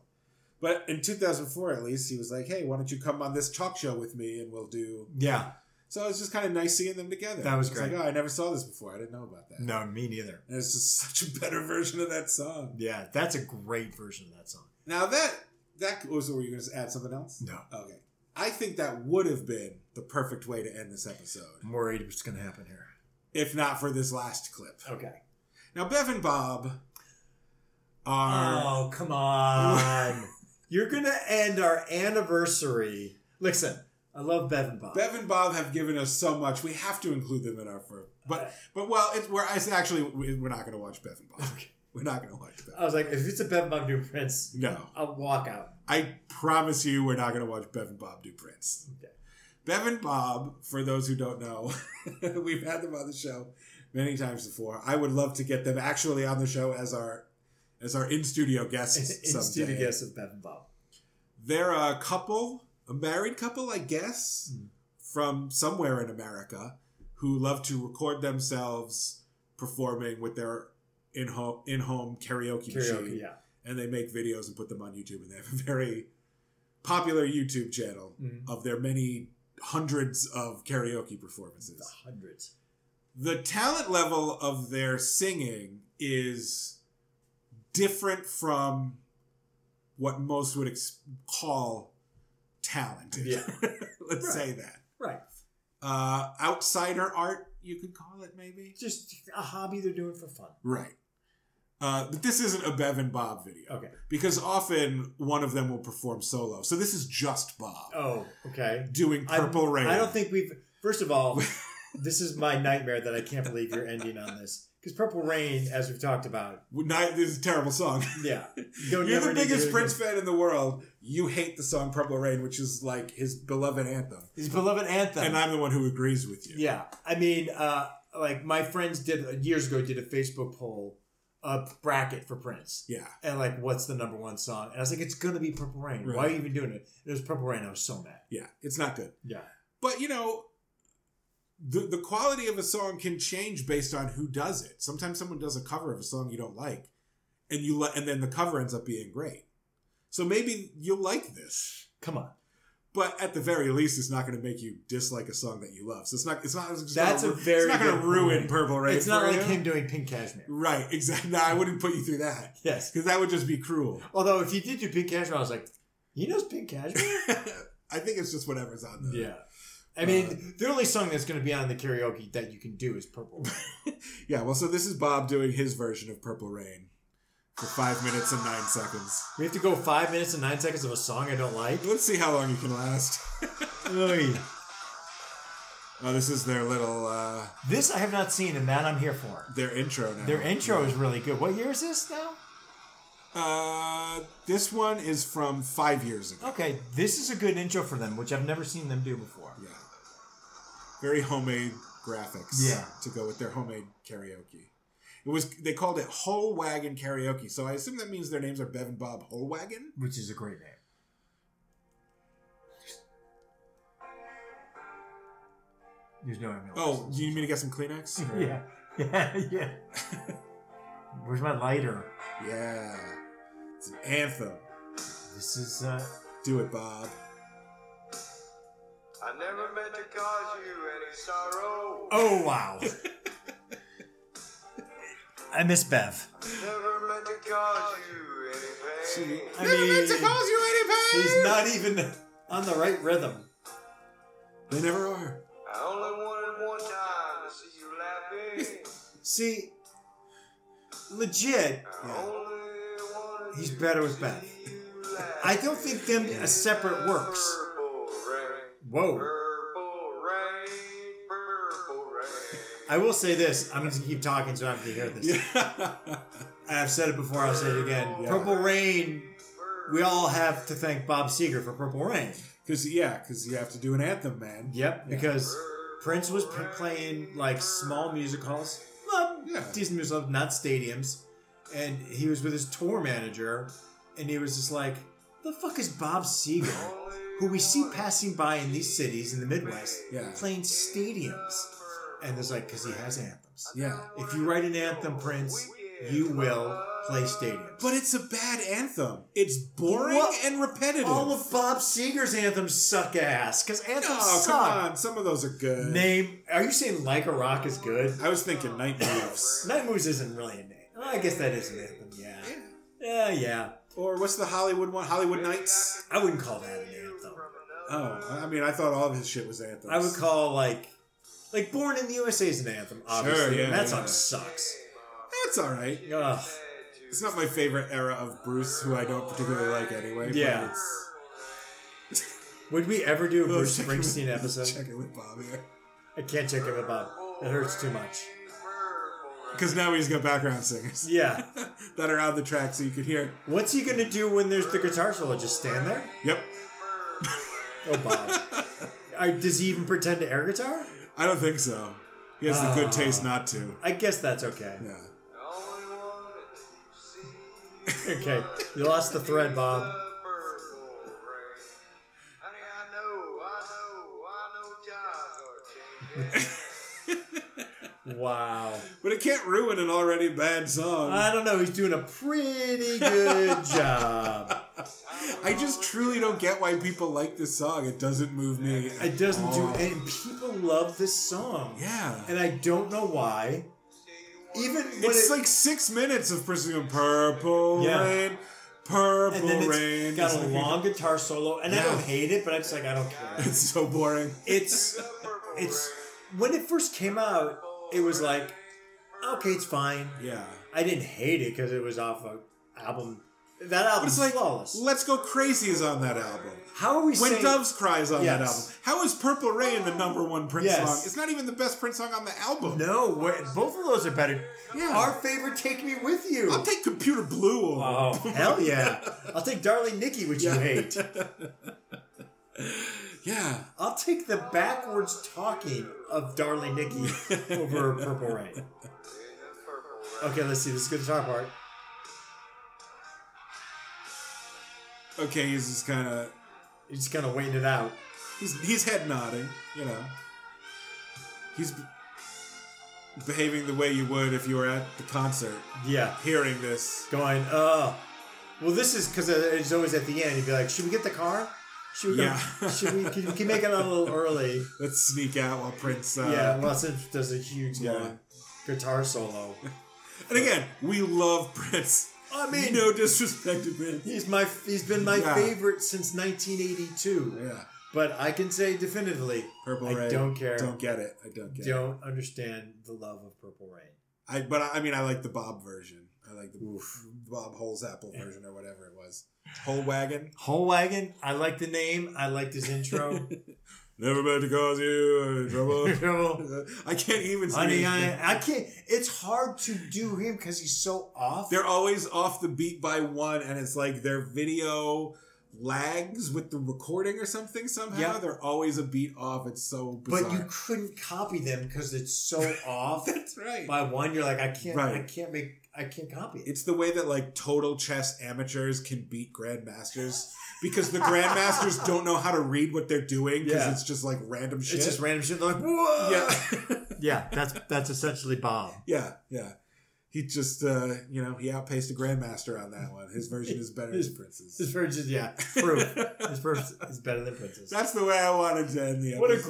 Speaker 1: But in 2004, at least, he was like, "Hey, why don't you come on this talk show with me, and we'll do."
Speaker 2: yeah
Speaker 1: So it was just kind of nice seeing them together.
Speaker 2: That was
Speaker 1: It's
Speaker 2: great.
Speaker 1: Like, oh, I never saw this before. I didn't know about that.
Speaker 2: no me neither
Speaker 1: And it's just such a better version of that song.
Speaker 2: yeah that's a great version of that song
Speaker 1: Now that that was, were you going to add something else?
Speaker 2: no
Speaker 1: Okay. I think that would have been the perfect way to end this episode,
Speaker 2: I'm worried what's gonna happen here
Speaker 1: if not for this last clip.
Speaker 2: okay
Speaker 1: Now, Bev and Bob are
Speaker 2: Oh, come on. You're going to end our anniversary. Listen, I love Bev and Bob.
Speaker 1: Bev and Bob have given us so much. We have to include them in our first. But but well, it's where I s- actually we- we're not going to watch Bev and Bob.
Speaker 2: Okay.
Speaker 1: We're not going to watch Bev.
Speaker 2: I was like, if it's a Bev and Bob New Prince,
Speaker 1: No.
Speaker 2: I'll walk out.
Speaker 1: I promise you, we're not going to watch Bev and Bob do Prince.
Speaker 2: Okay.
Speaker 1: Bev and Bob, for those who don't know, we've had them on the show many times before. I would love to get them actually on the show as our as our in studio guests
Speaker 2: In
Speaker 1: someday.
Speaker 2: studio guest of Bev and Bob.
Speaker 1: They're a couple, a married couple, I guess,
Speaker 2: Mm.
Speaker 1: from somewhere in America, who love to record themselves performing with their in home in home karaoke, machine
Speaker 2: Karaoke, yeah.
Speaker 1: and they make videos and put them on YouTube, and they have a very popular YouTube channel
Speaker 2: Mhm.
Speaker 1: of their many hundreds of karaoke performances.
Speaker 2: The hundreds.
Speaker 1: The talent level of their singing is different from what most would ex- call talented.
Speaker 2: Yeah.
Speaker 1: Let's
Speaker 2: Right.
Speaker 1: say that.
Speaker 2: Right.
Speaker 1: Uh, outsider art, you could call it maybe.
Speaker 2: Just a hobby they're doing for fun.
Speaker 1: Right. Uh, but this isn't a Bev and Bob video
Speaker 2: Okay.
Speaker 1: because often one of them will perform solo. So this is just Bob
Speaker 2: Oh, okay.
Speaker 1: doing
Speaker 2: I'm-
Speaker 1: Purple Rain.
Speaker 2: I don't think we've. First of all, this is my nightmare that I can't believe you're ending on this. Because Purple Rain, as we've talked about,
Speaker 1: Not, this is a terrible song.
Speaker 2: yeah.
Speaker 1: You're
Speaker 2: don't
Speaker 1: the
Speaker 2: ever need to do
Speaker 1: biggest
Speaker 2: it
Speaker 1: Prince
Speaker 2: again.
Speaker 1: fan in the world. You hate the song Purple Rain, which is like his beloved anthem.
Speaker 2: His beloved anthem.
Speaker 1: And I'm the one who agrees with you.
Speaker 2: Yeah, I mean, uh, like my friends did years ago did a Facebook poll, a bracket for Prince,
Speaker 1: Yeah.
Speaker 2: and like, what's the number one song? And I was like, it's gonna be Purple Rain. Why are
Speaker 1: Right.
Speaker 2: you even doing it? And it was Purple Rain. I was so mad.
Speaker 1: Yeah. It's not good.
Speaker 2: Yeah,
Speaker 1: But, you know, the the quality of a song can change based on who does it. Sometimes someone does a cover of a song you don't like, and you li- and then the cover ends up being great. So maybe you'll like this,
Speaker 2: Come on.
Speaker 1: but at the very least, it's not going to make you dislike a song that you love. So it's not it's not it's just
Speaker 2: That's
Speaker 1: gonna
Speaker 2: a
Speaker 1: ru-
Speaker 2: very
Speaker 1: it's not going
Speaker 2: good
Speaker 1: to ruin
Speaker 2: point.
Speaker 1: Purple Rain.
Speaker 2: it's not
Speaker 1: for
Speaker 2: like
Speaker 1: you.
Speaker 2: him doing Pink Cashmere.
Speaker 1: right? Exactly. No, I wouldn't put you through that
Speaker 2: Yes.
Speaker 1: because that would just be cruel.
Speaker 2: Although if he did do Pink Cashmere, I was like, he knows Pink Cashmere.
Speaker 1: I think it's just whatever's on the
Speaker 2: yeah. Uh. I mean, the only song that's going to be on the karaoke that you can do is Purple.
Speaker 1: Yeah, well, so this is Bob doing his version of Purple Rain for five minutes and nine seconds.
Speaker 2: we have to go five minutes and nine seconds of a song I don't like.
Speaker 1: Let's see how long you can last.
Speaker 2: Oy.
Speaker 1: Oh, this is their little uh,
Speaker 2: This I have not seen, and that I'm here for.
Speaker 1: their intro now.
Speaker 2: Their intro is really good. What year is this now?
Speaker 1: Uh, this one is from five years ago.
Speaker 2: Okay, this is a good intro for them, which I've never seen them do before.
Speaker 1: Yeah, very homemade graphics.
Speaker 2: Yeah.
Speaker 1: to go with their homemade karaoke. It was they called it Whole Wagon Karaoke, so I assume that means their names are Bev and Bob Whole Wagon.
Speaker 2: Which is a great name. There's no emulation.
Speaker 1: Oh, you need me to get some Kleenex? Or-
Speaker 2: yeah, yeah, yeah. Where's my lighter?
Speaker 1: yeah. It's an anthem.
Speaker 2: This is uh,
Speaker 1: Do it, Bob.
Speaker 6: I never meant to cause you any sorrow.
Speaker 2: oh wow. I miss Bev.
Speaker 6: Never meant to cause you any pain.
Speaker 2: I
Speaker 1: Never meant to
Speaker 2: mean,
Speaker 1: cause you any pain.
Speaker 2: he's not even on the right rhythm.
Speaker 1: They never are.
Speaker 6: I only wanted one time to see you laughing.
Speaker 2: See, legit,
Speaker 1: Yeah.
Speaker 2: he's better with Beth. I don't think them as separate works. Whoa. I will say this. I'm going to keep talking so I have to hear this.
Speaker 1: Yeah.
Speaker 2: And I've said it before, I'll say it again.
Speaker 1: Yeah.
Speaker 2: Purple Rain, we all have to thank Bob Seger for Purple Rain.
Speaker 1: Because yeah, because you have to do an anthem, man.
Speaker 2: Yep. Because Prince was p- playing like small music halls, well,
Speaker 1: Yeah.
Speaker 2: decent music halls, not stadiums. And he was with his tour manager, and he was just like, the fuck is Bob Seger, who we see passing by in these cities in the Midwest,
Speaker 1: Yeah.
Speaker 2: playing stadiums? And it's like, because he has anthems.
Speaker 1: Yeah.
Speaker 2: If you write an anthem, Prince, you will play stadiums.
Speaker 1: But it's a bad anthem. It's boring
Speaker 2: What?
Speaker 1: and repetitive.
Speaker 2: all of Bob Seger's anthems suck ass because anthems
Speaker 1: oh, come
Speaker 2: suck.
Speaker 1: on. Some of those are good.
Speaker 2: Name? Are you saying like a rock is good?
Speaker 1: I was thinking Night Moves.
Speaker 2: Night Moves isn't really a name. Well, I guess that is an anthem. Yeah. Yeah, yeah.
Speaker 1: Or what's the Hollywood one? Hollywood Nights?
Speaker 2: I wouldn't call that an anthem.
Speaker 1: Oh, I mean, I thought all of his shit was anthems.
Speaker 2: I would call like like Born in the USA is an anthem. Obviously,
Speaker 1: yeah,
Speaker 2: and that
Speaker 1: yeah.
Speaker 2: song sucks.
Speaker 1: That's all right.
Speaker 2: Ugh.
Speaker 1: It's not my favorite era of Bruce, who I don't particularly like anyway. but
Speaker 2: Yeah.
Speaker 1: it's-
Speaker 2: Would we ever do a
Speaker 1: We'll
Speaker 2: Bruce
Speaker 1: check it with-
Speaker 2: Springsteen episode?
Speaker 1: Check it with Bob here.
Speaker 2: I can't check it about. It hurts too much.
Speaker 1: Because now he's got background singers.
Speaker 2: Yeah.
Speaker 1: that are on the track so you could hear.
Speaker 2: What's he gonna do when there's the guitar solo? Just stand there?
Speaker 1: Yep.
Speaker 2: Oh, Bob. I, does he even pretend to air guitar?
Speaker 1: I don't think so. He has the good
Speaker 2: Ah.
Speaker 1: taste not to.
Speaker 2: I guess that's okay.
Speaker 1: Yeah.
Speaker 2: Okay, you lost the thread, Bob. Wow.
Speaker 1: But it can't ruin an already bad song.
Speaker 2: I don't know. He's doing a pretty good job.
Speaker 1: I just truly don't get why people like this song. It doesn't move me.
Speaker 2: It doesn't do.
Speaker 1: all.
Speaker 2: And people love this song.
Speaker 1: Oh. Yeah.
Speaker 2: And I don't know why. Even when
Speaker 1: it's
Speaker 2: it-
Speaker 1: like six minutes of pursuing purple
Speaker 2: Yeah.
Speaker 1: rain, purple
Speaker 2: and then
Speaker 1: rain.
Speaker 2: it's got
Speaker 1: It's
Speaker 2: a
Speaker 1: like-
Speaker 2: long guitar solo, and I
Speaker 1: Yeah.
Speaker 2: don't hate it, but I'm just like I don't care.
Speaker 1: It's so boring.
Speaker 2: it's it's when it first came out, it was like, okay, it's fine.
Speaker 1: Yeah.
Speaker 2: I didn't hate it because it was off a album. That album
Speaker 1: But it's
Speaker 2: is
Speaker 1: like,
Speaker 2: flawless.
Speaker 1: Let's Go Crazy is on that album.
Speaker 2: How are we
Speaker 1: When
Speaker 2: saying?
Speaker 1: Doves Cries on that
Speaker 2: Yes.
Speaker 1: album. How is Purple Rain the number one Prince
Speaker 2: Yes.
Speaker 1: song? It's not even the best Prince song on the album.
Speaker 2: no, we're- both of those are better.
Speaker 1: Yeah.
Speaker 2: Our favorite, "Take Me With You."
Speaker 1: I'll take Computer Blue over.
Speaker 2: oh hell yeah! I'll take "Darling Nikki," which
Speaker 1: Yeah.
Speaker 2: you hate.
Speaker 1: Yeah.
Speaker 2: I'll take the backwards talking of "Darling Nikki" over "Purple Rain." Okay, let's see. This is the guitar part.
Speaker 1: Okay, he's just kind of
Speaker 2: You're just kind of waiting it out.
Speaker 1: he's he's head nodding, you know. He's b- behaving the way you would if you were at the concert,
Speaker 2: Yeah.
Speaker 1: hearing this.
Speaker 2: Going, uh, well, this is because it's always at the end. You'd be like, should we get the car? Should we? go-
Speaker 1: Yeah.
Speaker 2: should we? Can, can we make it out a little early?
Speaker 1: Let's sneak out while Prince. Uh,
Speaker 2: yeah. Unless it does a huge
Speaker 1: yeah.
Speaker 2: long guitar solo.
Speaker 1: And again, we love Prince.
Speaker 2: I mean,
Speaker 1: no disrespect to Prince.
Speaker 2: he's my he's been my
Speaker 1: Yeah.
Speaker 2: favorite since 1982.
Speaker 1: Yeah,
Speaker 2: But I can say definitively,
Speaker 1: Purple
Speaker 2: I
Speaker 1: Rain.
Speaker 2: don't care.
Speaker 1: Don't get it. I don't get it.
Speaker 2: don't understand the love of Purple Rain.
Speaker 1: I but I mean I like the Bob version. I like the
Speaker 2: Oof.
Speaker 1: Bob Holes Apple version or whatever it was. Whole wagon.
Speaker 2: Whole wagon. I like the name. I liked his intro.
Speaker 1: Never meant to cause you any trouble.
Speaker 2: Trouble.
Speaker 1: I can't even.
Speaker 2: Honey,
Speaker 1: sing.
Speaker 2: I, I can't. It's hard to do him because he's so off.
Speaker 1: They're always off the beat by one, and it's like their video lags with the recording or something somehow.
Speaker 2: Yeah.
Speaker 1: They're always a beat off. It's so bizarre.
Speaker 2: but you couldn't copy them because it's so off.
Speaker 1: That's right.
Speaker 2: By one, you're like, I can't. I
Speaker 1: Right.
Speaker 2: can't make. I can't copy it.
Speaker 1: It's the way that like total chess amateurs can beat grandmasters because the grandmasters don't know how to read what they're doing because
Speaker 2: Yeah.
Speaker 1: it's just like random shit.
Speaker 2: It's just random shit. They're like, whoa.
Speaker 1: yeah.
Speaker 2: yeah. That's that's essentially Bob.
Speaker 1: Yeah, yeah. He just, uh, you know, he outpaced a grandmaster on that one. His version is better than
Speaker 2: His
Speaker 1: Prince's.
Speaker 2: version, yeah, proof. His version is better than Princess.
Speaker 1: That's the way I wanted to end the episode.
Speaker 2: What a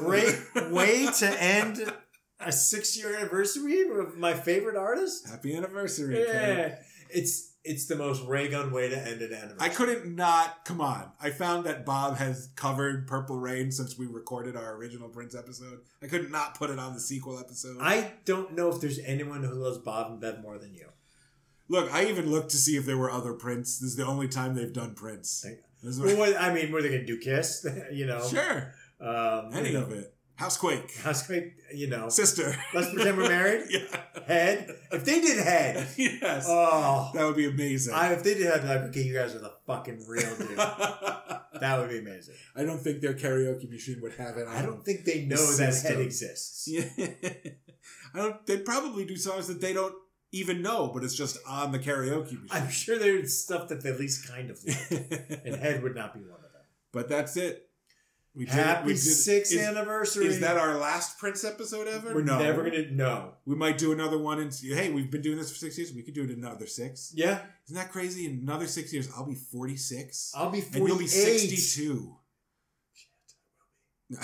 Speaker 2: great way to end a six-year anniversary of my favorite artist.
Speaker 1: happy anniversary! Kurt.
Speaker 2: Yeah, it's it's the most Raygun way to end an anniversary.
Speaker 1: I couldn't not. Come on! I found that Bob has covered Purple Rain since we recorded our original Prince episode. I could not put it on the sequel episode.
Speaker 2: I don't know if there's anyone who loves Bob and Bev more than you.
Speaker 1: Look, I even looked to see if there were other Prince. This is the only time they've done Prince.
Speaker 2: Thank-
Speaker 1: This is
Speaker 2: Well,
Speaker 1: what-
Speaker 2: what, I mean, were they gonna do Kiss? you know,
Speaker 1: sure,
Speaker 2: Um,
Speaker 1: any
Speaker 2: you know,
Speaker 1: of it. Housequake,
Speaker 2: Housequake, you know.
Speaker 1: sister.
Speaker 2: Let's pretend we're married.
Speaker 1: yeah.
Speaker 2: Head. If they did head,
Speaker 1: Yes,
Speaker 2: oh,
Speaker 1: that would be amazing.
Speaker 2: I, if they did head, I'd be like, okay, you guys are the fucking real dude.
Speaker 1: I
Speaker 2: that would be amazing.
Speaker 1: don't think their karaoke machine would have it.
Speaker 2: I don't think they know
Speaker 1: The
Speaker 2: that
Speaker 1: system.
Speaker 2: head exists.
Speaker 1: Yeah. I don't. They probably do songs that they don't even know, but it's just on the karaoke
Speaker 2: I'm
Speaker 1: machine.
Speaker 2: sure there's stuff that they at least kind of like, and head would not be one of them.
Speaker 1: but that's it. We did it.
Speaker 2: Happy
Speaker 1: We did it.
Speaker 2: sixth
Speaker 1: Is-
Speaker 2: anniversary.
Speaker 1: Is that our last Prince episode ever?
Speaker 2: We're never gonna no.
Speaker 1: We might do another one. And hey, we've been doing this for six years. We could do it another six.
Speaker 2: Yeah,
Speaker 1: Isn't that crazy? In another six years, I'll be forty-six,
Speaker 2: I'll be
Speaker 1: and you'll be
Speaker 2: 48.
Speaker 1: sixty-two.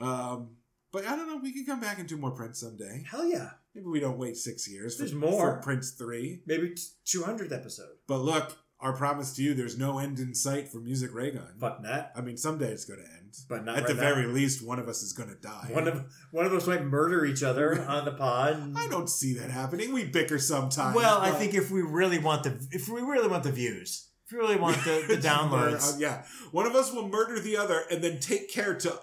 Speaker 1: um, but I don't know. We could come back and do more Prince someday.
Speaker 2: Hell yeah.
Speaker 1: Maybe we don't wait six years.
Speaker 2: There's
Speaker 1: for,
Speaker 2: more.
Speaker 1: for Prince Three.
Speaker 2: Maybe t- 200th episode.
Speaker 1: But look, our promise to you: there's no end in sight for Music Raygun.
Speaker 2: Fuck that.
Speaker 1: I mean, someday it's going to end.
Speaker 2: But not
Speaker 1: At
Speaker 2: right
Speaker 1: the
Speaker 2: now.
Speaker 1: very least, one of us is going to die.
Speaker 2: One of one of us might murder each other on the pod.
Speaker 1: I don't see that happening. We bicker sometimes.
Speaker 2: Well, I
Speaker 1: but-
Speaker 2: think if we really want the if we really want the views, if we really want the, the
Speaker 1: Uh,
Speaker 2: downloads,
Speaker 1: yeah, one of us will murder the other and then take care to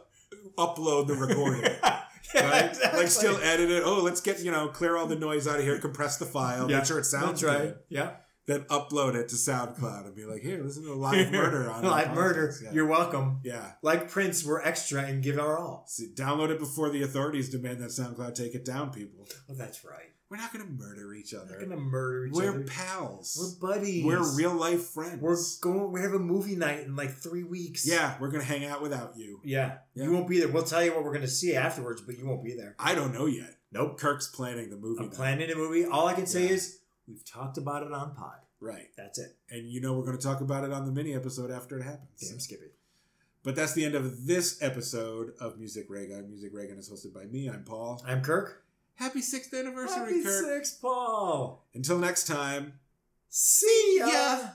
Speaker 1: upload the recording.
Speaker 2: Yeah,
Speaker 1: Right?
Speaker 2: exactly.
Speaker 1: Like still edit it. Oh, let's get you know clear all the noise out of here, compress the file,
Speaker 2: Yeah,
Speaker 1: make sure it sounds
Speaker 2: That's right.
Speaker 1: good,
Speaker 2: Yeah,
Speaker 1: then upload it to SoundCloud and be like, here, listen to live murder on our
Speaker 2: live
Speaker 1: podcast.
Speaker 2: murder.
Speaker 1: Yeah.
Speaker 2: You're welcome.
Speaker 1: yeah.
Speaker 2: Like Prince, we're extra and give our all.
Speaker 1: See, download it before the authorities demand that SoundCloud take it down, people.
Speaker 2: Well, Oh, that's right.
Speaker 1: We're not going to murder each other.
Speaker 2: We're gonna murder each
Speaker 1: We're
Speaker 2: other.
Speaker 1: pals.
Speaker 2: we're buddies.
Speaker 1: We're, real life friends.
Speaker 2: We're going. We have a movie night in like three weeks.
Speaker 1: yeah, we're going to hang out without you.
Speaker 2: yeah.
Speaker 1: Yeah.
Speaker 2: You won't be there. We'll tell you what we're gonna see afterwards, but you won't be there.
Speaker 1: I don't know yet.
Speaker 2: Nope.
Speaker 1: Kirk's planning the movie.
Speaker 2: I'm
Speaker 1: now.
Speaker 2: planning a movie. All I can say
Speaker 1: Yeah.
Speaker 2: is we've talked about it on pod.
Speaker 1: Right.
Speaker 2: That's it.
Speaker 1: And you know we're going to talk about it on the mini episode after it happens.
Speaker 2: Damn Skippy.
Speaker 1: But that's the end of this episode of Music Reagan. Music Reagan is hosted by me. I'm Paul.
Speaker 2: I'm Kirk.
Speaker 1: Happy sixth anniversary,
Speaker 2: Happy
Speaker 1: Kirk.
Speaker 2: six, Paul.
Speaker 1: Until next time.
Speaker 2: See ya.
Speaker 1: Yeah.